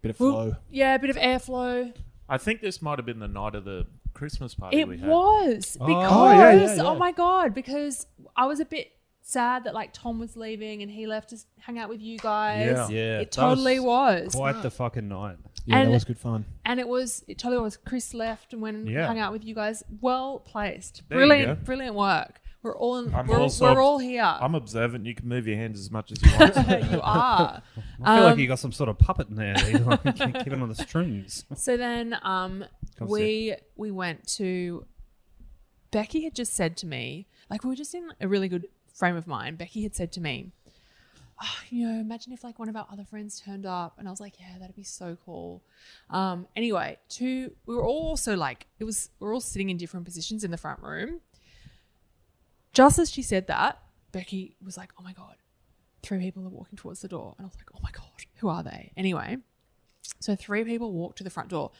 [SPEAKER 3] bit of
[SPEAKER 7] Well,
[SPEAKER 3] flow.
[SPEAKER 7] Yeah, a bit of airflow.
[SPEAKER 9] I think this might have been the night of the Christmas party
[SPEAKER 7] it
[SPEAKER 9] we had.
[SPEAKER 7] was because oh,
[SPEAKER 3] yeah, yeah, yeah.
[SPEAKER 7] my god, because I was a bit sad that like Tom was leaving and he left to s- hang out with you guys.
[SPEAKER 9] Yeah.
[SPEAKER 10] Yeah.
[SPEAKER 7] It totally was.
[SPEAKER 10] Quite the fucking night.
[SPEAKER 3] Yeah,
[SPEAKER 7] and-
[SPEAKER 3] that was good fun.
[SPEAKER 7] And it was it totally was Chris left and went and
[SPEAKER 10] Yeah.
[SPEAKER 7] hung out with you guys. Well placed.
[SPEAKER 10] you
[SPEAKER 7] brilliant, brilliant work. We're all in,
[SPEAKER 9] I'm
[SPEAKER 7] we're,
[SPEAKER 9] also-
[SPEAKER 7] we're all here.
[SPEAKER 9] I'm observant. You can move your hands as much as you want.
[SPEAKER 7] you are.
[SPEAKER 10] I feel
[SPEAKER 7] Um,
[SPEAKER 10] like you got some sort of puppet in there. You know, like, keep it on the strings.
[SPEAKER 7] So then um,
[SPEAKER 10] Come
[SPEAKER 7] we we went to Becky had just said to me, like we were just in a really good frame of mind. Becky had said to me, "Ah, you know, imagine if like one of our other friends turned up, and I was like, yeah, that'd be so cool. Um, anyway, two we were all also like it was we we're all sitting in different positions in the front room. Just as she said that, Becky was like, oh my god, three people are walking towards the door, and I was like, oh my god, who are they? Anyway. So three people walked to the front door.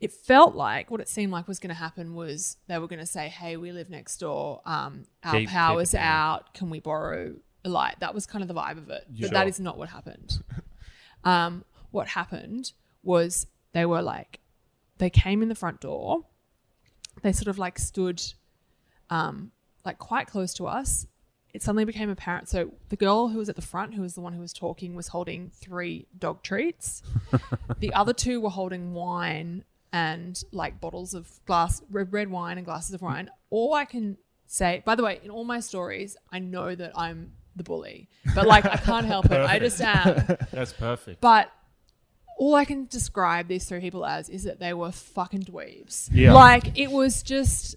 [SPEAKER 7] It felt like what it seemed like was going to happen was they were going to say, "Hey, we live next door. Um, our
[SPEAKER 10] Keep- keep
[SPEAKER 7] power's
[SPEAKER 10] it down.
[SPEAKER 7] out. Can we borrow a light?" That was kind of the vibe of it, but that
[SPEAKER 10] Sure.
[SPEAKER 7] is not what happened. um, what happened was they were like, they came in the front door. They sort of like stood, um, like quite close to us. It suddenly became apparent. So the girl who was at the front, who was the one who was talking, was holding three dog treats. The other two were holding wine and like bottles of glass red, red wine and glasses of wine. All I can say, by the way, in all my stories, I know that I'm the bully, but like I can't help it. I just am.
[SPEAKER 9] That's perfect.
[SPEAKER 7] But all I can describe these three people as is that they were fucking dweebs.
[SPEAKER 9] Yeah.
[SPEAKER 7] Like it was just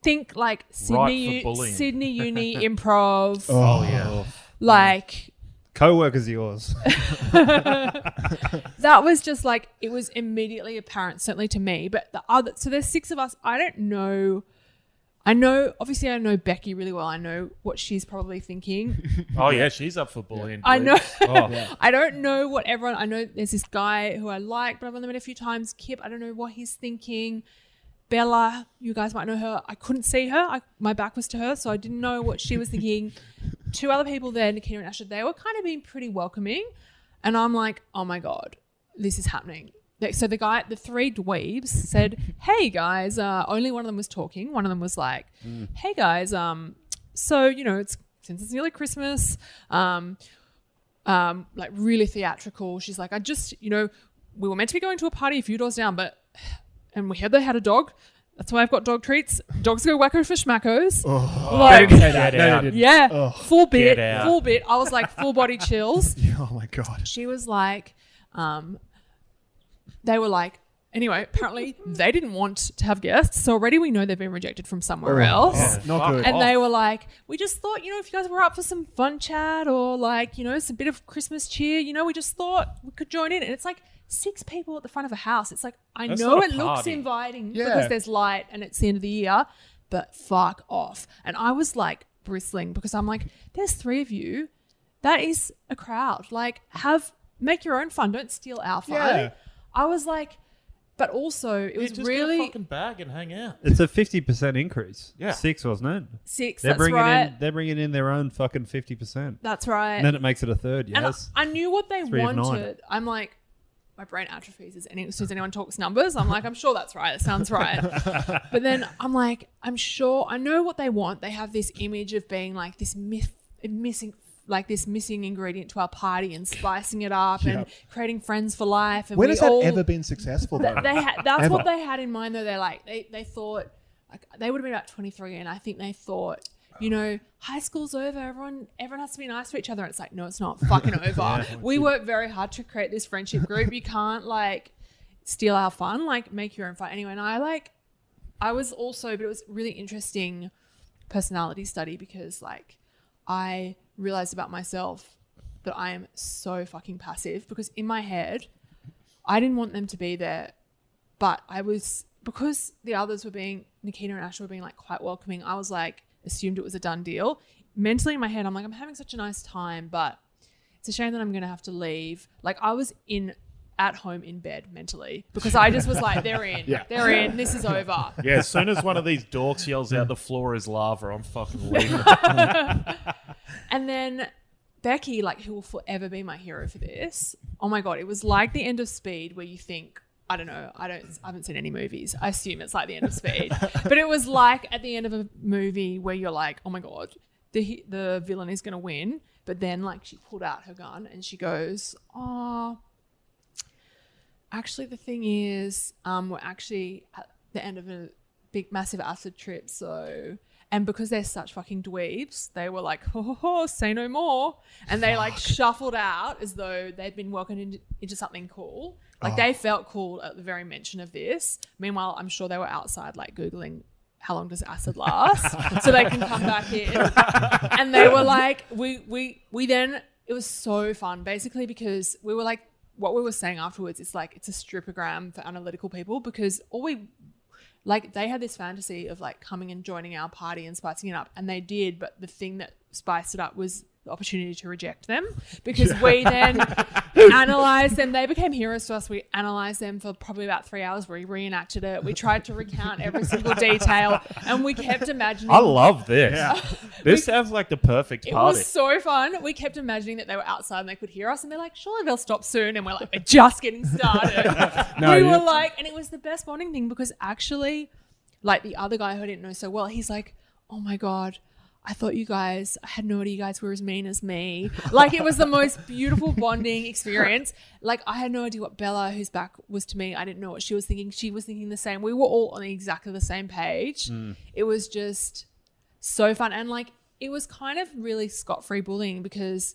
[SPEAKER 7] think like
[SPEAKER 9] Ripe for
[SPEAKER 7] Sydney U-
[SPEAKER 9] bullying.
[SPEAKER 7] Sydney Uni improv.
[SPEAKER 9] Oh yeah.
[SPEAKER 7] Like
[SPEAKER 10] Co-workers of yours.
[SPEAKER 7] that was just like it was immediately apparent certainly to me but the other so there's six of us i don't know i know obviously i know becky really well i know what she's probably thinking
[SPEAKER 9] Oh yeah. She's up for bullying.
[SPEAKER 7] i
[SPEAKER 9] dude.
[SPEAKER 7] know
[SPEAKER 10] Oh.
[SPEAKER 7] i don't know what everyone i know there's this guy who i like but i've only met a few times kip i don't know what he's thinking Bella, you guys might know her. I couldn't see her. I, my back was to her, so I didn't know what she was thinking. Two other people there, Nikita and Asher, they were kind of being pretty welcoming. And I'm like, oh my God, this is happening. Like, So the guy, the three dweebs said, hey guys, uh, only one of them was talking. One of them was like, hey guys, um, so, you know, it's since it's nearly Christmas, um, um, like really theatrical. She's like, I just, you know, we were meant to be going to a party a few doors down, but and we heard they had a dog. That's why I've got dog treats. Dogs go wacko for schmackos. like,
[SPEAKER 9] Don't say that out.
[SPEAKER 7] yeah, full bit,
[SPEAKER 9] Get out.
[SPEAKER 7] full bit. I was like full body chills.
[SPEAKER 3] Oh my god.
[SPEAKER 7] She was like, um, they were like, anyway, apparently they didn't want to have guests. So already we know they've been rejected from somewhere else.
[SPEAKER 3] Not good.
[SPEAKER 7] And they were like, we just thought, you know, if you guys were up for some fun chat or like, you know, it's a bit of Christmas cheer, you know, we just thought we could join in. And it's like six people at the front of a house. It's like, I
[SPEAKER 9] That's
[SPEAKER 7] know
[SPEAKER 9] not a
[SPEAKER 7] it looks
[SPEAKER 9] party.
[SPEAKER 7] inviting
[SPEAKER 3] Yeah.
[SPEAKER 7] because there's light and it's the end of the year, but fuck off. And I was like bristling because I'm like, there's three of you. That is a crowd. Like, have, make your own fun. Don't steal our fun.
[SPEAKER 3] Yeah.
[SPEAKER 7] I was like, but also it was
[SPEAKER 9] just get a
[SPEAKER 7] really
[SPEAKER 9] fucking bag and hang out.
[SPEAKER 10] It's a fifty percent increase.
[SPEAKER 9] Yeah.
[SPEAKER 10] six wasn't it?
[SPEAKER 7] six.
[SPEAKER 10] They're
[SPEAKER 7] that's
[SPEAKER 10] bringing
[SPEAKER 7] right.
[SPEAKER 10] in they're bringing in their own fucking fifty percent,
[SPEAKER 7] that's right.
[SPEAKER 10] and then it makes it a third.
[SPEAKER 7] And I-
[SPEAKER 10] Yes,
[SPEAKER 7] I, knew what they
[SPEAKER 10] Three of nine.
[SPEAKER 7] wanted. I'm like, my brain atrophies as, any, as soon as anyone talks numbers. I'm like, I'm sure that's right. That sounds right. but then I'm like, I'm sure I know what they want. They have this image of being like this myth, missing, like this missing ingredient to our party and spicing it up and creating friends for life. And
[SPEAKER 3] When
[SPEAKER 7] we
[SPEAKER 3] has that
[SPEAKER 7] all,
[SPEAKER 3] ever been successful? Though?
[SPEAKER 7] Th- they had that's what
[SPEAKER 3] Ever.
[SPEAKER 7] they had in mind though they like they, they thought like they would have been about 23 and i think they thought you know high school's over everyone everyone has to be nice to each other it's like no it's not fucking over we worked very hard to create this friendship group you can't like steal our fun like make your own fun anyway and i like i was also but it was really interesting personality study because like i realized about myself that i am so fucking passive because in my head i didn't want them to be there but I was because the others were being Nikita and Ash were being like quite welcoming. I was like assumed it was a done deal. Mentally in my head, I'm like I'm having such a nice time, but it's a shame that I'm gonna have to leave. Like I was in at home in bed mentally because I just was like they're in, they're in, this is over.
[SPEAKER 9] Yeah, as soon as one of these dorks yells out, the floor is lava, I'm fucking leaving.
[SPEAKER 7] And then Becky, like, who will forever be my hero for this. Oh my god, it was like the end of Speed, where you think, I don't know, I don't, I haven't seen any movies. I assume it's like the end of Speed, but it was like at the end of a movie where you're like, oh my god, the he- the villain is gonna win, but then like she pulled out her gun and she goes, oh. Actually, the thing is, um, we're actually at the end of a big, massive acid trip. So, and because they're such fucking dweebs, they were like, ho, ho, ho say no more. And they like shuffled out as though they'd been welcomed into, into something cool. Like they felt cool at the very mention of this. Meanwhile, I'm sure they were outside, like Googling. How long does acid last? so they can come back in and they were like, we we we then it was so fun basically because we were like what we were saying afterwards is like it's a stripogram for analytical people because all we like they had this fantasy of like coming and joining our party and spicing it up and they did but the thing that spiced it up was the opportunity to reject them because we then analyzed them they became heroes to us we analyzed them for probably about three hours we reenacted it we tried to recount every single detail and we kept imagining
[SPEAKER 9] I love this. This sounds like the perfect
[SPEAKER 7] it
[SPEAKER 9] party.
[SPEAKER 7] was so fun. We kept imagining that they were outside and they could hear us, and they're like, "Surely they'll stop soon." And we're like, "We're just getting started." we were like, and it was the best bonding thing because actually, like the other guy who I didn't know so well, he's like, "Oh my god." I thought you guys, I had no idea you guys were as mean as me. Like, it was the most beautiful bonding experience. Like, I had no idea what Bella, whose back was to me, I didn't know what she was thinking. She was thinking the same. We were all on exactly the same page.
[SPEAKER 3] Hmm.
[SPEAKER 7] It was just, so fun and like it was kind of really scot-free bullying because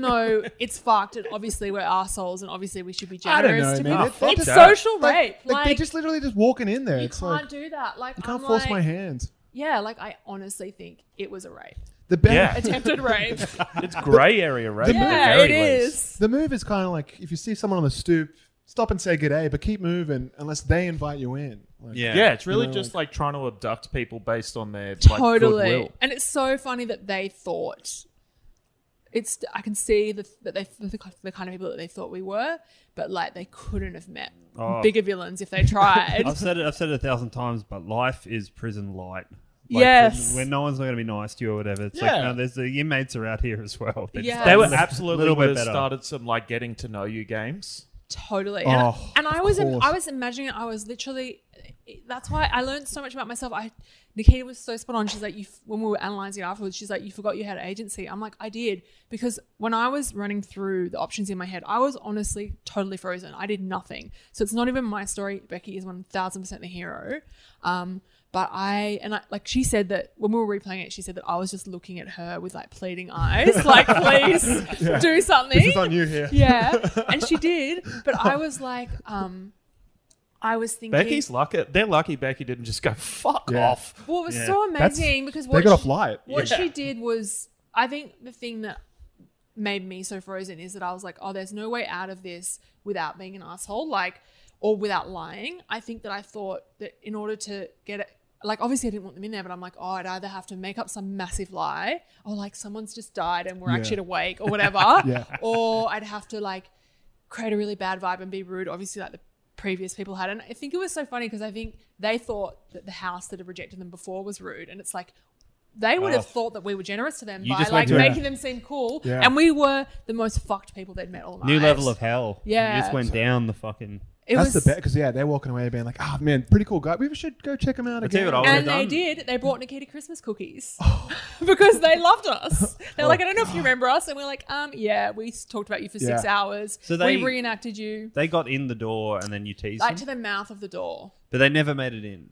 [SPEAKER 7] though it's fucked and obviously we're assholes and obviously we should be
[SPEAKER 3] I don't
[SPEAKER 7] generous
[SPEAKER 3] know,
[SPEAKER 7] to
[SPEAKER 3] man.
[SPEAKER 7] people,
[SPEAKER 3] It- they're
[SPEAKER 7] it's
[SPEAKER 3] just-
[SPEAKER 7] social
[SPEAKER 3] like-
[SPEAKER 7] rape.
[SPEAKER 3] like,
[SPEAKER 7] Like,
[SPEAKER 3] they're just literally just walking in there.
[SPEAKER 7] you
[SPEAKER 3] it's
[SPEAKER 7] can't
[SPEAKER 3] like
[SPEAKER 7] do that. Like
[SPEAKER 3] I can't
[SPEAKER 7] I'm
[SPEAKER 3] force
[SPEAKER 7] like-
[SPEAKER 3] my hands.
[SPEAKER 7] Yeah, like I honestly think it was a rape,
[SPEAKER 3] The best.
[SPEAKER 9] Yeah.
[SPEAKER 7] attempted rape.
[SPEAKER 9] it's grey area, right?
[SPEAKER 3] The
[SPEAKER 7] yeah, it is.
[SPEAKER 3] The move is kind of like if you see someone on the stoop, stop and say good day, but keep moving unless they invite you in. Like,
[SPEAKER 9] Yeah. it's really
[SPEAKER 3] You know,
[SPEAKER 9] just like, trying to abduct people based on their like,
[SPEAKER 7] Totally,
[SPEAKER 9] goodwill.
[SPEAKER 7] and it's so funny that they thought it's I can see the, that they the, the kind of people that they thought we were, but like they couldn't have met
[SPEAKER 10] Oh.
[SPEAKER 7] bigger villains if they tried.
[SPEAKER 10] I've said it. I've said it a thousand times, but life is prison light.
[SPEAKER 7] Yes.
[SPEAKER 10] when, when no one's not going to be nice to you or whatever. It's
[SPEAKER 7] Yeah.
[SPEAKER 10] like no, there's the inmates are out here as well. They're just
[SPEAKER 7] Yeah.
[SPEAKER 9] They
[SPEAKER 10] a
[SPEAKER 9] were
[SPEAKER 10] little-
[SPEAKER 9] absolutely
[SPEAKER 10] little
[SPEAKER 9] would
[SPEAKER 10] bit
[SPEAKER 9] have
[SPEAKER 10] better.
[SPEAKER 9] started some like getting to know you games.
[SPEAKER 7] Totally. And, I-
[SPEAKER 9] Oh,
[SPEAKER 7] and I
[SPEAKER 9] of
[SPEAKER 7] was
[SPEAKER 9] course.
[SPEAKER 7] I was imagining it. I was literally that's why I learned so much about myself. I Nikita was so spot on. She's like, you f- when we were analyzing it afterwards, she's like, you forgot you had agency. I'm like, I did because when I was running through the options in my head, I was honestly totally frozen. I did nothing. So it's not even my story. Becky is 1000% the hero. Um, but I and I like she said that when we were replaying it, she said that I was just looking at her with like pleading eyes, like please
[SPEAKER 3] Yeah.
[SPEAKER 7] do
[SPEAKER 3] This
[SPEAKER 7] something.
[SPEAKER 3] is on you here.
[SPEAKER 7] Yeah, and she did. But I was like, um, I was thinking.
[SPEAKER 9] Becky's lucky. They're lucky Becky didn't just go fuck
[SPEAKER 3] Yeah.
[SPEAKER 9] off.
[SPEAKER 7] Well, it was so amazing because what
[SPEAKER 9] they got
[SPEAKER 7] she,
[SPEAKER 9] off light.
[SPEAKER 7] What
[SPEAKER 9] Yeah.
[SPEAKER 7] she did was, I think the thing that made me so frozen is that I was like, oh, there's no way out of this without being an asshole, like, or without lying. I think that I thought that in order to get it. Like obviously I didn't want them in there, but I'm like, oh, I'd either have to make up some massive lie, or like someone's just died and we're
[SPEAKER 12] Yeah.
[SPEAKER 7] actually awake, or whatever,
[SPEAKER 12] Yeah.
[SPEAKER 7] or I'd have to like create a really bad vibe and be rude. Obviously, like the previous people had, and I think it was so funny because I think they thought that the house that had rejected them before was rude, and it's like they would
[SPEAKER 12] Oh.
[SPEAKER 7] have thought that we were generous to them
[SPEAKER 10] You
[SPEAKER 7] by
[SPEAKER 10] just went
[SPEAKER 7] like
[SPEAKER 10] to a-
[SPEAKER 7] making them seem cool,
[SPEAKER 10] Yeah.
[SPEAKER 7] and we were the most fucked people they'd met all night.
[SPEAKER 10] New level of hell.
[SPEAKER 7] Yeah.
[SPEAKER 10] you just went down the fucking.
[SPEAKER 7] It
[SPEAKER 3] That's
[SPEAKER 7] was-
[SPEAKER 3] the bet because yeah, they're walking away being like, "Ah, man, pretty cool guy. We should go check him out
[SPEAKER 10] I tell
[SPEAKER 3] again."
[SPEAKER 10] you what I would
[SPEAKER 7] and they did. They brought Nikita Christmas cookies because they loved us. They're like, I don't know if you remember us, and we're like, um, yeah, we s- talked about you for six
[SPEAKER 10] Yeah.
[SPEAKER 7] hours.
[SPEAKER 10] So they-
[SPEAKER 7] we reenacted you
[SPEAKER 10] They got in the door and then you teased
[SPEAKER 7] like to
[SPEAKER 10] them,
[SPEAKER 7] the mouth of the door.
[SPEAKER 10] but they never made it in.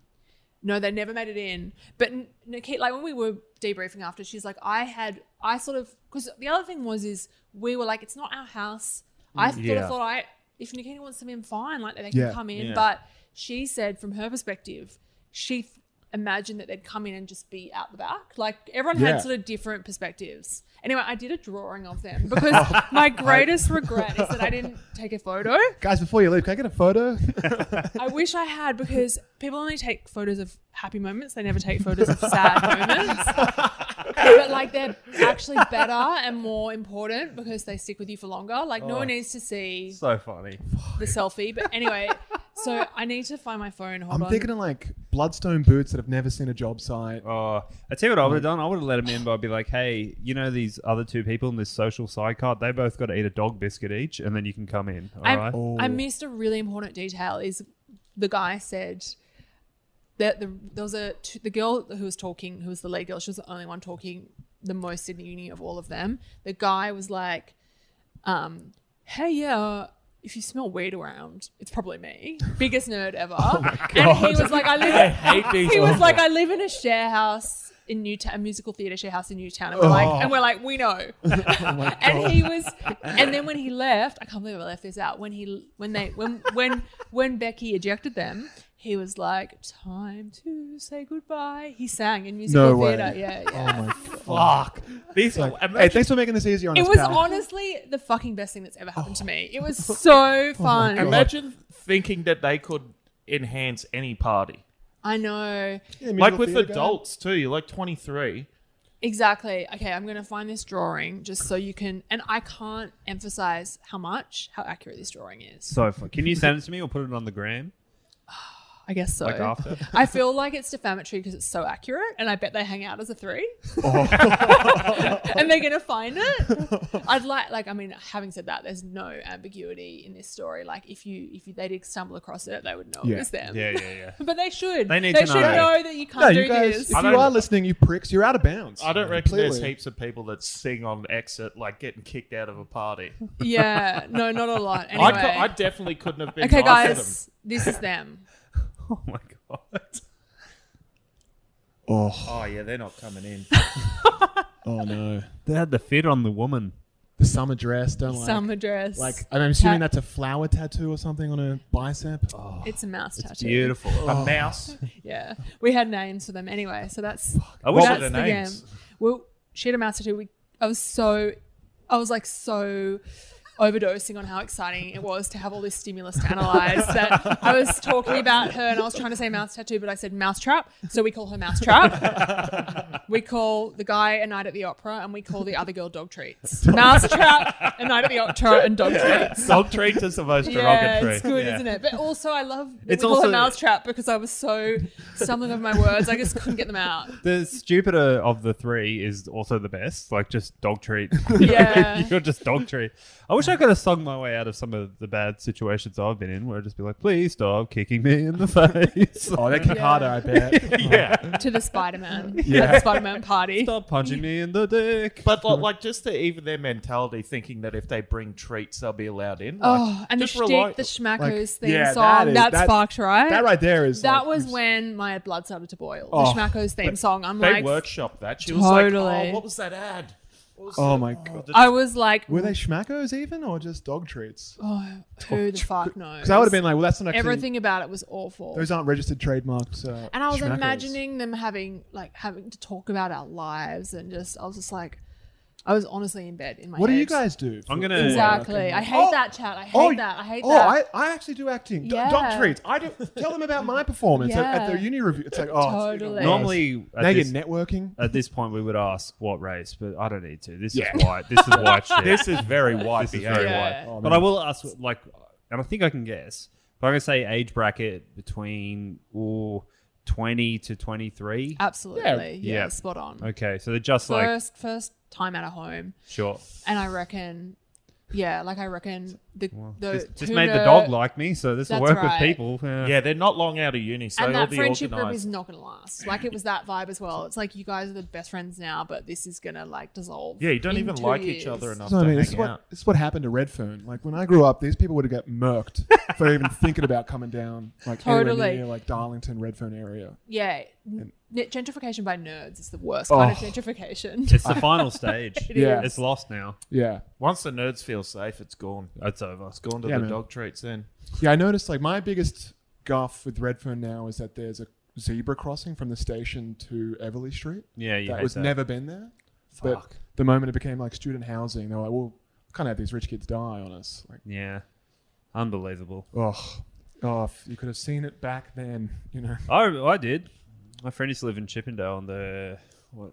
[SPEAKER 7] No, they never made it in. But N- Nikita, like when we were debriefing after, she's like, I had, I sort of, because the other thing was, is we were like, it's not our house. I
[SPEAKER 12] Mm.
[SPEAKER 7] sort
[SPEAKER 12] Yeah.
[SPEAKER 7] of thought, I if Nikita wants them in, fine, like they can
[SPEAKER 12] Yeah.
[SPEAKER 7] come in.
[SPEAKER 12] Yeah.
[SPEAKER 7] But she said, from her perspective, she th- imagined that they'd come in and just be out the back. Like everyone
[SPEAKER 12] Yeah.
[SPEAKER 7] had sort of different perspectives. Anyway, I did a drawing of them because
[SPEAKER 12] Oh
[SPEAKER 7] my greatest regret is that I didn't take a photo.
[SPEAKER 3] Guys, before you leave, can I get a photo?
[SPEAKER 7] I wish I had because people only take photos of happy moments. They never take photos of sad moments. but like they're actually better and more important because they stick with you for longer. Like no
[SPEAKER 10] Oh.
[SPEAKER 7] one needs to see
[SPEAKER 10] So funny.
[SPEAKER 7] the selfie. But anyway, so I need to find my phone. Hold
[SPEAKER 3] I'm
[SPEAKER 7] on.
[SPEAKER 3] thinking of like Bloodstone boots that have never seen a job site.
[SPEAKER 10] Oh, I tell you what I would
[SPEAKER 3] Mm.
[SPEAKER 10] have done. I would have let him in, but I'd be like, "Hey, you know these other two people in this social sidecar? They both got to eat a dog biscuit each, and then you can come in. All
[SPEAKER 7] I,
[SPEAKER 10] right?
[SPEAKER 9] Oh.
[SPEAKER 3] Oh,
[SPEAKER 7] I missed a really important detail. Is the guy said that the there was a t- the girl who was talking, who was the lead girl. She was the only one talking the most Sydney Uni of all of them. The guy was like, um, "Hey, yeah." If you smell weed around, it's probably me. Biggest nerd ever. And he
[SPEAKER 9] Oh God.
[SPEAKER 7] was like, I live.
[SPEAKER 9] I hate these
[SPEAKER 7] He was
[SPEAKER 9] people.
[SPEAKER 7] like, I live in a share house in Newtown, a musical theater share house in Newtown, and we're
[SPEAKER 12] Oh.
[SPEAKER 7] like, and we're like, we know.
[SPEAKER 12] my
[SPEAKER 7] and
[SPEAKER 12] God.
[SPEAKER 7] he was and then when he left i can't believe i left this out when he when they when when when becky ejected them he was like time to say goodbye he sang in musical
[SPEAKER 3] no way.
[SPEAKER 7] theater yeah yeah
[SPEAKER 3] Oh my fuck.
[SPEAKER 9] These
[SPEAKER 3] like, hey,
[SPEAKER 9] imagine-
[SPEAKER 3] thanks for making this easier on
[SPEAKER 7] it
[SPEAKER 3] us.
[SPEAKER 7] was
[SPEAKER 3] pal.
[SPEAKER 7] honestly the fucking best thing that's ever happened to me it was
[SPEAKER 3] Oh
[SPEAKER 7] so fun
[SPEAKER 9] Imagine thinking that they could enhance any party.
[SPEAKER 7] i know
[SPEAKER 9] like with adults too. You're like 23.
[SPEAKER 7] Exactly. Okay, I'm going to find this drawing just so you can. And I can't emphasize how much, how accurate this drawing is.
[SPEAKER 10] So fun. Can you send it to me or put it on the gram?
[SPEAKER 7] I guess so.
[SPEAKER 10] Like after.
[SPEAKER 7] I feel like it's defamatory because it's so accurate, and I bet they hang out as a three.
[SPEAKER 10] Oh.
[SPEAKER 7] and they're gonna find it. I'd like, like, I mean, having said that, there's no ambiguity in this story. Like, if you if you, they did stumble across it, they would know it was them.
[SPEAKER 10] Yeah, yeah, yeah.
[SPEAKER 7] But they should.
[SPEAKER 10] They need
[SPEAKER 7] They
[SPEAKER 10] to
[SPEAKER 7] should
[SPEAKER 10] know.
[SPEAKER 7] know that you can't
[SPEAKER 3] No,
[SPEAKER 7] do
[SPEAKER 3] you guys,
[SPEAKER 7] this.
[SPEAKER 3] if you are listening, you pricks, you're out of bounds.
[SPEAKER 9] I don't reckon
[SPEAKER 3] Completely.
[SPEAKER 9] there's heaps of people that sing on exit like getting kicked out of a party.
[SPEAKER 7] Yeah, no, not a lot. Anyway.
[SPEAKER 9] I, cou- I definitely couldn't have been.
[SPEAKER 7] okay,
[SPEAKER 9] nice to
[SPEAKER 7] guys,
[SPEAKER 9] them.
[SPEAKER 7] this is them.
[SPEAKER 10] Oh my god.
[SPEAKER 3] Oh.
[SPEAKER 9] Oh yeah, they're not coming in.
[SPEAKER 3] Oh no.
[SPEAKER 10] They had the fit on the woman.
[SPEAKER 3] The summer dress, don't like
[SPEAKER 7] Summer dress.
[SPEAKER 3] Like I'm assuming
[SPEAKER 7] Ta-
[SPEAKER 3] that's a flower tattoo or something on a bicep. Oh.
[SPEAKER 7] It's a mouse
[SPEAKER 3] It's
[SPEAKER 7] tattoo.
[SPEAKER 10] beautiful. A
[SPEAKER 3] Oh.
[SPEAKER 9] mouse.
[SPEAKER 7] Yeah, we had names for them anyway, so that's
[SPEAKER 10] I
[SPEAKER 3] Oh.
[SPEAKER 10] wish I
[SPEAKER 7] that's
[SPEAKER 10] had
[SPEAKER 7] the
[SPEAKER 10] names.
[SPEAKER 7] game. Well, she had a mouse tattoo. We, I was so, I was like so overdosing on how exciting it was to have all this stimulus to analyze. that I was talking about her and I was trying to say mouse tattoo, but I said mousetrap. So we call her mousetrap. we call the guy a night at the opera and we call the other girl dog treats. Mousetrap, a night at the opera, and dog treats.
[SPEAKER 10] Dog treats is the most
[SPEAKER 7] Yeah,
[SPEAKER 10] derogatory.
[SPEAKER 7] it's good,
[SPEAKER 10] Yeah.
[SPEAKER 7] isn't it? But also, I love that
[SPEAKER 10] It's
[SPEAKER 7] we call
[SPEAKER 10] also-
[SPEAKER 7] her mousetrap because I was so stumbling over my words, I just couldn't get them out.
[SPEAKER 10] The stupider of the three is also the best. Like just dog treat.
[SPEAKER 7] Yeah.
[SPEAKER 10] You're just dog treat. I wish I could have sung my way out of some of the bad situations I've been in where I'd just be like, please stop kicking me in the face.
[SPEAKER 3] Oh, they kick
[SPEAKER 7] Yeah.
[SPEAKER 3] harder, I bet.
[SPEAKER 10] yeah.
[SPEAKER 7] to the Spider Man,
[SPEAKER 10] Yeah.
[SPEAKER 7] yeah. Spider Man party.
[SPEAKER 10] Stop punching me in the dick.
[SPEAKER 9] But like, like just the, even their mentality, thinking that if they bring treats, they'll be allowed in. Like,
[SPEAKER 7] Oh, and the
[SPEAKER 9] just
[SPEAKER 7] shtick,
[SPEAKER 9] rely-
[SPEAKER 7] the schmackers
[SPEAKER 3] like,
[SPEAKER 7] theme
[SPEAKER 3] yeah,
[SPEAKER 7] song.
[SPEAKER 3] that is-
[SPEAKER 7] that
[SPEAKER 3] that-
[SPEAKER 7] sparked, right?
[SPEAKER 3] that right there is.
[SPEAKER 7] That
[SPEAKER 3] like-
[SPEAKER 7] was when my blood started to boil.
[SPEAKER 3] Oh,
[SPEAKER 7] the schmackers theme song. I'm
[SPEAKER 9] they
[SPEAKER 7] like,
[SPEAKER 9] workshopped that. She was like,
[SPEAKER 7] Totally.
[SPEAKER 9] "Oh, what was that ad?" What was
[SPEAKER 3] Oh
[SPEAKER 9] that-
[SPEAKER 3] my god.
[SPEAKER 7] I was like,
[SPEAKER 3] Were they schmackos even, or just dog treats?
[SPEAKER 7] oh, who the fuck knows?
[SPEAKER 3] Because I would have been like, well, that's not actually.
[SPEAKER 7] everything about it was awful.
[SPEAKER 3] Those aren't registered trademarked. Uh,
[SPEAKER 7] and I was
[SPEAKER 3] Schmackos.
[SPEAKER 7] imagining them having like having to talk about our lives and just I was just like, I was honestly in bed in my.
[SPEAKER 3] What do
[SPEAKER 7] head.
[SPEAKER 3] you guys do?
[SPEAKER 10] I'm gonna-
[SPEAKER 7] Exactly. I hate
[SPEAKER 3] Oh,
[SPEAKER 7] that chat. I hate that. I hate
[SPEAKER 3] oh,
[SPEAKER 7] that.
[SPEAKER 3] I, I actually do acting. Do- Dog
[SPEAKER 7] Yeah.
[SPEAKER 3] treats. I do. Tell them about my performance at, at their
[SPEAKER 7] Yeah.
[SPEAKER 3] uni review. It's like, oh, it's even
[SPEAKER 7] Totally.
[SPEAKER 3] worse.
[SPEAKER 10] Normally
[SPEAKER 3] now
[SPEAKER 10] at
[SPEAKER 3] you're
[SPEAKER 10] this,
[SPEAKER 3] networking.
[SPEAKER 10] at this point we would ask what race, but I don't need to. This
[SPEAKER 3] Yeah.
[SPEAKER 10] is white. This is white shit.
[SPEAKER 9] This is very white
[SPEAKER 10] This is
[SPEAKER 9] behavior.
[SPEAKER 10] very white.
[SPEAKER 7] Yeah.
[SPEAKER 3] Oh,
[SPEAKER 10] but
[SPEAKER 3] man.
[SPEAKER 10] I will ask, like, and I think I can guess. But I'm gonna say age bracket between ooh, 20 to 23.
[SPEAKER 7] Absolutely. Yeah,
[SPEAKER 10] Yeah.
[SPEAKER 7] Spot on.
[SPEAKER 10] okay, so they're just like
[SPEAKER 7] First, first time out of home.
[SPEAKER 10] sure.
[SPEAKER 7] And I reckon, yeah, like I reckon the the
[SPEAKER 10] Just, just
[SPEAKER 7] who
[SPEAKER 10] made the
[SPEAKER 7] know-
[SPEAKER 10] dog like me, so this will
[SPEAKER 7] That's
[SPEAKER 10] work with
[SPEAKER 7] right.
[SPEAKER 10] people. Yeah.
[SPEAKER 9] Yeah, they're not long out of uni, so
[SPEAKER 7] and
[SPEAKER 9] all
[SPEAKER 7] that
[SPEAKER 9] the
[SPEAKER 7] friendship group
[SPEAKER 9] organized.
[SPEAKER 7] is not going to last. Like it was that vibe as well. It's like you guys are the best friends now, but this is going to like dissolve.
[SPEAKER 9] yeah, you don't
[SPEAKER 7] in
[SPEAKER 9] even
[SPEAKER 7] two
[SPEAKER 9] like each
[SPEAKER 7] years.
[SPEAKER 9] other enough
[SPEAKER 3] So, I
[SPEAKER 9] to
[SPEAKER 3] mean, this is,
[SPEAKER 9] hang
[SPEAKER 3] what,
[SPEAKER 9] out.
[SPEAKER 3] this is what happened to Redfern. Like when I grew up, these people would have got murked for even thinking about coming down, like anywhere
[SPEAKER 7] Totally.
[SPEAKER 3] near like Darlington, Redfern area.
[SPEAKER 7] Yeah, n- gentrification by nerds is the worst kind
[SPEAKER 9] Oh.
[SPEAKER 7] of gentrification.
[SPEAKER 10] It's the final stage.
[SPEAKER 3] Yeah. is.
[SPEAKER 10] It's lost now.
[SPEAKER 3] Yeah,
[SPEAKER 9] Once the nerds feel safe, it's gone.
[SPEAKER 10] It's over.
[SPEAKER 9] It's gone to
[SPEAKER 3] Yeah,
[SPEAKER 9] the
[SPEAKER 3] man.
[SPEAKER 9] dog treats then.
[SPEAKER 3] yeah. I noticed like my biggest guff with Redfern now is that there's a zebra crossing from the station to Everly Street.
[SPEAKER 10] Yeah, you
[SPEAKER 3] that
[SPEAKER 10] hate
[SPEAKER 3] was
[SPEAKER 10] that.
[SPEAKER 3] never been there.
[SPEAKER 9] Fuck.
[SPEAKER 3] But the moment it became like student housing, they were like, well, we can't have these rich kids die on us. Like,
[SPEAKER 10] Yeah, unbelievable.
[SPEAKER 3] oh, oh, if you could have seen it back then, you know.
[SPEAKER 10] I I did. My friend used to live in Chippendale in the what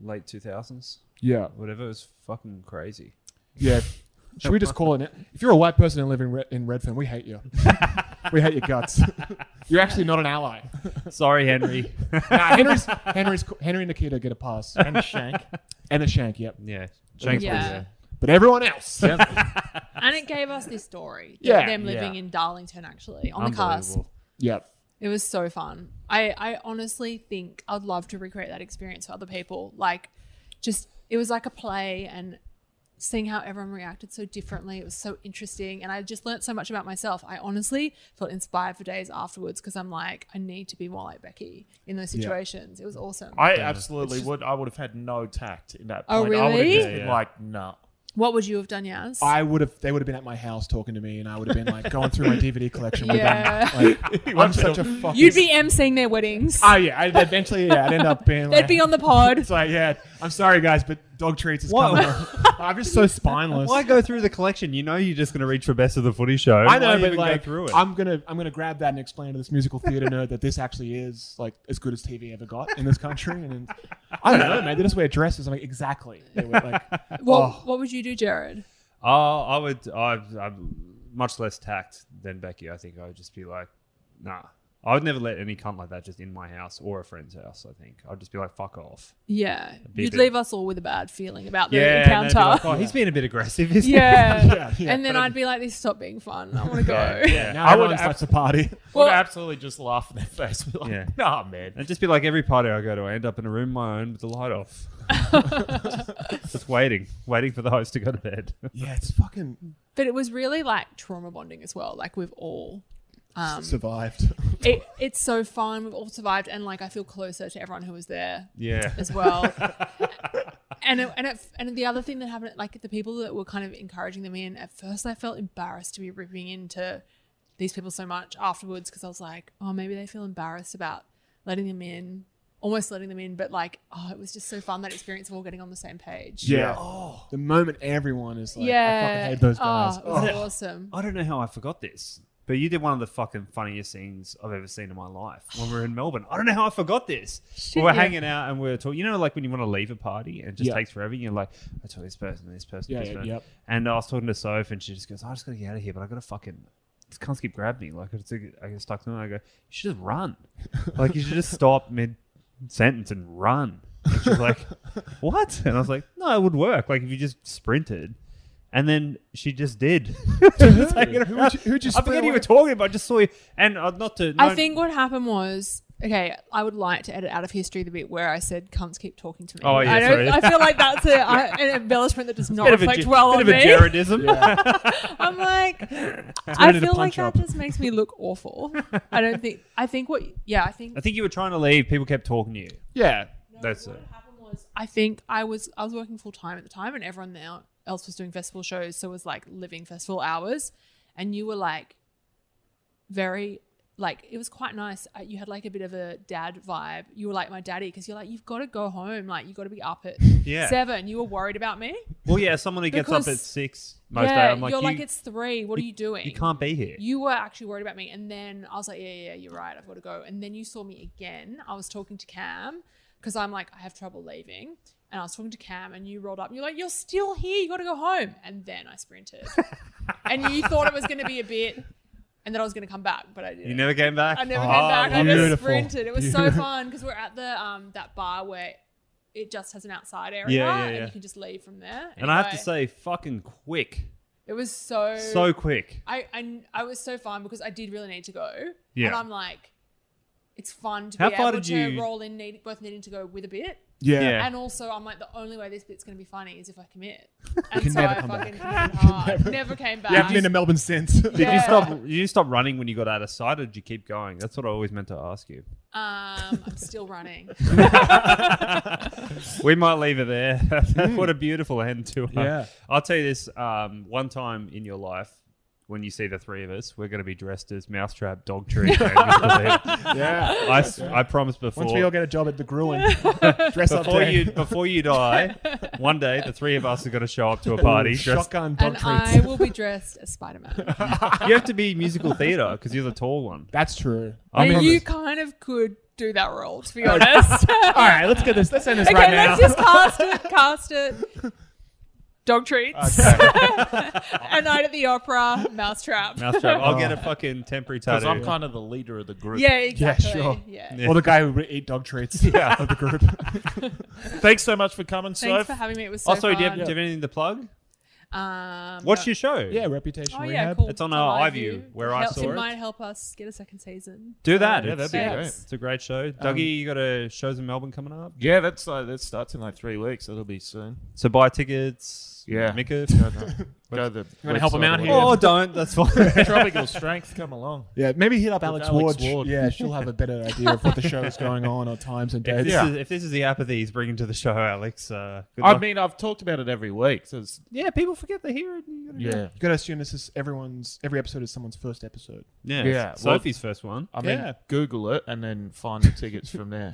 [SPEAKER 10] late 2000s,
[SPEAKER 3] Yeah,
[SPEAKER 10] whatever. It was fucking crazy.
[SPEAKER 3] yeah. Should we just call it? If you're a white person and live in, Re- in Redfern, we hate you. we hate your guts. you're actually not an ally.
[SPEAKER 10] Sorry, Henry.
[SPEAKER 3] Nah, Henry's, Henry's, Henry and Nikita get a pass.
[SPEAKER 9] And shank.
[SPEAKER 3] And a shank, yep.
[SPEAKER 10] yeah, Shanks
[SPEAKER 7] Yeah.
[SPEAKER 10] was there.
[SPEAKER 3] But everyone else.
[SPEAKER 7] and it gave us this story.
[SPEAKER 3] Yeah,
[SPEAKER 7] them living
[SPEAKER 9] yeah.
[SPEAKER 7] in Darlington actually on the cusp.
[SPEAKER 10] Unbelievable.
[SPEAKER 3] Yep.
[SPEAKER 7] It was so fun. I, I honestly think I'd love to recreate that experience for other people. Like, just it was like a play, and seeing how everyone reacted so differently, it was so interesting, and I just learnt so much about myself. I honestly felt inspired for days afterwards because I'm like, I need to be more like Becky in those situations. It was awesome.
[SPEAKER 9] I absolutely would. I would have had no tact in that.
[SPEAKER 7] Oh,
[SPEAKER 9] point. I would have
[SPEAKER 7] really?
[SPEAKER 9] just
[SPEAKER 10] Yeah,
[SPEAKER 9] been
[SPEAKER 10] yeah.
[SPEAKER 9] like, nah.
[SPEAKER 7] what would you have done, Yaz?
[SPEAKER 3] I would have. They would have been at my house talking to me, and I would have been like going through my DVD collection
[SPEAKER 7] Yeah.
[SPEAKER 3] with them. Like, I'm such a fucking.
[SPEAKER 7] You'd be emceeing their weddings.
[SPEAKER 3] Oh yeah, I'd eventually yeah, I'd end up being.
[SPEAKER 7] They'd be on the pod.
[SPEAKER 3] It's like yeah, I'm sorry guys, but dog treats is
[SPEAKER 10] Why-
[SPEAKER 3] coming. I'm just so spineless.
[SPEAKER 10] Why go through the collection? You know you're just going to reach for Best of the Footy Show.
[SPEAKER 3] I know,
[SPEAKER 10] Why
[SPEAKER 3] but
[SPEAKER 10] even go
[SPEAKER 3] like,
[SPEAKER 10] through it.
[SPEAKER 3] I'm gonna I'm gonna grab that and explain to this musical theater nerd that this actually is like as good as TV ever got in this country. And then, I don't know, man. They just wear dresses. I'm like, exactly. They were like,
[SPEAKER 7] What, what would you do, Jared?
[SPEAKER 10] Oh, I would. I've, I'm much less tact than Becky. I think I would just be like, nah. I would never let any cunt like that just in my house or a friend's house. I think I'd just be like, fuck off.
[SPEAKER 7] Yeah,
[SPEAKER 10] be a
[SPEAKER 7] you'd
[SPEAKER 10] bit-
[SPEAKER 7] leave us all with a bad feeling about the
[SPEAKER 10] and they'd be
[SPEAKER 7] encounter.
[SPEAKER 10] like, oh, he's being a bit aggressive. Isn't
[SPEAKER 7] Yeah.
[SPEAKER 3] yeah.
[SPEAKER 7] And then I'd be like, this stopped being fun. I want to
[SPEAKER 10] He?
[SPEAKER 7] go.
[SPEAKER 10] Yeah. yeah.
[SPEAKER 3] now
[SPEAKER 9] I
[SPEAKER 3] everyone
[SPEAKER 9] would
[SPEAKER 3] starts the party.
[SPEAKER 9] Well,
[SPEAKER 7] Well-
[SPEAKER 9] would absolutely just laugh in their face. Be like,
[SPEAKER 10] Yeah.
[SPEAKER 9] nah, man.
[SPEAKER 10] It'd just be like every party I go to, I end up in a room of my own with the light off. just waiting, waiting for the host to go to bed.
[SPEAKER 3] Yeah, it's fucking
[SPEAKER 7] But it was really like trauma bonding as well. Like we've all, um,
[SPEAKER 3] survived.
[SPEAKER 7] it, it's so fun. We've all survived. And like, I feel closer to everyone who was there
[SPEAKER 10] Yeah.
[SPEAKER 7] as well. and it, and it, and the other thing that happened, like the people that were kind of encouraging them in, at first I felt embarrassed to be ripping into these people so much afterwards because I was like, oh, maybe they feel embarrassed about letting them in. almost letting them in, but like, oh, it was just so fun that experience of all getting on the same page.
[SPEAKER 3] Yeah. The moment everyone is like, I
[SPEAKER 7] yeah.
[SPEAKER 3] fucking hate those guys.
[SPEAKER 7] Oh, it was awesome.
[SPEAKER 10] I don't know how I forgot this, but you did one of the fucking funniest scenes I've ever seen in my life when we were in Melbourne. I don't know how I forgot this. we were
[SPEAKER 7] yeah.
[SPEAKER 10] hanging out and we were talking. You know, like when you want to leave a party and it just
[SPEAKER 3] Yeah.
[SPEAKER 10] takes forever. You're like, I talk to this person, this person,
[SPEAKER 3] Yeah,
[SPEAKER 10] this
[SPEAKER 3] yeah,
[SPEAKER 10] person.
[SPEAKER 3] yep.
[SPEAKER 10] And I was talking to Soph and she just goes, I just got to get out of here, but I got to fucking. This can't keep grabbing me. Like it's, I get stuck in it. and I go, you should just run. like you should just stop mid sentence and run. And she's like, what? And I was like, no, it would work. Like if you just sprinted. And then she just did. Just hanging
[SPEAKER 3] Who
[SPEAKER 10] around.
[SPEAKER 3] would you- who would you
[SPEAKER 10] I forget
[SPEAKER 3] split
[SPEAKER 10] who you were
[SPEAKER 3] with?
[SPEAKER 10] talking about. I just saw you. And uh, not to.
[SPEAKER 7] I
[SPEAKER 10] no-
[SPEAKER 7] think what happened was okay. I would like to edit out of history the bit where I said "cunts keep talking to me."
[SPEAKER 10] Oh, yeah,
[SPEAKER 7] I,
[SPEAKER 10] sorry.
[SPEAKER 7] I feel like that's a, I, an embellishment that does not
[SPEAKER 10] Bit of a
[SPEAKER 7] reflect
[SPEAKER 10] ge-
[SPEAKER 7] well
[SPEAKER 10] bit
[SPEAKER 7] on
[SPEAKER 10] of a
[SPEAKER 7] me.
[SPEAKER 10] Gerardism.
[SPEAKER 7] I'm like, I
[SPEAKER 10] ready to
[SPEAKER 7] feel like
[SPEAKER 10] punch up.
[SPEAKER 7] that just makes me look awful. I don't think. I think what. Yeah, I think.
[SPEAKER 10] I think you were trying to leave. People kept talking to you.
[SPEAKER 3] Yeah.
[SPEAKER 10] That's it.
[SPEAKER 7] I think I was I was working full time at the time, and everyone now else was doing festival shows, so it was like living festival hours, and you were like very like it was quite nice. Uh, You had like a bit of a dad vibe. You were like my daddy because you're like you've got to go home, like you got to be up at
[SPEAKER 10] Yeah.
[SPEAKER 7] seven. You were worried about me.
[SPEAKER 10] Well, yeah, someone who gets up at
[SPEAKER 7] Because-
[SPEAKER 10] six most
[SPEAKER 7] yeah,
[SPEAKER 10] day, I'm like,
[SPEAKER 7] you're
[SPEAKER 10] you,
[SPEAKER 7] like it's three. What are you doing?
[SPEAKER 10] you can't be here.
[SPEAKER 7] you were actually worried about me. And then I was like, yeah, yeah, yeah, you're right. I've got to go. And then you saw me again. I was talking to Cam because I'm like, I have trouble leaving. And I was talking to Cam and you rolled up and you're like, you're still here. You got to go home. And then I sprinted. and you thought it was going to be a bit and that I was going to come back, but I didn't.
[SPEAKER 10] You never came back?
[SPEAKER 7] I never
[SPEAKER 10] Oh,
[SPEAKER 7] came back. I just
[SPEAKER 3] beautiful.
[SPEAKER 7] sprinted. It was so
[SPEAKER 3] Beautiful.
[SPEAKER 7] fun because we're at the um that bar where it just has an outside area
[SPEAKER 10] Yeah, yeah, yeah.
[SPEAKER 7] and you can just leave from there.
[SPEAKER 10] And I have to say,
[SPEAKER 7] Anyway,
[SPEAKER 10] fucking quick.
[SPEAKER 7] it was so
[SPEAKER 10] So quick.
[SPEAKER 7] I, I I was so fun because I did really need to go.
[SPEAKER 10] Yeah.
[SPEAKER 7] And I'm like, it's fun to
[SPEAKER 10] How
[SPEAKER 7] be
[SPEAKER 10] far
[SPEAKER 7] able
[SPEAKER 10] did
[SPEAKER 7] to
[SPEAKER 10] you-
[SPEAKER 7] roll in, need, both needing to go with a bit.
[SPEAKER 3] Yeah.
[SPEAKER 10] Yeah.
[SPEAKER 7] And also, I'm like, the only way this bit's going to be funny is if I commit. And
[SPEAKER 3] can
[SPEAKER 7] so
[SPEAKER 3] never
[SPEAKER 7] I
[SPEAKER 3] come
[SPEAKER 7] fucking
[SPEAKER 3] back.
[SPEAKER 7] committed hard.
[SPEAKER 3] You can
[SPEAKER 7] never,
[SPEAKER 3] never-
[SPEAKER 7] came
[SPEAKER 3] You haven't
[SPEAKER 7] back.
[SPEAKER 3] been to Melbourne since.
[SPEAKER 10] Did you
[SPEAKER 7] Yeah.
[SPEAKER 10] stop? Did you stop running when you got out of sight, or did you keep going? That's what I always meant to ask you.
[SPEAKER 7] um, I'm still running.
[SPEAKER 10] we might leave it there. what a beautiful end to it.
[SPEAKER 3] Hmm. Yeah.
[SPEAKER 10] I'll tell you this um, one time in your life, when you see the three of us, we're going to be dressed as Mousetrap, Dog Tree, and Mr. Bean.
[SPEAKER 3] yeah.
[SPEAKER 10] I, s- I promise before.
[SPEAKER 3] Once we all get a job at the Gruen, dress up
[SPEAKER 10] before
[SPEAKER 3] day.
[SPEAKER 10] you, before you die, one day the three of us are going to show up to a party. dressed-
[SPEAKER 3] shotgun dog
[SPEAKER 7] and
[SPEAKER 3] treats.
[SPEAKER 7] I will be dressed as Spider Man.
[SPEAKER 10] you have to be musical theatre because you're the tall one.
[SPEAKER 3] That's true.
[SPEAKER 10] I mean-
[SPEAKER 7] you kind of could do that role, to be honest.
[SPEAKER 3] All right, let's get this. Let's end this
[SPEAKER 7] okay,
[SPEAKER 3] right now.
[SPEAKER 7] let's just cast it. Cast it. Dog treats. A night at the opera. Mousetrap.
[SPEAKER 10] Mousetrap. I'll get a fucking temporary
[SPEAKER 9] Because
[SPEAKER 10] tattoo.
[SPEAKER 9] I'm kind of the leader of the group.
[SPEAKER 7] Yeah, exactly.
[SPEAKER 3] sure.
[SPEAKER 7] Yeah.
[SPEAKER 10] Yeah.
[SPEAKER 3] Or the guy who would eat dog treats
[SPEAKER 10] Yeah.
[SPEAKER 3] of the group.
[SPEAKER 9] Thanks so much for coming,
[SPEAKER 7] Thanks
[SPEAKER 9] Soph.
[SPEAKER 7] for having me. It was so
[SPEAKER 10] Oh, sorry, do you, have, do
[SPEAKER 7] fun.
[SPEAKER 10] you have anything to plug?
[SPEAKER 7] Um,
[SPEAKER 10] What's your show?
[SPEAKER 3] yeah, reputation
[SPEAKER 7] Oh
[SPEAKER 3] rehab.
[SPEAKER 7] yeah, cool.
[SPEAKER 10] It's on our iView, where I
[SPEAKER 7] Helps-
[SPEAKER 10] saw it.
[SPEAKER 7] It might help us get a second season.
[SPEAKER 10] Do that.
[SPEAKER 9] yeah,
[SPEAKER 10] It's-
[SPEAKER 9] that'd
[SPEAKER 7] be Thanks. great.
[SPEAKER 10] It's a great show. Dougie, you got a shows in Melbourne coming up.
[SPEAKER 9] Yeah, that's uh, that starts in like three weeks. It'll be soon.
[SPEAKER 10] So buy tickets.
[SPEAKER 9] Yeah.
[SPEAKER 10] Mika.
[SPEAKER 9] Go to, go to the
[SPEAKER 3] wanna help
[SPEAKER 9] website
[SPEAKER 3] him out
[SPEAKER 9] or
[SPEAKER 3] here?
[SPEAKER 9] whatever.
[SPEAKER 10] Oh, don't. That's fine.
[SPEAKER 9] Tropical strength, come along.
[SPEAKER 3] Yeah, maybe hit up Alex,
[SPEAKER 9] Alex
[SPEAKER 3] Ward.
[SPEAKER 9] Ward.
[SPEAKER 3] Yeah, she'll have a better idea of what the show is going on or times and
[SPEAKER 10] If
[SPEAKER 3] dates.
[SPEAKER 10] this,
[SPEAKER 9] Yeah.
[SPEAKER 10] is, if this is the apathy he's bringing to the show, Alex, uh, good
[SPEAKER 9] I
[SPEAKER 10] luck.
[SPEAKER 9] mean, I've talked about it every week. So it's,
[SPEAKER 10] yeah, people forget they hear it. and you gotta
[SPEAKER 9] yeah.
[SPEAKER 3] You gotta assume this is everyone's. Every episode is someone's first episode.
[SPEAKER 10] go. yeah,
[SPEAKER 9] Yeah,
[SPEAKER 10] yeah. Sophie's first one.
[SPEAKER 9] I mean,
[SPEAKER 3] Yeah.
[SPEAKER 9] Google it and then find the tickets from there.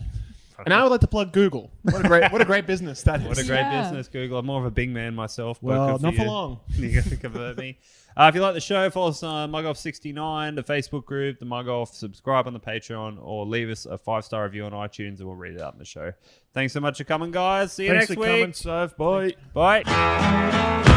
[SPEAKER 3] And I would like to plug Google. What a great, what a great business that is.
[SPEAKER 10] What a great
[SPEAKER 7] Yeah.
[SPEAKER 10] business, Google. I'm more of a big man myself. but
[SPEAKER 3] Well,
[SPEAKER 10] good
[SPEAKER 3] not for
[SPEAKER 10] you.
[SPEAKER 3] long.
[SPEAKER 10] you got to convert me. Uh, if you like the show, follow us on Mugoff69, the Facebook group, the Mugoff, subscribe on the Patreon, or leave us a five star review on iTunes and we'll read it out in the show. Thanks so much for coming, guys. See you
[SPEAKER 9] Thanks
[SPEAKER 10] next
[SPEAKER 9] for
[SPEAKER 10] week.
[SPEAKER 9] coming, Soph. Bye.
[SPEAKER 10] Bye.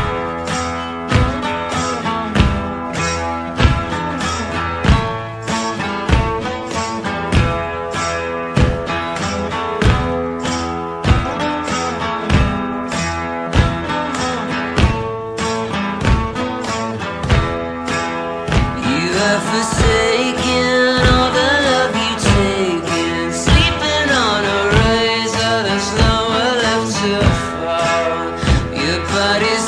[SPEAKER 12] You have forsaken all the love you taken, sleeping on a razor that's nowhere left to fall. Your body's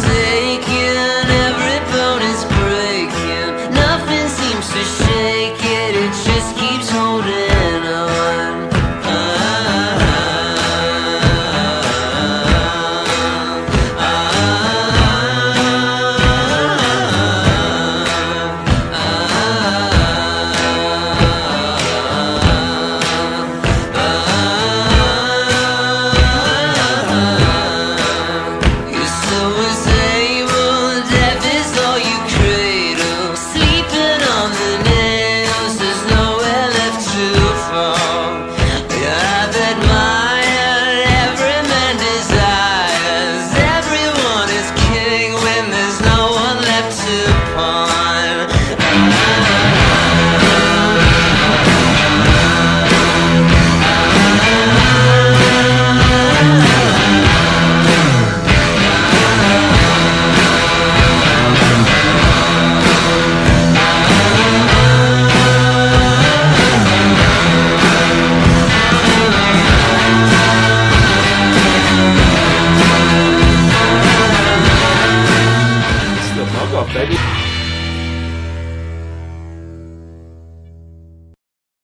[SPEAKER 4] baby.